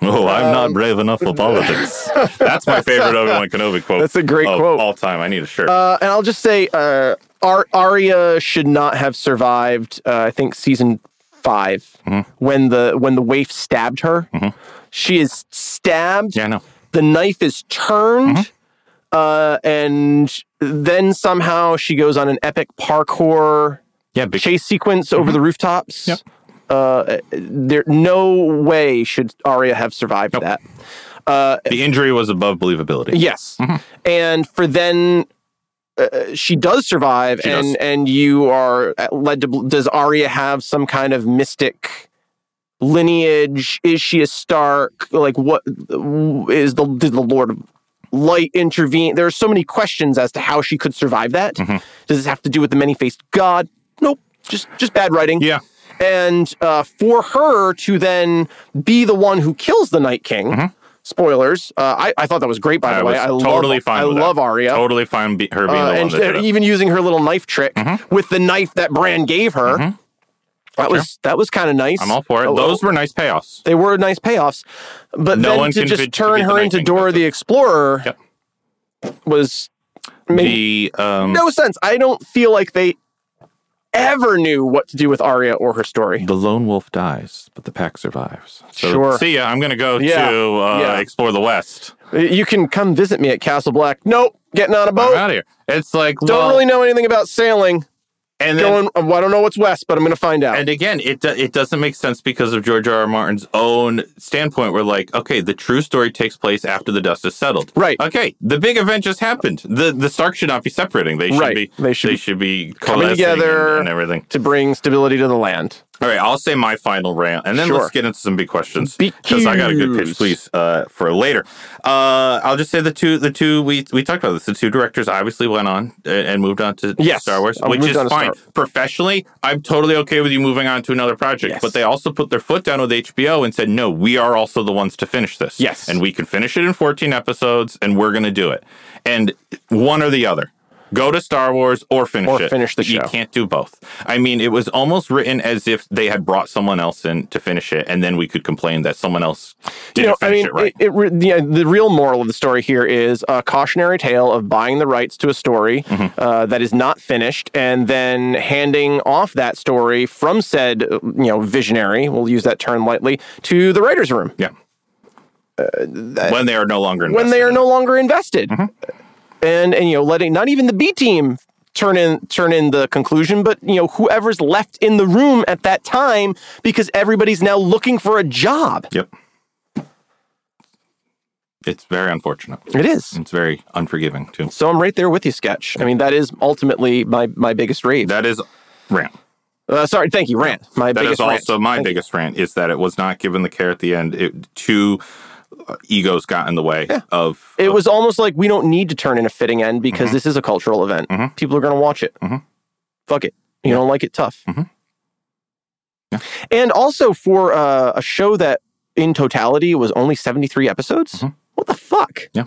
S2: Oh, I'm
S3: Um,
S2: not brave enough for politics. That's my favorite Obi Wan Kenobi quote.
S3: That's a great
S2: of
S3: quote.
S2: all time. I need a shirt.
S3: Uh, and I'll just say, uh, Ar- Arya should not have survived. Uh, I think season 5 when the when the waif stabbed her. She is stabbed.
S2: yeah, no.
S3: The knife is turned.
S2: Mm-hmm.
S3: Uh, and then somehow she goes on an epic parkour
S2: Yeah, big Mm-hmm.
S3: chase sequence over the rooftops.
S2: Yep.
S3: Uh, there, no way should Arya have survived that.
S2: the injury was above believability.
S3: Yes,
S2: Mm-hmm.
S3: and for then uh, she does survive,
S2: She
S3: and
S2: does.
S3: and you are uh, led to. bel- Does Arya have some kind of mystic lineage? Is she a Stark? Like what is the did the Lord of Light intervene? There are so many questions as to how she could survive that.
S2: Mm-hmm.
S3: Does this have to do with the many faced God? Nope. Just just bad writing
S2: Yeah.
S3: and uh, for her to then be the one who kills the Night King. Spoilers. Uh, I, I thought that was great, by
S2: Mm-hmm. I
S3: the way.
S2: was
S3: I
S2: totally
S3: love,
S2: fine
S3: I
S2: with
S3: love
S2: that.
S3: Arya.
S2: Totally fine be- her being
S3: Uh,
S2: the one
S3: and
S2: that did it. Mm-hmm.
S3: even using her little knife trick with the knife that Bran gave her. That was that was kind of nice.
S2: I'm all for it.
S3: Oh,
S2: Those
S3: oh,
S2: were nice payoffs.
S3: they were nice payoffs, but
S2: No
S3: then
S2: one
S3: to
S2: can
S3: just
S2: fit-
S3: turn
S2: defeat the
S3: her
S2: Night
S3: into
S2: King,
S3: Dora
S2: that's
S3: the Explorer
S2: Yep.
S3: was made
S2: The um
S3: no sense. I don't feel like they ever knew what to do with Arya or her story.
S2: the lone wolf dies, but the pack survives. So
S3: Sure.
S2: see ya. I'm gonna go
S3: Yeah.
S2: to uh,
S3: Yeah.
S2: explore the West.
S3: You can come visit me at Castle Black. Nope, getting on a
S2: I'm
S3: boat.
S2: out of here. It's like
S3: Don't
S2: well,
S3: really know anything about sailing.
S2: and then,
S3: Going, uh, well, I don't know what's west, but I'm going to find out.
S2: and again, it do- it doesn't make sense because of George R. R. Martin's own standpoint. Where like, okay, the true story takes place after the dust is settled.
S3: Right.
S2: Okay, the big event just happened. the The Stark should not be separating. They should
S3: Right.
S2: be.
S3: They should
S2: They
S3: be
S2: should be
S3: coming
S2: coalescing and-
S3: together.
S2: and everything.
S3: to bring stability to the land.
S2: All right, I'll say my final rant, and then
S3: Sure.
S2: let's get into some big questions because I got a good pitch,
S3: BQs.
S2: please, uh, for later. Uh, I'll just say the two, the two we we talked about this. The two directors obviously went on a- and moved on to
S3: Yes,
S2: Star Wars,
S3: uh,
S2: which
S3: moved
S2: is
S3: on to Star-
S2: fine. Professionally, I'm totally okay with you moving on to another project,
S3: Yes.
S2: but they also put their foot down with HBO and said, no, we are also the ones to finish this.
S3: Yes.
S2: and we can finish it in 14 episodes, and we're going to do it. And one or the other. Go to Star Wars or finish
S3: Or
S2: it.
S3: finish the
S2: You
S3: show.
S2: can't do both. I mean, it was almost written as if they had brought someone else in to finish it, and then we could complain that someone else
S3: You
S2: didn't
S3: know, I
S2: finish
S3: mean,
S2: it right.
S3: it, it re- the, the real moral of the story here is a cautionary tale of buying the rights to a story
S2: Mm-hmm.
S3: uh, that is not finished and then handing off that story from said, uh, you know, visionary, we'll use that term lightly, to the writer's room.
S2: yeah. when they are no longer invested.
S3: Uh, when they are no longer invested.
S2: Mm-hmm.
S3: And and you know, letting not even the B team turn in turn in the conclusion, but you know, whoever's left in the room at that time because everybody's now looking for a job.
S2: Yep. It's very unfortunate.
S3: It is.
S2: It's very unforgiving too.
S3: So I'm right there with you, Sketch. I mean, that is ultimately my my biggest rave.
S2: That is rant.
S3: Uh, sorry, thank you, rant. My
S2: That is
S3: biggest rant.
S2: also my
S3: Thank you.
S2: biggest rant is that it was not given the care at the end. It two uh, egos got in the way of
S3: It was almost like we don't need to turn in a fitting end because
S2: Mm-hmm.
S3: this is a cultural event. People are going to watch it. Fuck it. You don't like it, tough.
S2: Mm-hmm.
S3: And also for
S2: Mm-hmm.
S3: uh, a show that in totality was only 73 episodes, what the fuck?
S2: Yeah.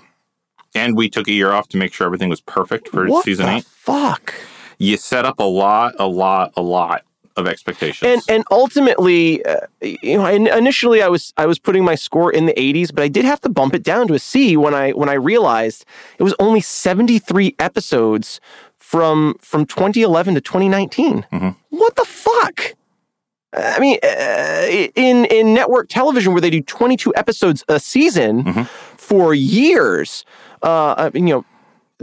S2: and we took a year off to make sure everything was perfect for
S3: what
S2: season
S3: the
S2: eight.
S3: Fuck.
S2: You set up a lot, a lot, a lot of expectations.
S3: And and ultimately, uh, you know, I, initially I was I was putting my score in the 80s, but I did have to bump it down to a C when I when I realized it was only 73 episodes from from 2011 to 2019.
S2: Mhm.
S3: What the fuck? I mean, uh, in in network television where they do 22 episodes a season
S2: Mhm.
S3: for years, uh, I mean, you know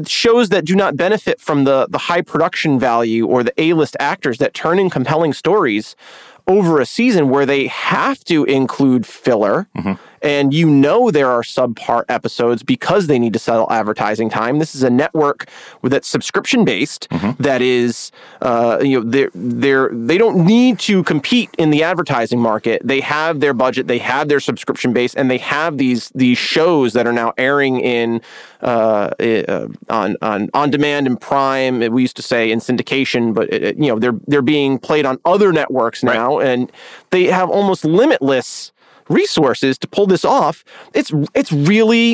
S3: shows that do not benefit from the the high production value or the A-list actors that turn in compelling stories over a season where they have to include filler and you know there are subpar episodes because they need to sell advertising time this is a network with- that's subscription based that is uh, you know they're, they're they don't need to compete in the advertising market they have their budget they have their subscription base and they have these these shows that are now airing in uh, uh, on on on demand and prime we used to say in syndication but it, it- you know they're they're being played on other networks now and they have almost limitless resources to pull this off it's it's really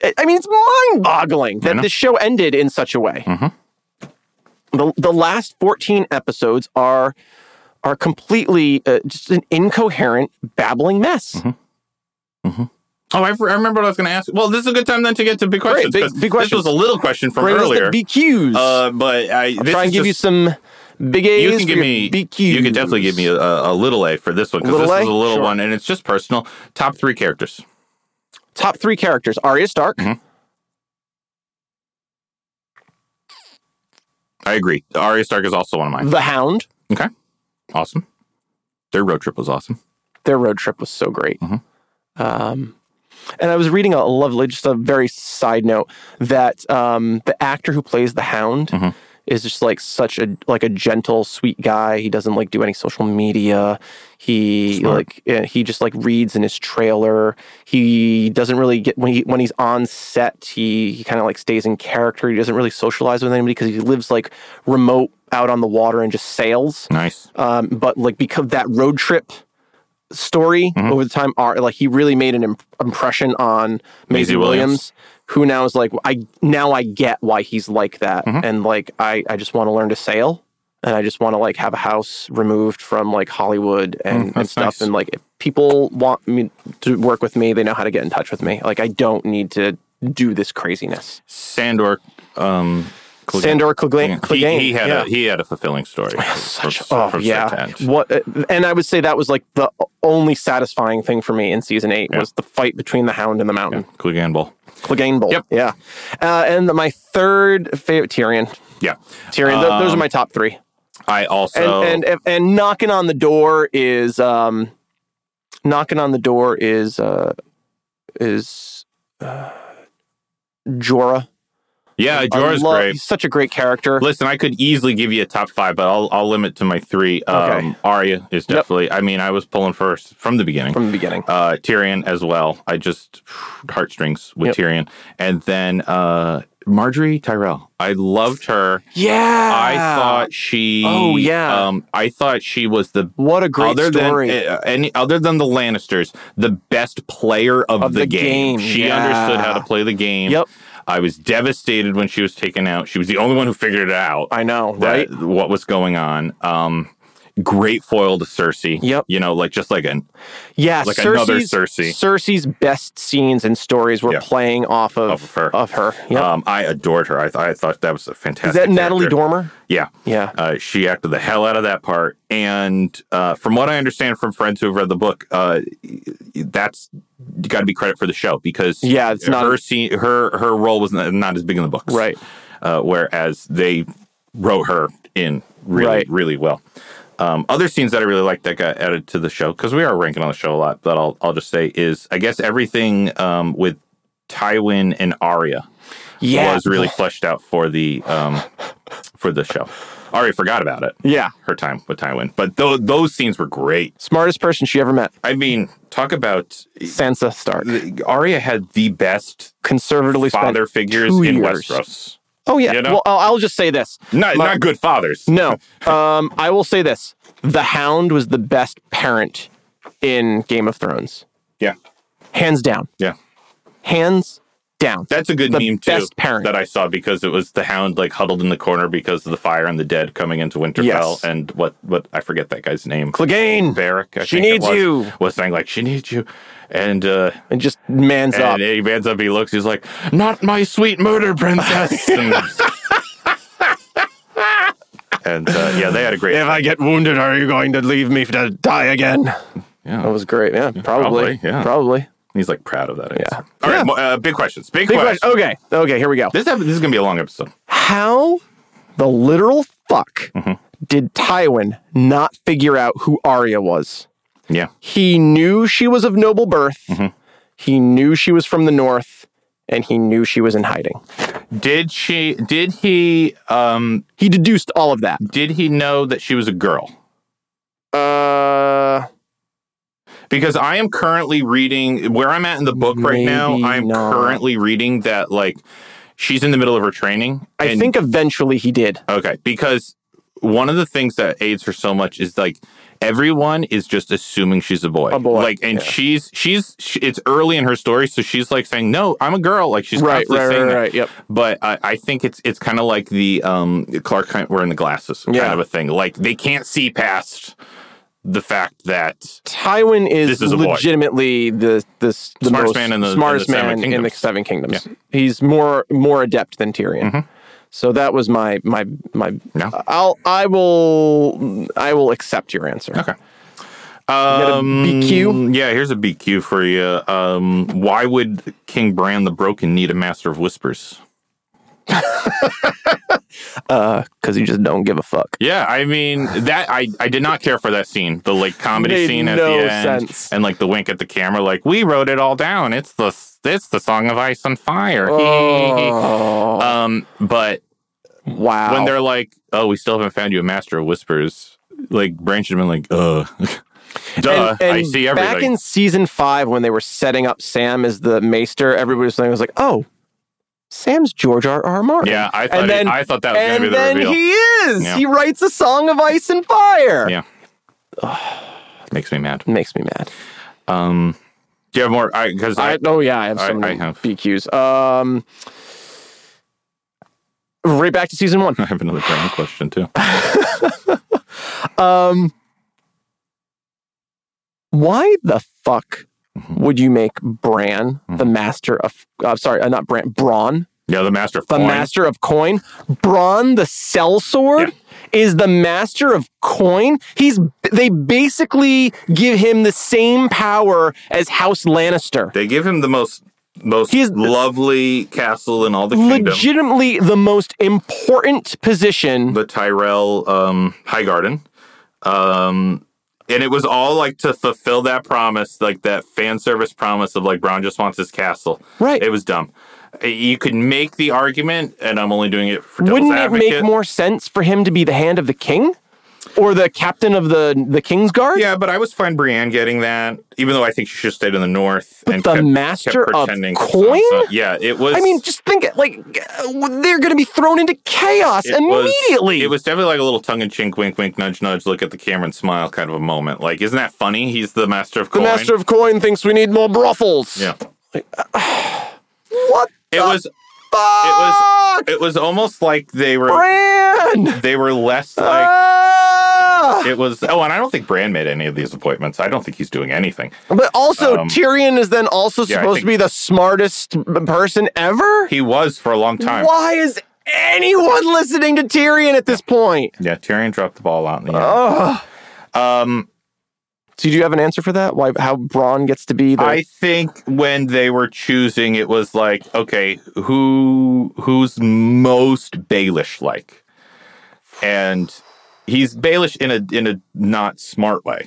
S3: eh, I I mean, it's mind-boggling that
S2: know.
S3: this show ended in such a way the the last 14 episodes are are completely uh, just an incoherent babbling mess.
S2: Mm-hmm. oh, I, f- I remember what I was going to ask. Well, this is a good time then to get to big
S3: Great,
S2: questions.
S3: big-
S2: 'cause
S3: big questions.
S2: This was a little question from
S3: Bring us the
S2: earlier.
S3: BQs.
S2: uh, but I
S3: I'll
S2: this
S3: try
S2: is
S3: and give you
S2: just-
S3: some big A's.
S2: you can
S3: for
S2: give
S3: your
S2: me
S3: BQs.
S2: you can definitely give me a, a little A for this one because
S3: Little
S2: this
S3: A?
S2: is a little
S3: Sure.
S2: one and it's just personal. Top three characters.
S3: top three characters: Arya Stark,
S2: I agree. Arya Stark is also one of mine.
S3: the Hound.
S2: Okay, awesome. Their road trip was awesome.
S3: Their road trip was so great.
S2: Mhm.
S3: Um, and I was reading a lovely, just a very side note that um, the actor who plays the Hound
S2: Mhm.
S3: is just like such a like a gentle, sweet guy. He doesn't like do any social media. He
S2: Smart.
S3: like eh, he just like reads in his trailer. He doesn't really get when he when he's on set. He he kind of like stays in character. He doesn't really socialize with anybody because he lives like remote out on the water and just sails
S2: Nice.
S3: um, but like because that road trip story
S2: Mm-hmm.
S3: over the time are like he really made an imp- impression on Maisie
S2: Maisie Williams.
S3: Williams, who now is like I now I get why he's like that
S2: Mm-hmm.
S3: and like I I just want to learn to sail and I just want to like have a house removed from like Hollywood and, and
S2: Mm, that's
S3: stuff
S2: nice.
S3: and like if people want me to work with me they know how to get in touch with me like I don't need to do this craziness
S2: Sandor. Um, Clegane.
S3: Sandor Clegane,
S2: He,
S3: Clegane,
S2: he had
S3: yeah.
S2: a he had a fulfilling story.
S3: such
S2: from-
S3: oh
S2: from start to
S3: yeah
S2: end.
S3: what uh, and i would say that was like the only satisfying thing for me in season eight
S2: Yeah.
S3: was the fight between the hound and the mountain
S2: Clegane Bowl.
S3: clegane bowl
S2: Yep.
S3: yeah uh, and my third favorite tyrion
S2: Yeah,
S3: tyrion tho- those are
S2: Um,
S3: my top three
S2: I
S3: and,
S2: also
S3: and and knocking on the door is um knocking on the door is uh is uh, jorah
S2: yeah,
S3: I
S2: Jorah's
S3: love-
S2: great.
S3: he's such a great character
S2: Listen, I could easily give you a top five, but I'll I'll limit to my three. Um,
S3: Okay.
S2: Arya is definitely. I mean, I was pulling first from the beginning.
S3: from the beginning
S2: uh, Tyrion as well. I just heartstrings with
S3: Yep.
S2: Tyrion, and then uh, Marjorie Tyrell. I loved her.
S3: yeah
S2: I thought she.
S3: Ah. Oh, yeah.
S2: Um, I thought she was the
S3: what a great
S2: other
S3: story
S2: than uh, any other than the Lannisters, the best player of,
S3: Of
S2: the,
S3: the
S2: game.
S3: game,
S2: She
S3: yeah.
S2: understood how to play the game.
S3: Yep.
S2: I was devastated when she was taken out. She was the only one who figured it out.
S3: I know, right?
S2: that- What was going on? Um, great foil to Cersei.
S3: Yep.
S2: You know, like just like an
S3: Yeah,
S2: like another Cersei.
S3: Cersei's best scenes and stories were
S2: Yeah.
S3: playing off of,
S2: Off of her.
S3: Yep.
S2: Um, I adored her. I, th- I thought that was a fantastic.
S3: Is that Natalie
S2: character.
S3: Dormer?
S2: Yeah,
S3: Yeah.
S2: uh, she acted the hell out of that part. And uh, from what I understand from friends who have read the book, uh, that's got to be credit for the show because
S3: Yeah, it's not-
S2: her scene, her her role was not, not as big in the books,
S3: Right.
S2: Uh, whereas they wrote her in really
S3: Right.
S2: really well. Um, other scenes that I really liked that got added to the show because we are ranking on the show a lot, but I'll I'll just say is I guess everything um, with Tywin and Arya
S3: Yeah.
S2: was really fleshed out for the um, for the show. I already forgot about it.
S3: yeah.
S2: Her time with Tywin, but tho- those scenes were great.
S3: Smartest person she ever met,
S2: I mean, talk about
S3: Sansa Stark.
S2: Arya had the best
S3: Conservatively spent.
S2: father figures
S3: two
S2: in
S3: years.
S2: Westeros.
S3: Oh yeah.
S2: you know?
S3: Well, I'll, I'll just say this.
S2: Not
S3: My-
S2: not good fathers.
S3: No. Um, I will say this. The Hound was the best parent in Game of Thrones,
S2: Yeah,
S3: hands down.
S2: yeah.
S3: Hands down.
S2: That's a good
S3: The
S2: meme too
S3: best parent.
S2: that I saw because it was the hound like huddled in the corner because of the fire and the dead coming into Winterfell
S3: Yes.
S2: and what what I forget that guy's name.
S3: Clegane,
S2: Barrick. I
S3: she
S2: think it
S3: needs
S2: was,
S3: you.
S2: Was saying like she needs you, and uh,
S3: and just man's up.
S2: and he vans up. He looks. He's like, not my sweet murder princess. and and, uh, yeah, they had a great.
S3: If I get wounded, are you going to leave me to die again?
S2: Yeah.
S3: That was great. Yeah, probably.
S2: probably, yeah.
S3: Probably.
S2: He's like proud of that.
S3: Yeah.
S2: Answer. All right. mo- Uh, big questions. Big,
S3: Big oh.
S2: questions.
S3: question. Okay. Okay, here we go.
S2: This, ep- this is gonna be a long episode.
S3: How the literal fuck
S2: Mm-hmm.
S3: did Tywin not figure out who Arya was?
S2: Yeah. Mm-hmm.
S3: He knew she was of noble birth. He knew she was from the north, and he knew she was in hiding.
S2: Did she? Did he? Um.
S3: He deduced all of that.
S2: Did he know that she was a girl?
S3: Uh,
S2: Because I am currently reading where I'm at in the book right now.
S3: Maybe
S2: I'm
S3: not.
S2: currently reading that like she's in the middle of her training.
S3: I
S2: and-
S3: think eventually he did.
S2: Okay, because one of the things that aids her so much is like everyone is just assuming she's a boy.
S3: A boy,
S2: Like, and
S3: yeah.
S2: she's she's she, it's early in her story, so she's like saying, "No, I'm a girl." Like she's
S3: Right,
S2: constantly
S3: right,
S2: saying
S3: right,
S2: that.
S3: right. Yep.
S2: But I, I think it's it's kind of like the um Clark Kent wearing the glasses kind
S3: Yeah.
S2: of a thing. Like they can't see past the fact that
S3: Tywin is,
S2: This is a boy.
S3: legitimately the the, the
S2: Smartest
S3: most
S2: man in the- in the
S3: smartest
S2: Seven
S3: man in the
S2: Kingdoms.
S3: Seven Kingdoms. He's more more adept than Tyrion.
S2: Mm-hmm.
S3: So that was my my my.
S2: Yeah.
S3: I'll I will I will accept your answer.
S2: Okay.
S3: a
S2: um,
S3: BQ?
S2: Yeah, here's a BQ for you. Um, why would King Bran the Broken need a Master of Whispers?
S3: because uh, you just don't give a fuck.
S2: Yeah, I mean that I, I did not care for that scene, the like comedy
S3: Made
S2: scene at
S3: no
S2: the end,
S3: sense.
S2: and like the wink at the camera, like we wrote it all down. It's the it's the song of ice and fire.
S3: Oh
S2: um, but
S3: wow!
S2: when they're like, oh, we still haven't found you a master of whispers, like Branch had been like, uh, duh,
S3: And-
S2: uh, I
S3: and
S2: see
S3: Back
S2: everything.
S3: in season five, when they were setting up Sam as the Maester, everybody was, saying, was like, "Oh, Sam's George R. R. Martin."
S2: yeah, I thought
S3: and
S2: it-
S3: then-
S2: I thought that was gonna
S3: and
S2: be the
S3: then
S2: reveal.
S3: he is.
S2: Yeah.
S3: He writes a song of ice and fire.
S2: Yeah. Makes me mad.
S3: Makes me mad.
S2: Um, do you have more? I because I,
S3: I, oh yeah, I have
S2: I-
S3: so many
S2: I have.
S3: BQs. Um, right back to season one.
S2: I have another Bran question too.
S3: Um, why the fuck
S2: Mhm.
S3: would you make Bran the
S2: Mm-hmm.
S3: master of? Uh, sorry, uh, not Bran. Braun,
S2: Yeah, the master of
S3: the
S2: coin.
S3: master of coin. Braun, the sellsword, is the master of coin. He's. They basically give him the same power as House Lannister.
S2: They give him the most most
S3: He is-
S2: lovely castle in all the kingdom,
S3: legitimately the most important position.
S2: the Tyrell um, High Garden, um, and it was all like to fulfill that promise, like that fan service promise of like Brown just wants his castle.
S3: Right.
S2: It was dumb. You could make the argument, and I'm only doing it for devil's
S3: Wouldn't
S2: advocate.
S3: it make more sense for him to be the hand of the king or the captain of the the king's guard?
S2: yeah, but I was fine Brienne getting that, even though I think she should have stayed in the north. But
S3: the master of coin?
S2: Yeah, it was.
S3: I mean, just think it like uh, they're going to be thrown into chaos
S2: it was-
S3: immediately.
S2: it was definitely like a little tongue in chink, wink, wink, nudge, nudge, look at the camera and smile kind of a moment. Like, isn't that funny? He's the master of
S3: the
S2: coin.
S3: master of coin thinks we need more brothels.
S2: yeah.
S3: What?
S2: It
S3: the
S2: was
S3: Fuck!
S2: was- it was almost like they were
S3: Bran.
S2: they were less like
S3: Ah!
S2: it was oh, and I don't think Bran made any of these appointments. I don't think he's doing anything.
S3: but also,
S2: um,
S3: Tyrion is then also
S2: yeah, I
S3: supposed to
S2: think-
S3: be the smartest person ever.
S2: He was for a long time.
S3: Why is anyone listening to Tyrion at this point?
S2: Yeah, Tyrion dropped the ball out in the end.
S3: Ugh.
S2: um
S3: So do you have an answer for that? Why how Braun gets to be the
S2: I think when they were choosing, it was like, okay, who who's most Baelish like, and he's Baelish in a in a not smart way.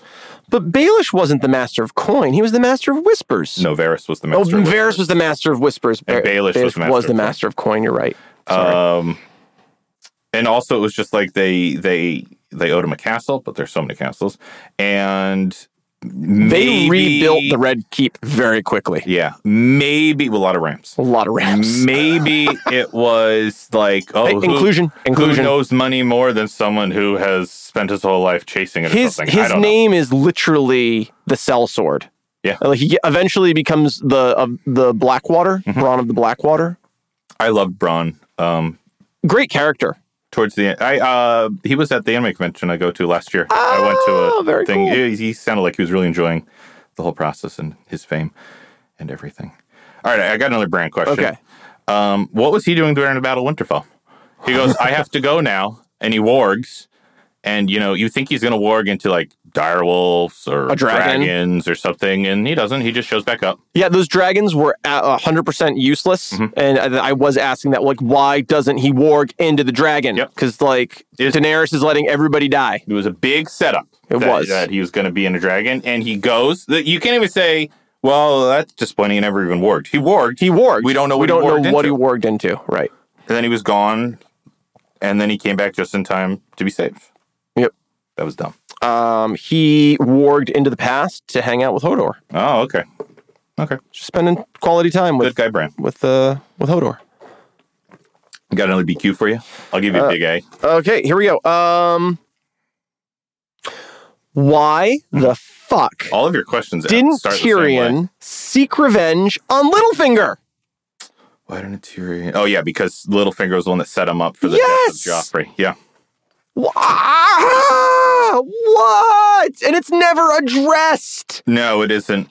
S3: But Baelish wasn't the master of coin, he was the master of whispers.
S2: No, Varys was the
S3: Oh,
S2: master. of it.
S3: Varys was the master of whispers.
S2: And
S3: Ba-
S2: Baelish was
S3: the
S2: the master of coin.
S3: master of coin. You're right. Sorry.
S2: um, and also it was just like they they they owed him a castle, but there's so many castles, and
S3: they
S2: maybe-
S3: rebuilt the Red Keep very quickly.
S2: Yeah, maybe well, a lot of ramps.
S3: A lot of ramps.
S2: Maybe it was like oh,
S3: Hey,
S2: who-
S3: inclusion, inclusion.
S2: Who knows money more than someone who has spent his whole life chasing it or
S3: his
S2: something? I
S3: his
S2: don't
S3: name is literally the sellsword.
S2: know. Yeah.
S3: Like he eventually becomes the of the Blackwater,
S2: Mm-hmm.
S3: Braun of the Blackwater.
S2: I loved Braun. Um,
S3: Great character.
S2: towards the end, I uh, he was at the anime convention I go to last year. I went to
S3: Oh,
S2: a
S3: very
S2: thing.
S3: cool.
S2: He, he sounded like he was really enjoying the whole process and his fame and everything. All right, I got another brand question.
S3: Okay.
S2: Um, what was he doing during the Battle of Winterfell? He goes, I have to go now. And he wargs. And, you know, you think he's going to warg into like direwolves or
S3: A dragon.
S2: dragons or something. And he doesn't. He just shows back up.
S3: Yeah, those dragons were uh, a hundred percent useless,
S2: Mm-hmm.
S3: and I, I was asking that like, why doesn't he warg into the dragon?
S2: Yep.
S3: Because like
S2: Is-
S3: Daenerys is letting everybody die.
S2: It was a big setup.
S3: It
S2: that,
S3: was.
S2: that he was going to be in a dragon, and he goes. that- You can't even say, "Well, that's disappointing." He never even worked. He worked,
S3: He warged.
S2: We don't know
S3: We
S2: what he
S3: don't know
S2: warged
S3: what
S2: into.
S3: he warged into. Right.
S2: and then he was gone, and then he came back just in time to be saved.
S3: Yep.
S2: That was dumb.
S3: Um, he warged into the past to hang out with Hodor,
S2: Oh, okay, okay.
S3: just spending quality time
S2: Good
S3: with
S2: guy, Bran.
S3: with uh with Hodor.
S2: Got another BQ for you. I'll give you
S3: Uh,
S2: a big A.
S3: Okay, here we go. Um, why the fuck
S2: All of your questions
S3: didn't
S2: start The same way.
S3: Tyrion seek revenge on Littlefinger?
S2: Why didn't Tyrion? Oh yeah, because Littlefinger was the one that set him up for the
S3: Yes!
S2: death of Joffrey. Yeah,
S3: Wha- ah, What? And it's never addressed.
S2: no, it isn't.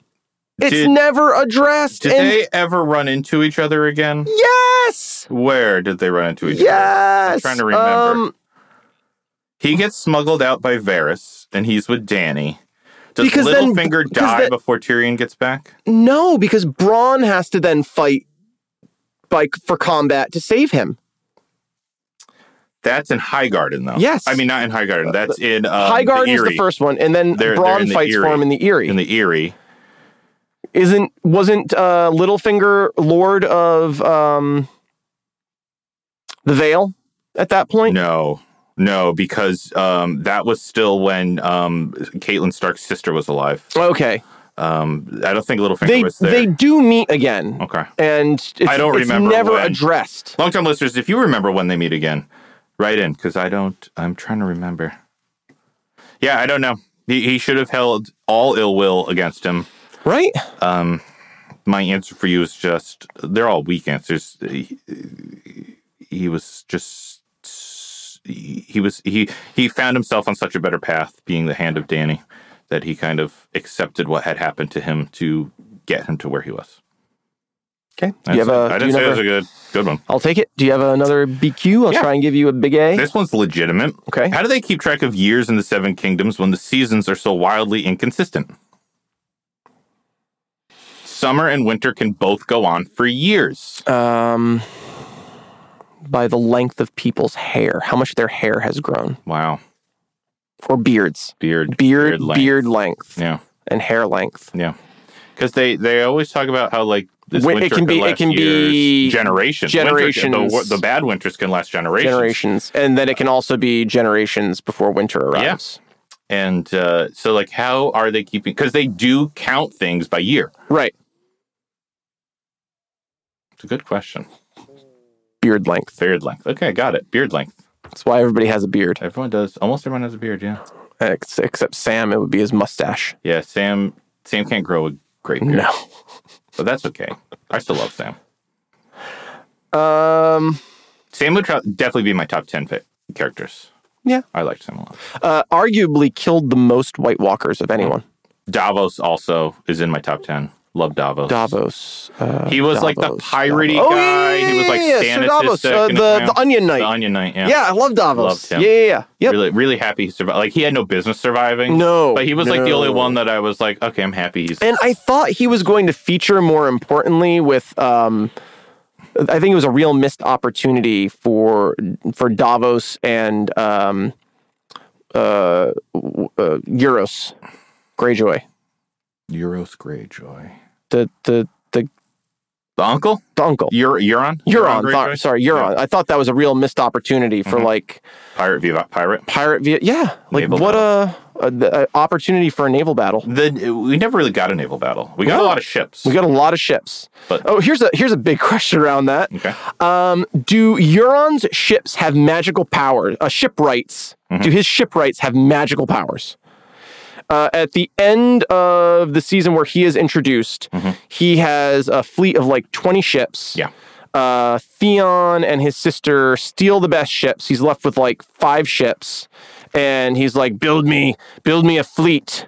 S3: It's
S2: Did-
S3: never addressed.
S2: Did
S3: and
S2: they ever run into each other again?
S3: yes,
S2: Where did they run into each other?
S3: yes. Um,
S2: I'm trying to remember. He gets smuggled out by Varys, and he's with Danny. Does
S3: Because then-
S2: Littlefinger
S3: because
S2: die
S3: that-
S2: before Tyrion gets back?
S3: no, because Braun has to then fight by for combat to save him.
S2: That's in Highgarden, though.
S3: Yes. Uh,
S2: I mean not in Highgarden. That's in um,
S3: Highgarden
S2: the
S3: is the
S2: Eerie.
S3: first one, and then
S2: They're- they're
S3: Braun
S2: in the
S3: fights for
S2: Eyrie.
S3: him in the Erie.
S2: in the Eerie.
S3: Isn't wasn't uh, Littlefinger Lord of um, the Vale at that point?
S2: No, no, because um, that was still when um, Caitlyn Stark's sister was alive.
S3: Okay,
S2: Um, I don't think Littlefinger
S3: they
S2: was there.
S3: they do meet again,
S2: okay.
S3: and it's,
S2: I don't
S3: it's
S2: remember
S3: never
S2: when.
S3: addressed.
S2: Long time listeners, if you remember when they meet again, write in because I don't. I'm trying to remember. Yeah, I don't know. He, he should have held all ill will against him.
S3: Right?
S2: Um, my answer for you is just they're all weak answers. He, he was just he was he he found himself on such a better path being the hand of Danny that he kind of accepted what had happened to him to get him to where he was.
S3: Okay. Do you have a?
S2: I
S3: do
S2: didn't
S3: you
S2: say
S3: never-
S2: it was a good good one.
S3: I'll take it. Do you have another BQ? I'll
S2: Yeah.
S3: try and give you a big A.
S2: This one's legitimate.
S3: okay.
S2: How do they keep track of years in the Seven Kingdoms when the seasons are so wildly inconsistent? Summer and winter can both go on for years.
S3: Um, by the length of people's hair, how much their hair has grown,
S2: Wow.
S3: or beards, beard,
S2: Beard. Beard
S3: beard
S2: length.
S3: length,
S2: Yeah.
S3: and hair length.
S2: Yeah. Because they, they always talk about how, like, this
S3: Wi-
S2: winter
S3: it can be- it
S2: last
S3: can be
S2: years. generations. Winter can- the-
S3: generations.
S2: the, bad winters can last generations.
S3: generations, and then it can also be generations before winter arrives.
S2: And uh, so, like, how are they keeping? Because they do count things by year.
S3: Right,
S2: It's a good question.
S3: beard length.
S2: Beard length. Okay, got it. Beard length.
S3: That's why everybody has a beard,
S2: Everyone does. Almost everyone has a beard. Yeah.
S3: Ex- except Sam. It would be his mustache.
S2: Yeah. Sam. Sam can't grow a great beard.
S3: No.
S2: But that's okay. I still love Sam.
S3: Um,
S2: Sam would pro- definitely be my top 10 fit characters.
S3: Yeah.
S2: I liked Sam a lot.
S3: uh, arguably killed the most White Walkers of anyone.
S2: Davos also is in my top 10. Love Davos.
S3: Davos. Uh,
S2: He was like the
S3: Davos,
S2: piratey
S3: Davos.
S2: guy. he was like
S3: yeah, yeah, yeah, Sir
S2: Stannis'
S3: Davos,
S2: sick
S3: uh,
S2: in his
S3: the,
S2: mouth.
S3: the Onion Knight.
S2: The Onion Knight. Yeah.
S3: yeah. I love Davos.
S2: Loved him.
S3: Yeah, yeah, yeah. Yep.
S2: Really, really happy he survived. Like he had no business surviving.
S3: No,
S2: But he was like the
S3: no.
S2: only one that I was like, okay, I'm happy he's.
S3: And I thought he was going to feature more importantly with um I think it was a real missed opportunity for for Davos and um uh, w- uh Euros Greyjoy.
S2: Euros Greyjoy.
S3: The the the,
S2: The uncle?
S3: the uncle.
S2: Eur- Euron?
S3: Euron,
S2: Greyjoy?
S3: thought- sorry, Euron. I thought that was a real missed opportunity for like
S2: Pirate Viva Pirate.
S3: pirate via yeah, like
S2: Naval
S3: what a, a, the- a opportunity for a naval battle.
S2: The, we never really got a naval battle. We got
S3: No.
S2: a lot of ships.
S3: We got a lot of ships.
S2: But-
S3: oh, here's a here's a big question around that.
S2: okay.
S3: Um, do Euron's ships have magical powers? Uh, shipwrights. Do his shipwrights have magical powers? Uh, at the end of the season where he is introduced, he has a fleet of like 20 ships.
S2: Yeah.
S3: Uh, Theon and his sister steal the best ships. He's left with like five ships. And he's like, build me, build me a fleet.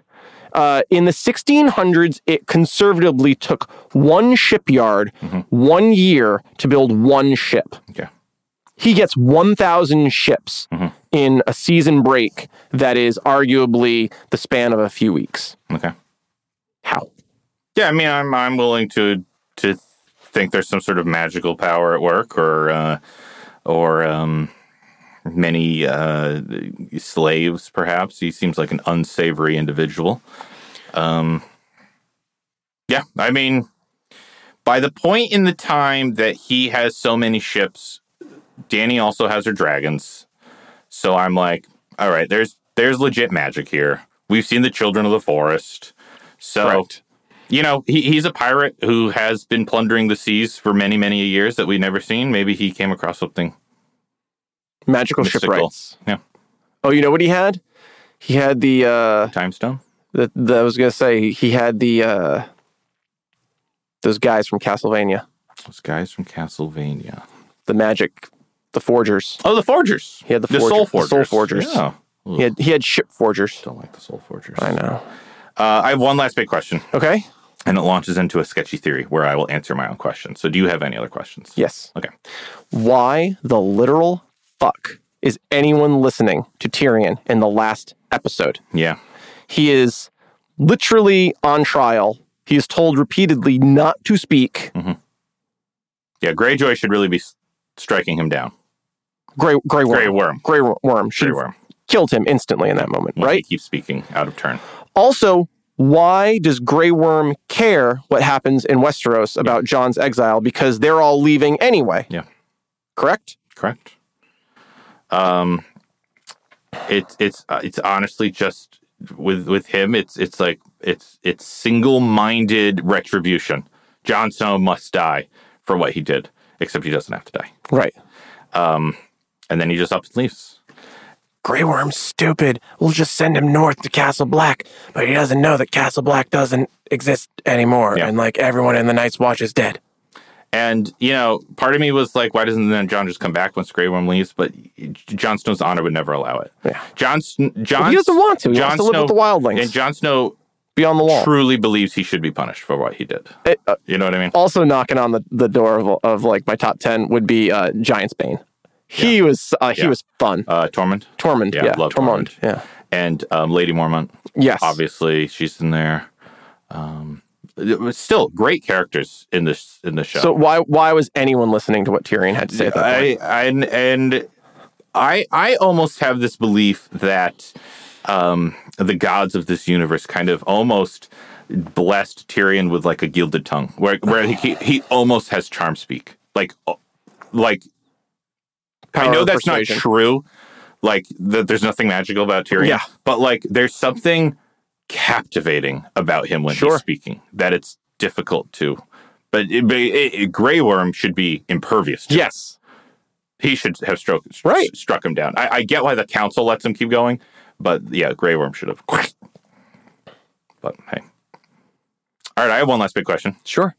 S3: Uh, in the 1600s, it conservatively took one shipyard one year to build one ship
S2: Mm-hmm. Okay. Mm-hmm.
S3: he gets 1,000 ships in a season break that is arguably the span of a few weeks.
S2: Okay.
S3: How?
S2: Yeah, I mean, I'm I'm willing to to think there's some sort of magical power at work, or uh, or um, many uh, slaves, perhaps. He seems like an unsavory individual. Um, yeah, I mean, by the point in the time that he has so many ships, Danny also has her dragons. So I'm like, all right, there's there's legit magic here. We've seen the children of the forest. So
S4: Correct.
S2: you know, he, he's a pirate who has been plundering the seas for many, many years that we've never seen. Maybe he came across something.
S3: Magical
S2: Mystical.
S3: shipwrights.
S2: Yeah.
S3: Oh, you know what he had? He had the, uh,
S2: Time stone?
S3: the, the I was going to say, he had the, uh, those guys from Castlevania,
S2: Those guys from Castlevania.
S3: the magic, the forgers.
S2: Oh, the Forgers.
S3: He had the,
S2: The
S3: forger-
S2: Soul
S3: the
S2: Forgers.
S3: soul forgers.
S2: Yeah.
S3: He, had, he had ship forgers.
S2: Don't like the Soul Forgers.
S3: I know.
S2: Uh, I have one last big question,
S3: Okay.
S2: and it launches into a sketchy theory where I will answer my own question. So, do you have any other questions?
S3: Yes.
S2: Okay.
S3: Why the literal fuck is anyone listening to Tyrion in the last episode?
S2: Yeah.
S3: He is literally on trial. He is told repeatedly not to speak.
S2: Yeah. Greyjoy should really be s- striking him down.
S3: Gray, gray worm.
S2: Grey Worm.
S3: Gray wor- worm should
S2: Grey
S3: have
S2: Worm. Mm-hmm.
S3: killed him instantly in that moment,
S2: When He
S3: right?
S2: keeps speaking out of turn.
S3: Also, why does Grey Worm care what happens in Westeros about John's exile? Because they're all leaving anyway.
S2: Yeah.
S3: Correct?
S2: correct? Um, it's it's uh, it's honestly just with with him. It's it's like it's it's single minded retribution. Jon Snow must die for what he did, except he doesn't have to die.
S3: Right.
S2: Um, and then he just up and leaves.
S4: Grey Worm's stupid. We'll just send him north to Castle Black, but he doesn't know that Castle Black doesn't exist anymore,
S2: Yeah.
S4: and like everyone in the Night's Watch is dead.
S2: And you know, part of me was like, why doesn't then John just come back once Grey Worm leaves? But Jon Snow's honor would never allow it.
S3: Yeah.
S2: Jon Sn- Jon
S3: he doesn't want to. He wants to live with the wildlings.
S2: And Jon Snow
S3: Beyond the wall.
S2: truly believes he should be punished for what he did.
S3: It- uh,
S2: You know what I mean?
S3: also knocking on the, the door of, of like my top 10 would be uh, Giants Bane. He was uh, he
S2: Yeah.
S3: was fun.
S2: Uh, Tormund
S3: Tormund.
S2: Yeah,
S3: Yeah,
S2: love
S3: Tormund.
S2: Tormund.
S3: Yeah.
S2: and um, Lady Mormont.
S3: Yes.
S2: Obviously, she's in there. Um, it was still great characters in this in the show.
S3: So why why was anyone listening to what Tyrion had to say at that point?
S2: I, I and and I I almost have this belief that um, the gods of this universe kind of almost blessed Tyrion with like a gilded tongue, where where he he almost has charm speak, like o- like I
S3: Power
S2: know
S3: of
S2: that's
S3: persuasion.
S2: not true. Like that, there's nothing magical about Tyrion.
S3: Yeah.
S2: but like there's something captivating about him when
S3: Sure.
S2: he's speaking that it's difficult to. But it, but it, it, Grey Worm should be impervious. To
S3: Yes.
S2: he should have stroke,
S3: Right.
S2: struck him down. I, I get why the council lets him keep going, but yeah, Grey Worm should have. But hey, all right, I have one last big question,
S3: Sure.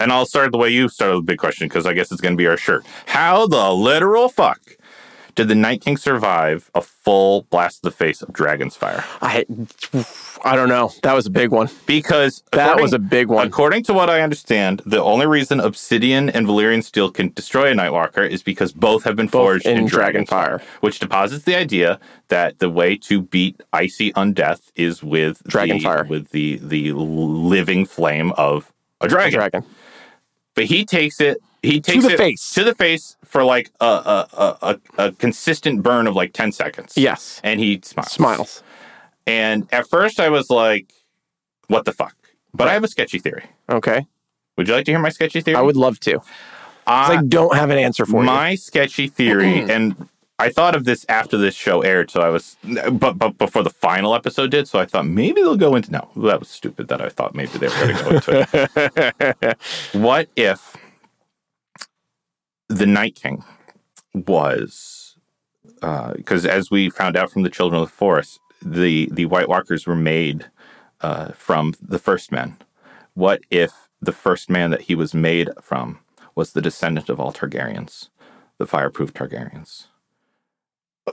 S2: and I'll start the way you started the big question because I guess it's going to be our shirt. How the literal fuck did the Night King survive a full blast to the face of Dragon's Fire?
S3: I I don't know. That was a big one.
S2: Because
S3: That
S2: according-
S3: was a big one.
S2: According to what I understand, the only reason obsidian and Valyrian steel can destroy a Nightwalker is because both have been forged
S3: in
S2: in, Dragonfire,
S3: Dragonfire.
S2: which deposits the idea that the way to beat icy undeath is with
S3: Dragonfire.
S2: the, with the the living flame of a dragon.
S3: Dragon.
S2: But he takes it. He takes
S3: the
S2: it
S3: face.
S2: to the face for like a a, a, a a consistent burn of like ten seconds.
S3: Yes.
S2: and he smiles.
S3: Smiles.
S2: And at first, I was like, "What the fuck?" But I have a sketchy theory.
S3: Okay.
S2: Would you like to hear my sketchy theory?
S3: I would love to.
S2: I-
S3: I don't have an answer for you.
S2: my sketchy theory, and I thought of this after this show aired, so I was, but but before the final episode did, so I thought maybe they'll go into. No, that was stupid. That I thought maybe they were going to go into it. What if the Night King uh, was? Because as we found out from the Children of the Forest, the the White Walkers were made uh, from the first men? What if the first man that he was made from was the descendant of all Targaryens, the fireproof Targaryens?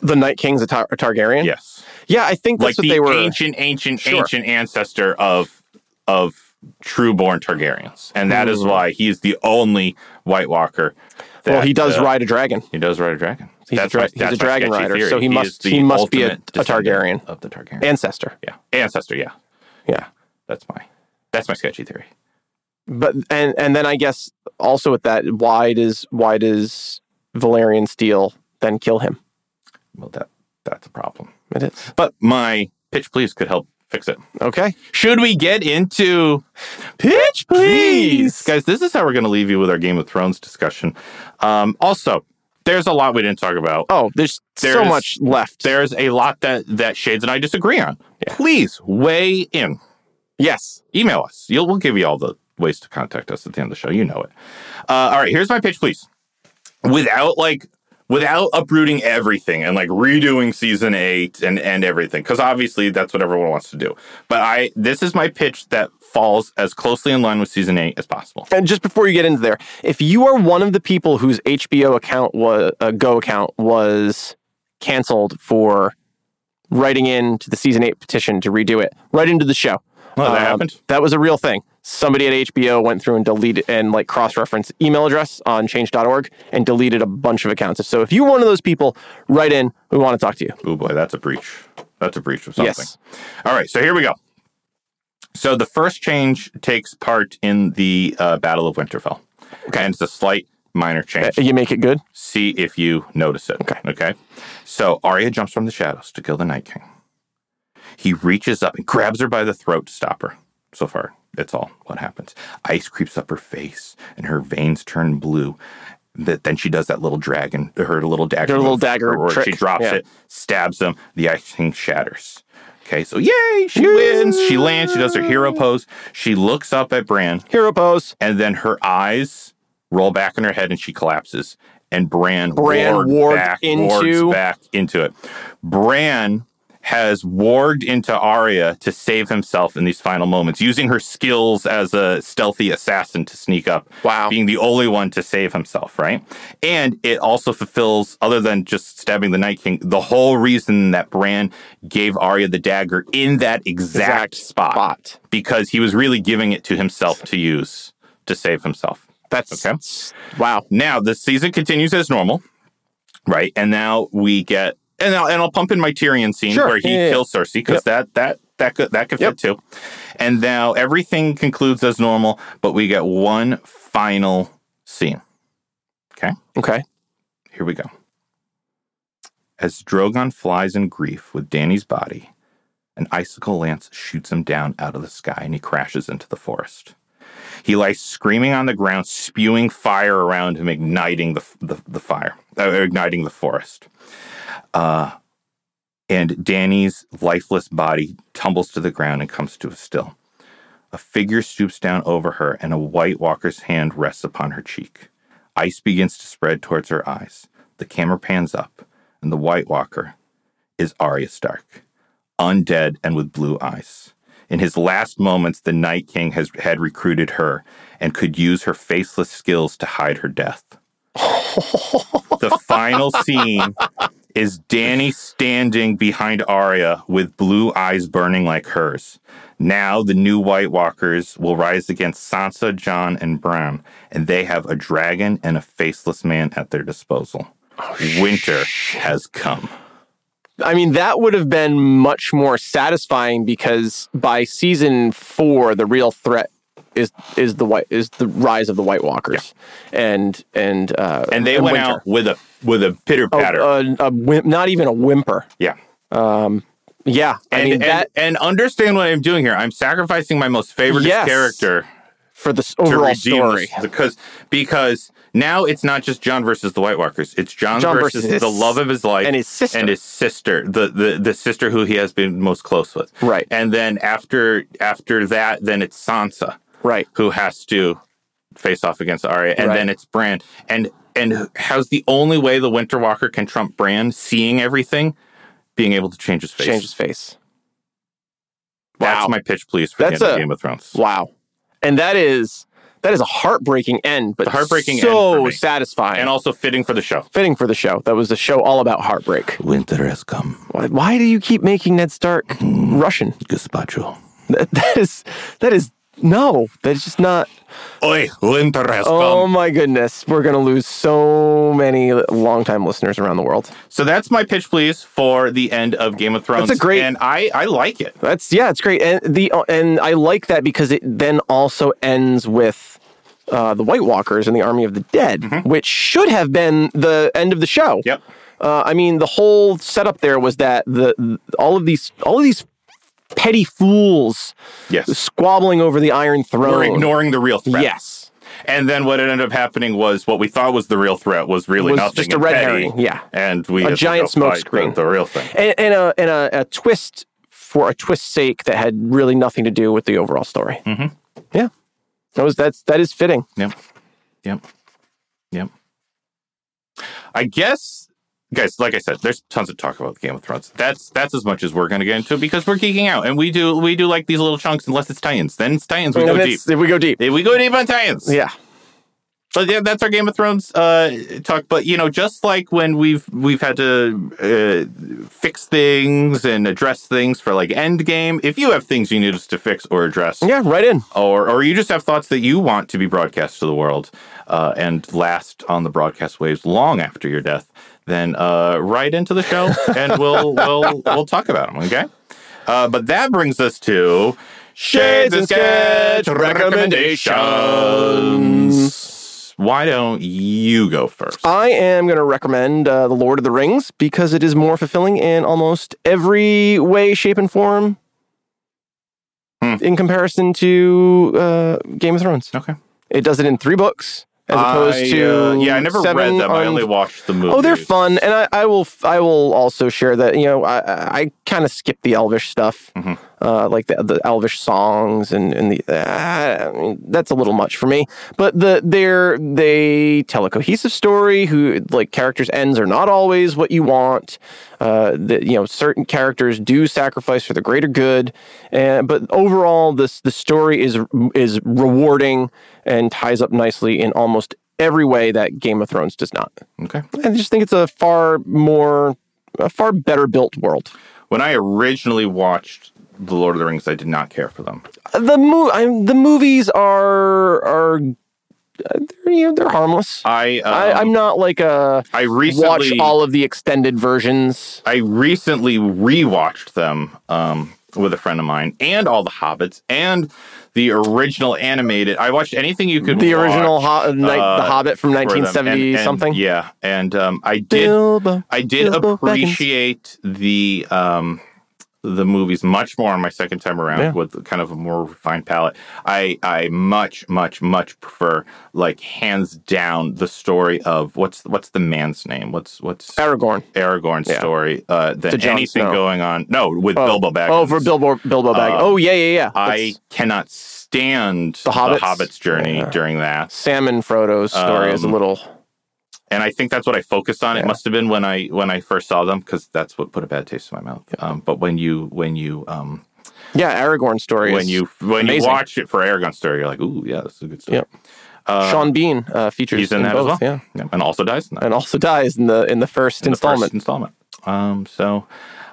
S3: The Night King's a, Tar- a Targaryen.
S2: Yes,
S3: yeah, I think
S2: like
S3: that's
S2: the
S3: what they were.
S2: ancient, ancient,
S3: Sure.
S2: ancient ancestor of of true-born Targaryens, and that is why he is the only White Walker. That,
S3: Hmm. well, he does
S2: uh,
S3: ride a dragon.
S2: He does ride a dragon.
S3: He's a
S2: That's
S3: dra-
S2: my-
S3: he's a
S2: that's my
S3: dragon
S2: sketchy
S3: rider,
S2: theory.
S3: so he
S2: is
S3: must-
S2: the
S3: he must be a-
S2: ultimate
S3: a
S2: descendant
S3: Targaryen.
S2: of the Targaryen.
S3: Ancestor.
S2: yeah, ancestor. Yeah,
S3: Yeah.
S2: That's my that's my sketchy theory.
S3: But and and then I guess also with that, why does why does Valerian Steel then kill him?
S2: Well, that that's a problem.
S3: It is
S2: But my pitch, please, could help fix it.
S3: okay.
S2: Should we get into pitch, please, guys? This is how we're going to leave you with our Game of Thrones discussion. Um, also, there's a lot we didn't talk about.
S3: Oh, there's, so
S2: There's-
S3: much left.
S2: There's a lot that that Shades and I disagree on. Please weigh in.
S3: yes.
S2: email us. You'll, we'll give you all the ways to contact us at the end of the show. You know it. Uh, all right, here's my pitch, please. Without like, without uprooting everything and like redoing season eight and and everything, because obviously that's what everyone wants to do. But I, this is my pitch that falls as closely in line with season eight as possible.
S3: And just before you get into there, if you are one of the people whose HBO account was uh, Go account was canceled for writing in to the season eight petition to redo it, right into the show.
S2: Well, Oh, that
S3: Um,
S2: happened.
S3: That was a real thing. Somebody at HBO went through and deleted and like cross-referenced email address on change.org and deleted a bunch of accounts. So if you're one of those people, write in. We want to talk to you.
S2: Oh boy, that's a breach. That's a breach of something.
S3: Yes.
S2: All right, so here we go. So the first change takes part in the uh, Battle of Winterfell. Okay. And it's a slight minor
S3: Uh,
S2: change.
S3: You make it good.
S2: see if you notice it.
S3: Okay.
S2: Okay. So Arya jumps from the shadows to kill the Night King. He reaches up and grabs her by the throat to stop her. So far, that's all what happens. Ice creeps up her face and her veins turn blue. That then she does that little dragon, her little dagger.
S3: Her little
S2: move,
S3: dagger
S2: or She
S3: trick,
S2: drops
S3: yeah.
S2: it, stabs him. The ice king shatters. Okay, so yay, she wins. She lands. She does her hero pose. She looks up at Bran
S3: Hero pose.
S2: and then her eyes roll back in her head and she collapses. And Bran,
S3: Bran
S2: warged
S3: warged
S2: back,
S3: into-
S2: wargs back into it. Bran has warged into Arya to save himself in these final moments, using her skills as a stealthy assassin to sneak up,
S3: Wow.
S2: being the only one to save himself, right? And it also fulfills, other than just stabbing the Night King, the whole reason that Bran gave Arya the dagger in that exact, spot
S3: Bot.
S2: because he was really giving it to himself to use to save himself.
S3: That's
S2: Okay.
S3: wow.
S2: Now the season continues as normal, right? And now we get and I'll, and I'll pump in my Tyrion scene
S3: Sure.
S2: where he
S3: Yeah, yeah,
S2: kills Cersei
S3: Yep.
S2: because that that that could that could
S3: Yep.
S2: fit too. And now everything concludes as normal, but we get one final scene.
S3: Okay.
S2: Here we go. As Drogon flies in grief with Danny's body, an icicle lance shoots him down out of the sky and he crashes into the forest. He lies screaming on the ground, spewing fire around him, igniting the, the, the fire, uh, igniting the forest. Uh, and Danny's lifeless body tumbles to the ground and comes to a still. A figure stoops down over her, and a White Walker's hand rests upon her cheek. Ice begins to spread towards her eyes. The camera pans up, and the White Walker is Arya Stark, undead and with blue eyes. In his last moments, the Night King has had recruited her and could use her faceless skills to hide her death. the final scene is Danny standing behind Arya with blue eyes burning like hers. Now the new White Walkers will rise against Sansa, John, and Bran, and they have a dragon and a faceless man at their disposal.
S3: Oh,
S2: Winter has come.
S3: I mean, that would have been much more satisfying because by season four, the real threat is is the white is the rise of the White Walkers, and and uh,
S2: And they went
S3: winter. Oh, uh,
S2: out with a with a pitter patter.
S3: a, a, whim, not even a whimper.
S2: yeah.
S3: Yeah, I
S2: And,
S3: mean
S2: and,
S3: that
S2: and understand what I'm doing here. I'm sacrificing my most favorite
S3: Yes.
S2: character
S3: for the s-
S2: to
S3: overall
S2: redeem
S3: story.
S2: this because because now it's not just John versus the White Walkers. It's John,
S3: Jon
S2: versus,
S3: versus
S2: the
S3: his-
S2: love of his life
S3: and his sister.
S2: and his sister, the, the the sister who he has been most close with.
S3: Right.
S2: And then after after that, then it's Sansa
S3: Right.
S2: who has to face off against Arya, and
S3: Right.
S2: then it's Bran. And and how's the only way the Winter Walker can trump Bran? Seeing everything being able to change his face.
S3: Change his face.
S2: That's
S3: Wow.
S2: my pitch, please, for
S3: That's
S2: the end of
S3: a-
S2: Game of Thrones.
S3: Wow. And that is that is a heartbreaking end, but
S2: The heartbreaking
S3: so
S2: end for me.
S3: satisfying.
S2: And
S3: And
S2: also fitting for the show.
S3: fitting for the show. That was a show all about heartbreak.
S2: Winter has come.
S3: Why, why do you keep making Ned Stark Russian?
S2: Gazpacho.
S3: That, that is that is no. That's just not.
S2: Oi, winter has
S3: Oh
S2: come.
S3: my goodness, we're gonna lose so many longtime listeners around the world.
S2: So that's my pitch, please, for the end of Game of Thrones.
S3: That's a great-
S2: and I I like it.
S3: That's yeah, it's great, and the uh, and I like that because it then also ends with uh, the White Walkers and the Army of the Dead, which should have been the end of the show.
S2: Mm-hmm. Yep.
S3: Uh, I mean, the whole setup there was that the all of these all of these petty fools
S2: Yes.
S3: squabbling over the Iron Throne.
S2: We're ignoring the real threat.
S3: Yes,
S2: And then what ended up happening was what we thought was the real threat was really
S3: Was
S2: nothing.
S3: just a
S2: and
S3: red
S2: petty.
S3: herring, yeah.
S2: And we
S3: A
S2: had to
S3: giant
S2: go
S3: smoke
S2: fight the-
S3: screen.
S2: The, real thing.
S3: and, and a and a, a twist for a twist's sake that had really nothing to do with the overall story.
S2: Mhm.
S3: Yeah, that was that's that is fitting.
S2: Yep. Yep. Yep. I guess guys, like I said, there's tons of talk about Game of Thrones. That's that's as much as we're gonna get into because we're geeking out. And we do we do like these little chunks unless it's tie-ins. Then it's tie-ins, we
S3: And
S2: go deep.
S3: it's- we go deep.
S2: Yeah, We go deep on tie-ins.
S3: Yeah.
S2: But yeah, that's our Game of Thrones uh, talk. But you know, just like when we've we've had to uh, fix things and address things for like Endgame, if you have things you need us to fix or address,
S3: Yeah, right in.
S2: or or you just have thoughts that you want to be broadcast to the world uh, and last on the broadcast waves long after your death, then uh, write into the show and we'll we'll we'll talk about them. Okay, uh, but that brings us to
S3: Shades and Sketch recommendations.
S2: Why don't you go first?
S3: I am going to recommend uh, The Lord of the Rings because it is more fulfilling in almost every way, shape, and form
S2: Hmm.
S3: in comparison to uh, Game of Thrones.
S2: okay.
S3: It does it in three books as opposed
S2: I,
S3: to
S2: uh, yeah, I never
S3: seven
S2: read them. I
S3: on-
S2: only watched the movie.
S3: Oh, they're fun, and I, I will. f- I will also share that you know I I- I kind of skip the Elvish stuff,
S2: Mhm.
S3: uh, like the, the Elvish songs and and the uh, I mean, that's a little much for me. But the they're they tell a cohesive story. Who like characters' ends are not always what you want. Uh, that you know certain characters do sacrifice for the greater good, and but overall this the story is is rewarding and ties up nicely in almost every way that Game of Thrones does not.
S2: Okay.
S3: I just think it's a far more, a far better built world.
S2: When I originally watched The Lord of the Rings, I did not care for them.
S3: The mo- I'm, the movies are are uh, they're, you know, they're harmless.
S2: I um,
S3: I, I'm not like a
S2: I recently
S3: watch all of the extended versions.
S2: I recently rewatched them um, with a friend of mine, and all the Hobbits, and the original animated. I watched anything you could.
S3: The
S2: watch
S3: original Ho- Night,
S2: uh,
S3: The Hobbit from
S2: for them, and-
S3: 1970
S2: and-
S3: something.
S2: Yeah, and um, I did.
S3: Bilbo.
S2: I did
S3: Bilbo Baggins.
S2: appreciate the um, the movies much more on my second time around
S3: Yeah.
S2: with kind of a more refined palette. I I much much much prefer like hands down the story of what's what's the man's name? What's what's
S3: Aragorn.
S2: Aragorn's
S3: Yeah.
S2: story uh, than
S3: To Jon
S2: anything
S3: Snow.
S2: going on. No, with
S3: Oh.
S2: Bilbo Baggins.
S3: Oh, for Bilbo Bilbo Bag.
S2: Uh,
S3: oh yeah yeah yeah.
S2: I
S3: That's-
S2: cannot stand the
S3: Hobbits?
S2: Hobbit's, journey
S3: Yeah.
S2: during that,
S3: Sam and Frodo's story is a
S2: Um,
S3: little.
S2: and I think that's what I focused on. It must have been when I when I first saw them because that's what put a bad taste in my mouth. Um, but when you when you um,
S3: Yeah, Aragorn's story.
S2: when
S3: is,
S2: you when you
S3: amazing.
S2: watch it for Aragorn's story, you're like, ooh, yeah, this is a good story.
S3: Yep.
S2: Uh,
S3: Sean Bean uh, features
S2: he's in that as
S3: both.
S2: well.
S3: Yeah,
S2: yeah, and also dies in that.
S3: and also dies in the in the first
S2: in the
S3: installment.
S2: first installment. Um, so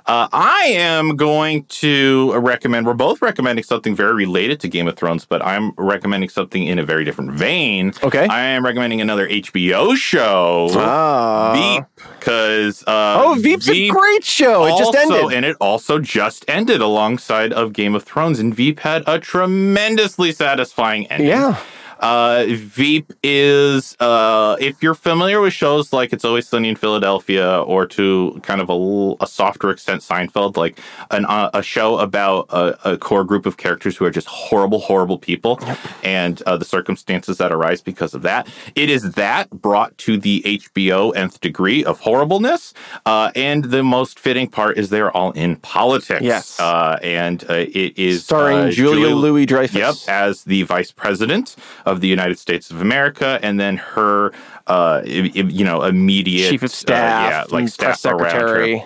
S2: uh, I am going to recommend. We're both recommending something very related to Game of Thrones, but I'm recommending something in a very different vein.
S3: Okay.
S2: I am recommending another HBO show,
S3: Ah.
S2: Veep, because uh,
S3: Oh, Veep's
S2: Veep
S3: a great show. It just
S2: also-
S3: ended.
S2: and it also just ended alongside of Game of Thrones, and Veep had a tremendously satisfying ending.
S3: Yeah.
S2: Uh, Veep is, uh, if you're familiar with shows like It's Always Sunny in Philadelphia, or to kind of a, l- a softer extent Seinfeld, like an, uh, a show about a, a core group of characters who are just horrible, horrible people, and uh, the circumstances that arise because of that. It is that brought to the HBO nth degree of horribleness, uh, and the most fitting part is they're all in politics.
S3: Yes.
S2: uh, and uh, it is
S3: Starring
S2: uh,
S3: Julia
S2: Louis.
S3: Louis Dreyfus.
S2: Yep, as the vice president of the United States of America, and then her, uh, i- i- you know, immediate
S3: Chief of Staff,
S2: uh, yeah, like
S3: and
S2: staff
S3: press
S2: around her.
S3: secretary.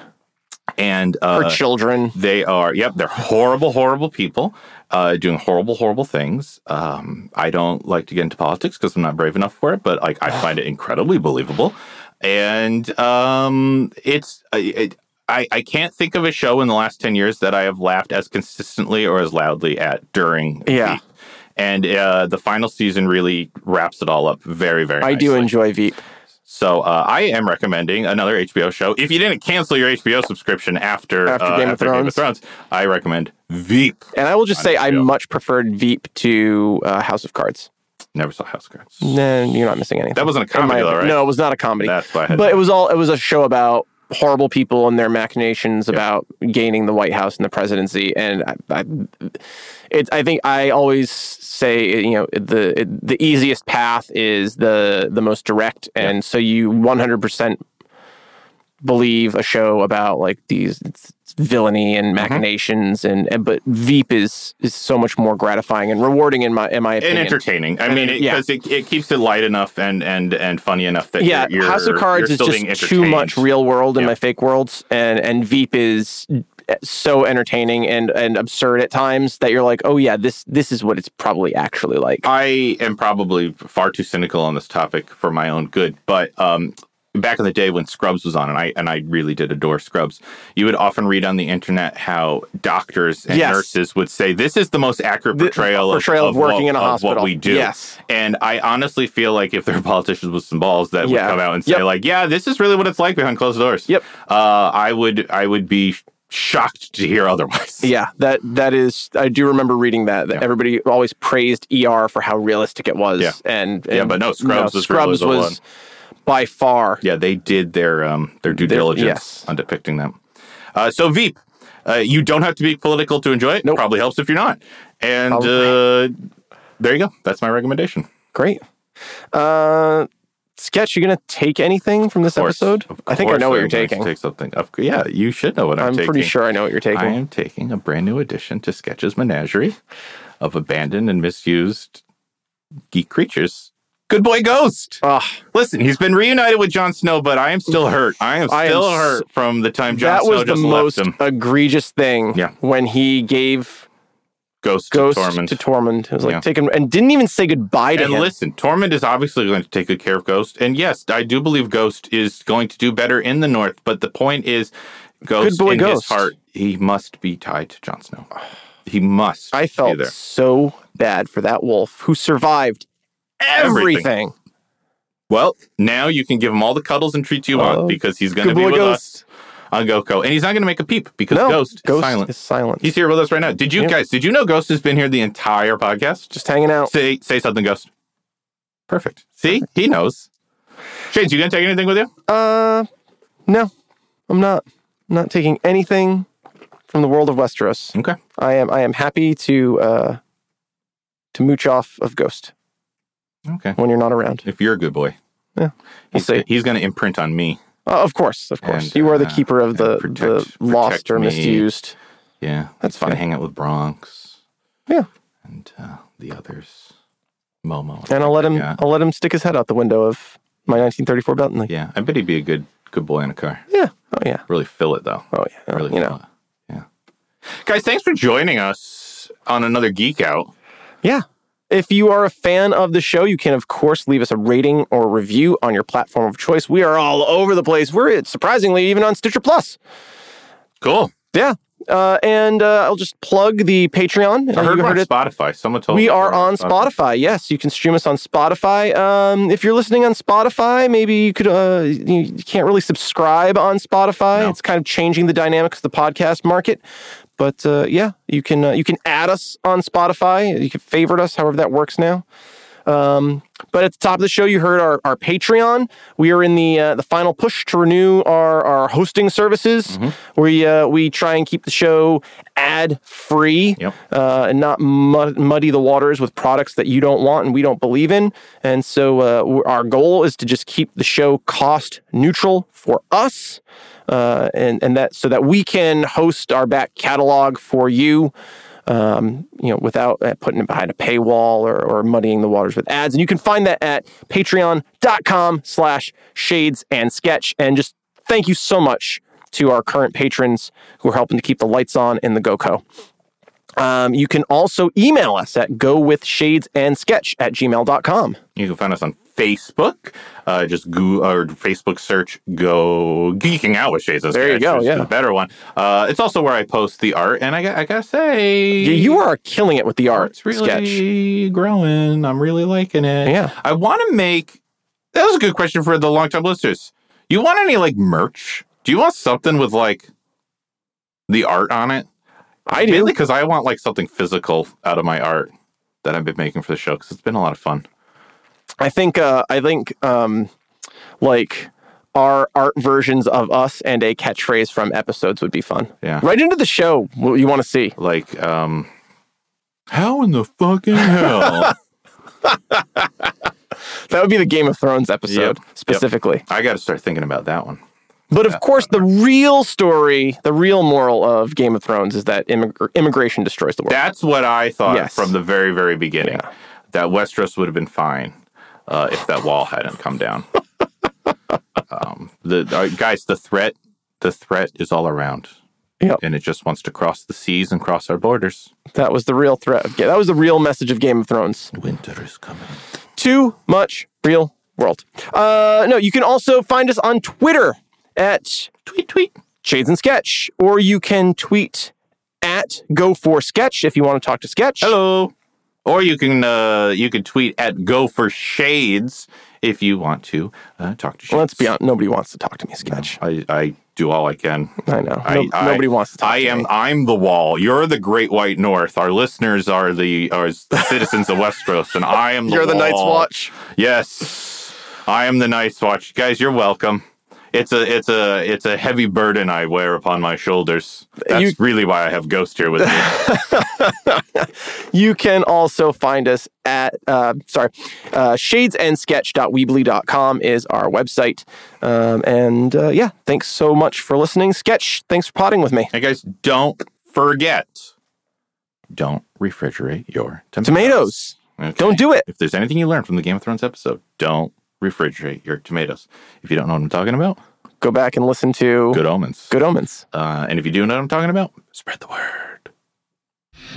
S2: and
S3: Her
S2: uh,
S3: children.
S2: they are, yep, they're horrible, horrible people uh, doing horrible, horrible things. Um, I don't like to get into politics because I'm not brave enough for it, but like I find it incredibly believable. And um, it's, I- it, I, I can't think of a show in the last 10 years that I have laughed as consistently or as loudly at during. a
S3: Yeah.
S2: week. And uh, the final season really wraps it all up very, very
S3: I do
S2: nicely.
S3: enjoy Veep.
S2: So uh, I am recommending another HBO show. If you didn't cancel your HBO subscription after,
S3: After
S2: uh,
S3: Game of
S2: after Game of Thrones, I recommend Veep.
S3: And I will just
S2: On
S3: say I
S2: HBO.
S3: much preferred Veep to uh, House of Cards.
S2: Never saw House of Cards.
S3: No, you're not missing anything.
S2: That wasn't a
S3: In my
S2: comedy, though,
S3: opinion-
S2: right?
S3: No, it was not a comedy.
S2: That's why I had
S3: but it was all it was a show about horrible people and their machinations about gaining the White House and the presidency. And I, I, it, I think I always say you know the it, the easiest path is the the most direct, and so you 100 percent believe a show about like these it's- it's villainy and machinations and, and but Veep is is so much more gratifying and rewarding in my in my
S2: and
S3: opinion.
S2: entertaining. I
S3: And
S2: mean,
S3: it- yeah.
S2: because it, it, keeps it light enough and and and funny enough that
S3: yeah,
S2: you're, you're,
S3: House of Cards is
S2: you're still being
S3: just too much
S2: entertained.
S3: real world in
S2: Yeah.
S3: my fake worlds, and and Veep is eh, so entertaining and and absurd at times that you're like, oh yeah, this this is what it's probably actually like.
S2: I am probably far too cynical on this topic for my own good, but um, back in the day when Scrubs was on, and I and I really did adore Scrubs, you would often read on the internet how doctors and
S3: Yes.
S2: nurses would say this is the most accurate
S3: The-
S2: portrayal,
S3: portrayal of working
S2: what,
S3: in a
S2: of
S3: hospital."
S2: What we do,
S3: Yes.
S2: And I honestly feel like if there were politicians with some balls that
S3: Yeah.
S2: would come out and say
S3: Yep.
S2: like, yeah, this is really what it's like behind closed doors.
S3: Yep.
S2: Uh, I would I would be shocked to hear otherwise.
S3: yeah, that that is. I do remember reading that. that
S2: Yeah.
S3: Everybody always praised ER for how realistic it was.
S2: Yeah.
S3: And,
S2: Yeah,
S3: and,
S2: but no, Scrubs was really
S3: Scrubs
S2: the
S3: was by far.
S2: yeah, they did their um, their due
S3: Their-
S2: diligence
S3: yes.
S2: on depicting them. Uh, so Veep, uh, you don't have to be political to enjoy it.
S3: Nope.
S2: Probably helps if you're not. And uh, there you go. That's my recommendation.
S3: Great. Uh, Sketch, you gonna take anything from this
S2: Of course-
S3: episode?
S2: of
S3: I think I
S2: course
S3: know what
S2: I'm
S3: you're
S2: going to
S3: taking.
S2: Take something. Of, cou- yeah, you should know what I'm,
S3: I'm
S2: taking.
S3: pretty sure I know what you're taking.
S2: I am taking a brand new addition to Sketch's Menagerie of abandoned and misused geek creatures. Good boy, Ghost.
S3: Ugh.
S2: Listen, he's been reunited with Jon Snow, but I am still hurt. I am
S3: I am
S2: still
S3: s-
S2: hurt from the time Jon
S3: that
S2: Snow
S3: was the
S2: just
S3: most
S2: left him.
S3: egregious thing
S2: Yeah.
S3: when he gave
S2: Ghost,
S3: Ghost
S2: to Tormund.
S3: to Tormund. It was like
S2: Yeah.
S3: take him and didn't even say goodbye to
S2: and
S3: him.
S2: listen, Tormund is obviously going to take good care of Ghost. And yes, I do believe Ghost is going to do better in the North. But the point is, Ghost
S3: boy,
S2: in his
S3: Ghost.
S2: heart, he must be tied to Jon Snow. He must.
S3: I
S2: be
S3: felt
S2: there.
S3: so bad for that wolf who survived
S2: Everything.
S3: everything.
S2: Well, now you can give him all the cuddles and treats you
S3: Oh,
S2: want because he's going to
S3: Good
S2: be
S3: boy,
S2: with
S3: Ghost.
S2: us on Goko, and he's not going to make a peep because
S3: No,
S2: Ghost, is silent.
S3: is silent.
S2: he's here with us right now. Did you
S3: Yeah.
S2: guys? Did you know Ghost has been here the entire podcast?
S3: just hanging out.
S2: Say say something, Ghost. Perfect. See, he knows. Shades, you gonna take anything with you?
S3: Uh, no, I'm not. I'm not taking anything from the world of Westeros.
S2: Okay.
S3: I am. I am happy to uh, to mooch off of Ghost
S2: Okay.
S3: when you're not around.
S2: If you're a good boy,
S3: Yeah, we'll
S2: he's,
S3: see.
S2: he's going to imprint on me.
S3: Uh, of course, of course.
S2: And,
S3: you are the
S2: uh,
S3: keeper of the,
S2: and protect-
S3: the lost
S2: protect
S3: or
S2: me.
S3: misused.
S2: Yeah,
S3: That's
S2: he's gonna
S3: fine.
S2: Hang out with Bronx.
S3: Yeah.
S2: and uh, the others, Momo,
S3: And I'll let him
S2: Yeah.
S3: I'll let him stick his head out the window of my 1934 Bentley.
S2: Yeah, I bet he'd be a good good boy in a car.
S3: Yeah. Oh yeah.
S2: Really fill it though.
S3: Oh yeah.
S2: Really
S3: you
S2: fill
S3: know.
S2: it. Yeah, guys, thanks for joining us on another geek out.
S3: Yeah. If you are a fan of the show, you can of course leave us a rating or review on your platform of choice. We are all over the place. We're surprisingly even on Stitcher Plus.
S2: Cool.
S3: Yeah. Uh, and uh, I'll just plug the Patreon.
S2: I
S3: Uh,
S2: heard
S3: you
S2: we're on
S3: heard it
S2: Spotify. Someone told
S3: We
S2: me
S3: are
S2: we're
S3: on Spotify. Yes, you can stream us on Spotify. Um, if you're listening on Spotify, maybe you could. Uh, you you can't really subscribe on Spotify.
S2: No.
S3: It's kind of changing the dynamics of the podcast market. But uh, yeah, you can uh, you can add us on Spotify. You can favorite us, however that works now. Um, but at the top of the show, you heard our, our Patreon. We are in the uh, the final push to renew our, our hosting services.
S2: Mm-hmm.
S3: We uh, we try and keep the show ad free
S2: Yep.
S3: uh, and not mud- muddy the waters with products that you don't want and we don't believe in. And so uh, w- our goal is to just keep the show cost neutral for us, uh, and and that so that we can host our back catalog for you. Um, you know, without uh, putting it behind a paywall or, or muddying the waters with ads. And you can find that at patreon.com slash shades and sketch. And just thank you so much to our current patrons who are helping to keep the lights on in the GoCo. Um, you can also email us at gowithshadesandsketch at gmail.com.
S2: You can find us on Facebook. Uh, just go or Facebook search "Go Geeking Out with Shades." of
S3: There you
S2: Sketch,
S3: go,
S2: which is
S3: yeah.
S2: the better one. Uh, it's also where I post the art, and I, got- I gotta say,
S3: Yeah, you are killing it with the art
S2: it's
S3: sketch.
S2: really growing. I'm really liking it.
S3: Yeah.
S2: I want to make. That was a good question for the longtime listeners. You want any like merch? Do you want something with like the art on it?
S3: I do.
S2: Mainly because I want like something physical out of my art that I've been making for the show because it's been a lot of fun.
S3: I think uh, I think um, like our art versions of us and a catchphrase from episodes would be fun.
S2: Yeah.
S3: Right into the show. What you want to see?
S2: Like, um, how in the fucking hell?
S3: That would be the Game of Thrones episode
S2: Yep.
S3: specifically.
S2: I got to start thinking about that one.
S3: But of course, the real story, the real moral of Game of Thrones is that immig- immigration destroys the world.
S2: That's what I thought
S3: Yes.
S2: from the very, very beginning. That Westeros would have been fine uh, if that wall hadn't come down. um, the uh, guys, the threat, the threat is all around,
S3: Yep.
S2: and it just wants to cross the seas and cross our borders.
S3: That was the real threat. Of, Ga- that was the real message of Game of Thrones.
S2: Winter is coming.
S3: Too much real world. Uh, no, you can also find us on Twitter at
S2: Tweet, tweet.
S3: Shades and Sketch, or you can tweet at Go for Sketch if you want to talk to Sketch.
S2: Hello. Or you can uh, you can tweet at Go for Shades if you want to uh, talk to. Shades.
S3: Let's be honest. Nobody wants to talk to me, Sketch.
S2: I, I do all I can.
S3: I know.
S2: I-
S3: No-
S2: I-
S3: nobody wants to talk.
S2: I
S3: to
S2: am.
S3: Me.
S2: I'm the wall. You're the Great White North. Our listeners are the are the citizens of Westeros, and I am. The
S3: You're the Night's
S2: wall.
S3: Watch.
S2: Yes, I am the Night's Watch. Guys, you're welcome. It's a it's a it's a heavy burden I wear upon my shoulders. That's
S3: You-
S2: really why I have Ghost here with me.
S3: You can also find us at, uh, sorry, uh, shadesandsketch.weebly.com is our website. Um, and uh, yeah, thanks so much for listening. Sketch, thanks for potting with me.
S2: and guys, don't forget, don't refrigerate your tomatoes.
S3: Tomatoes,
S2: Okay.
S3: don't do it.
S2: If there's anything you learned from the Game of Thrones episode, don't refrigerate your tomatoes. If you don't know what I'm talking about,
S3: Go back and listen to
S2: good omens.
S3: Good Omens.
S2: Uh, and if you do know what I'm talking about, spread the word.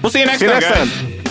S2: We'll see you next
S3: See you
S2: time,
S3: next
S2: guys.
S3: time.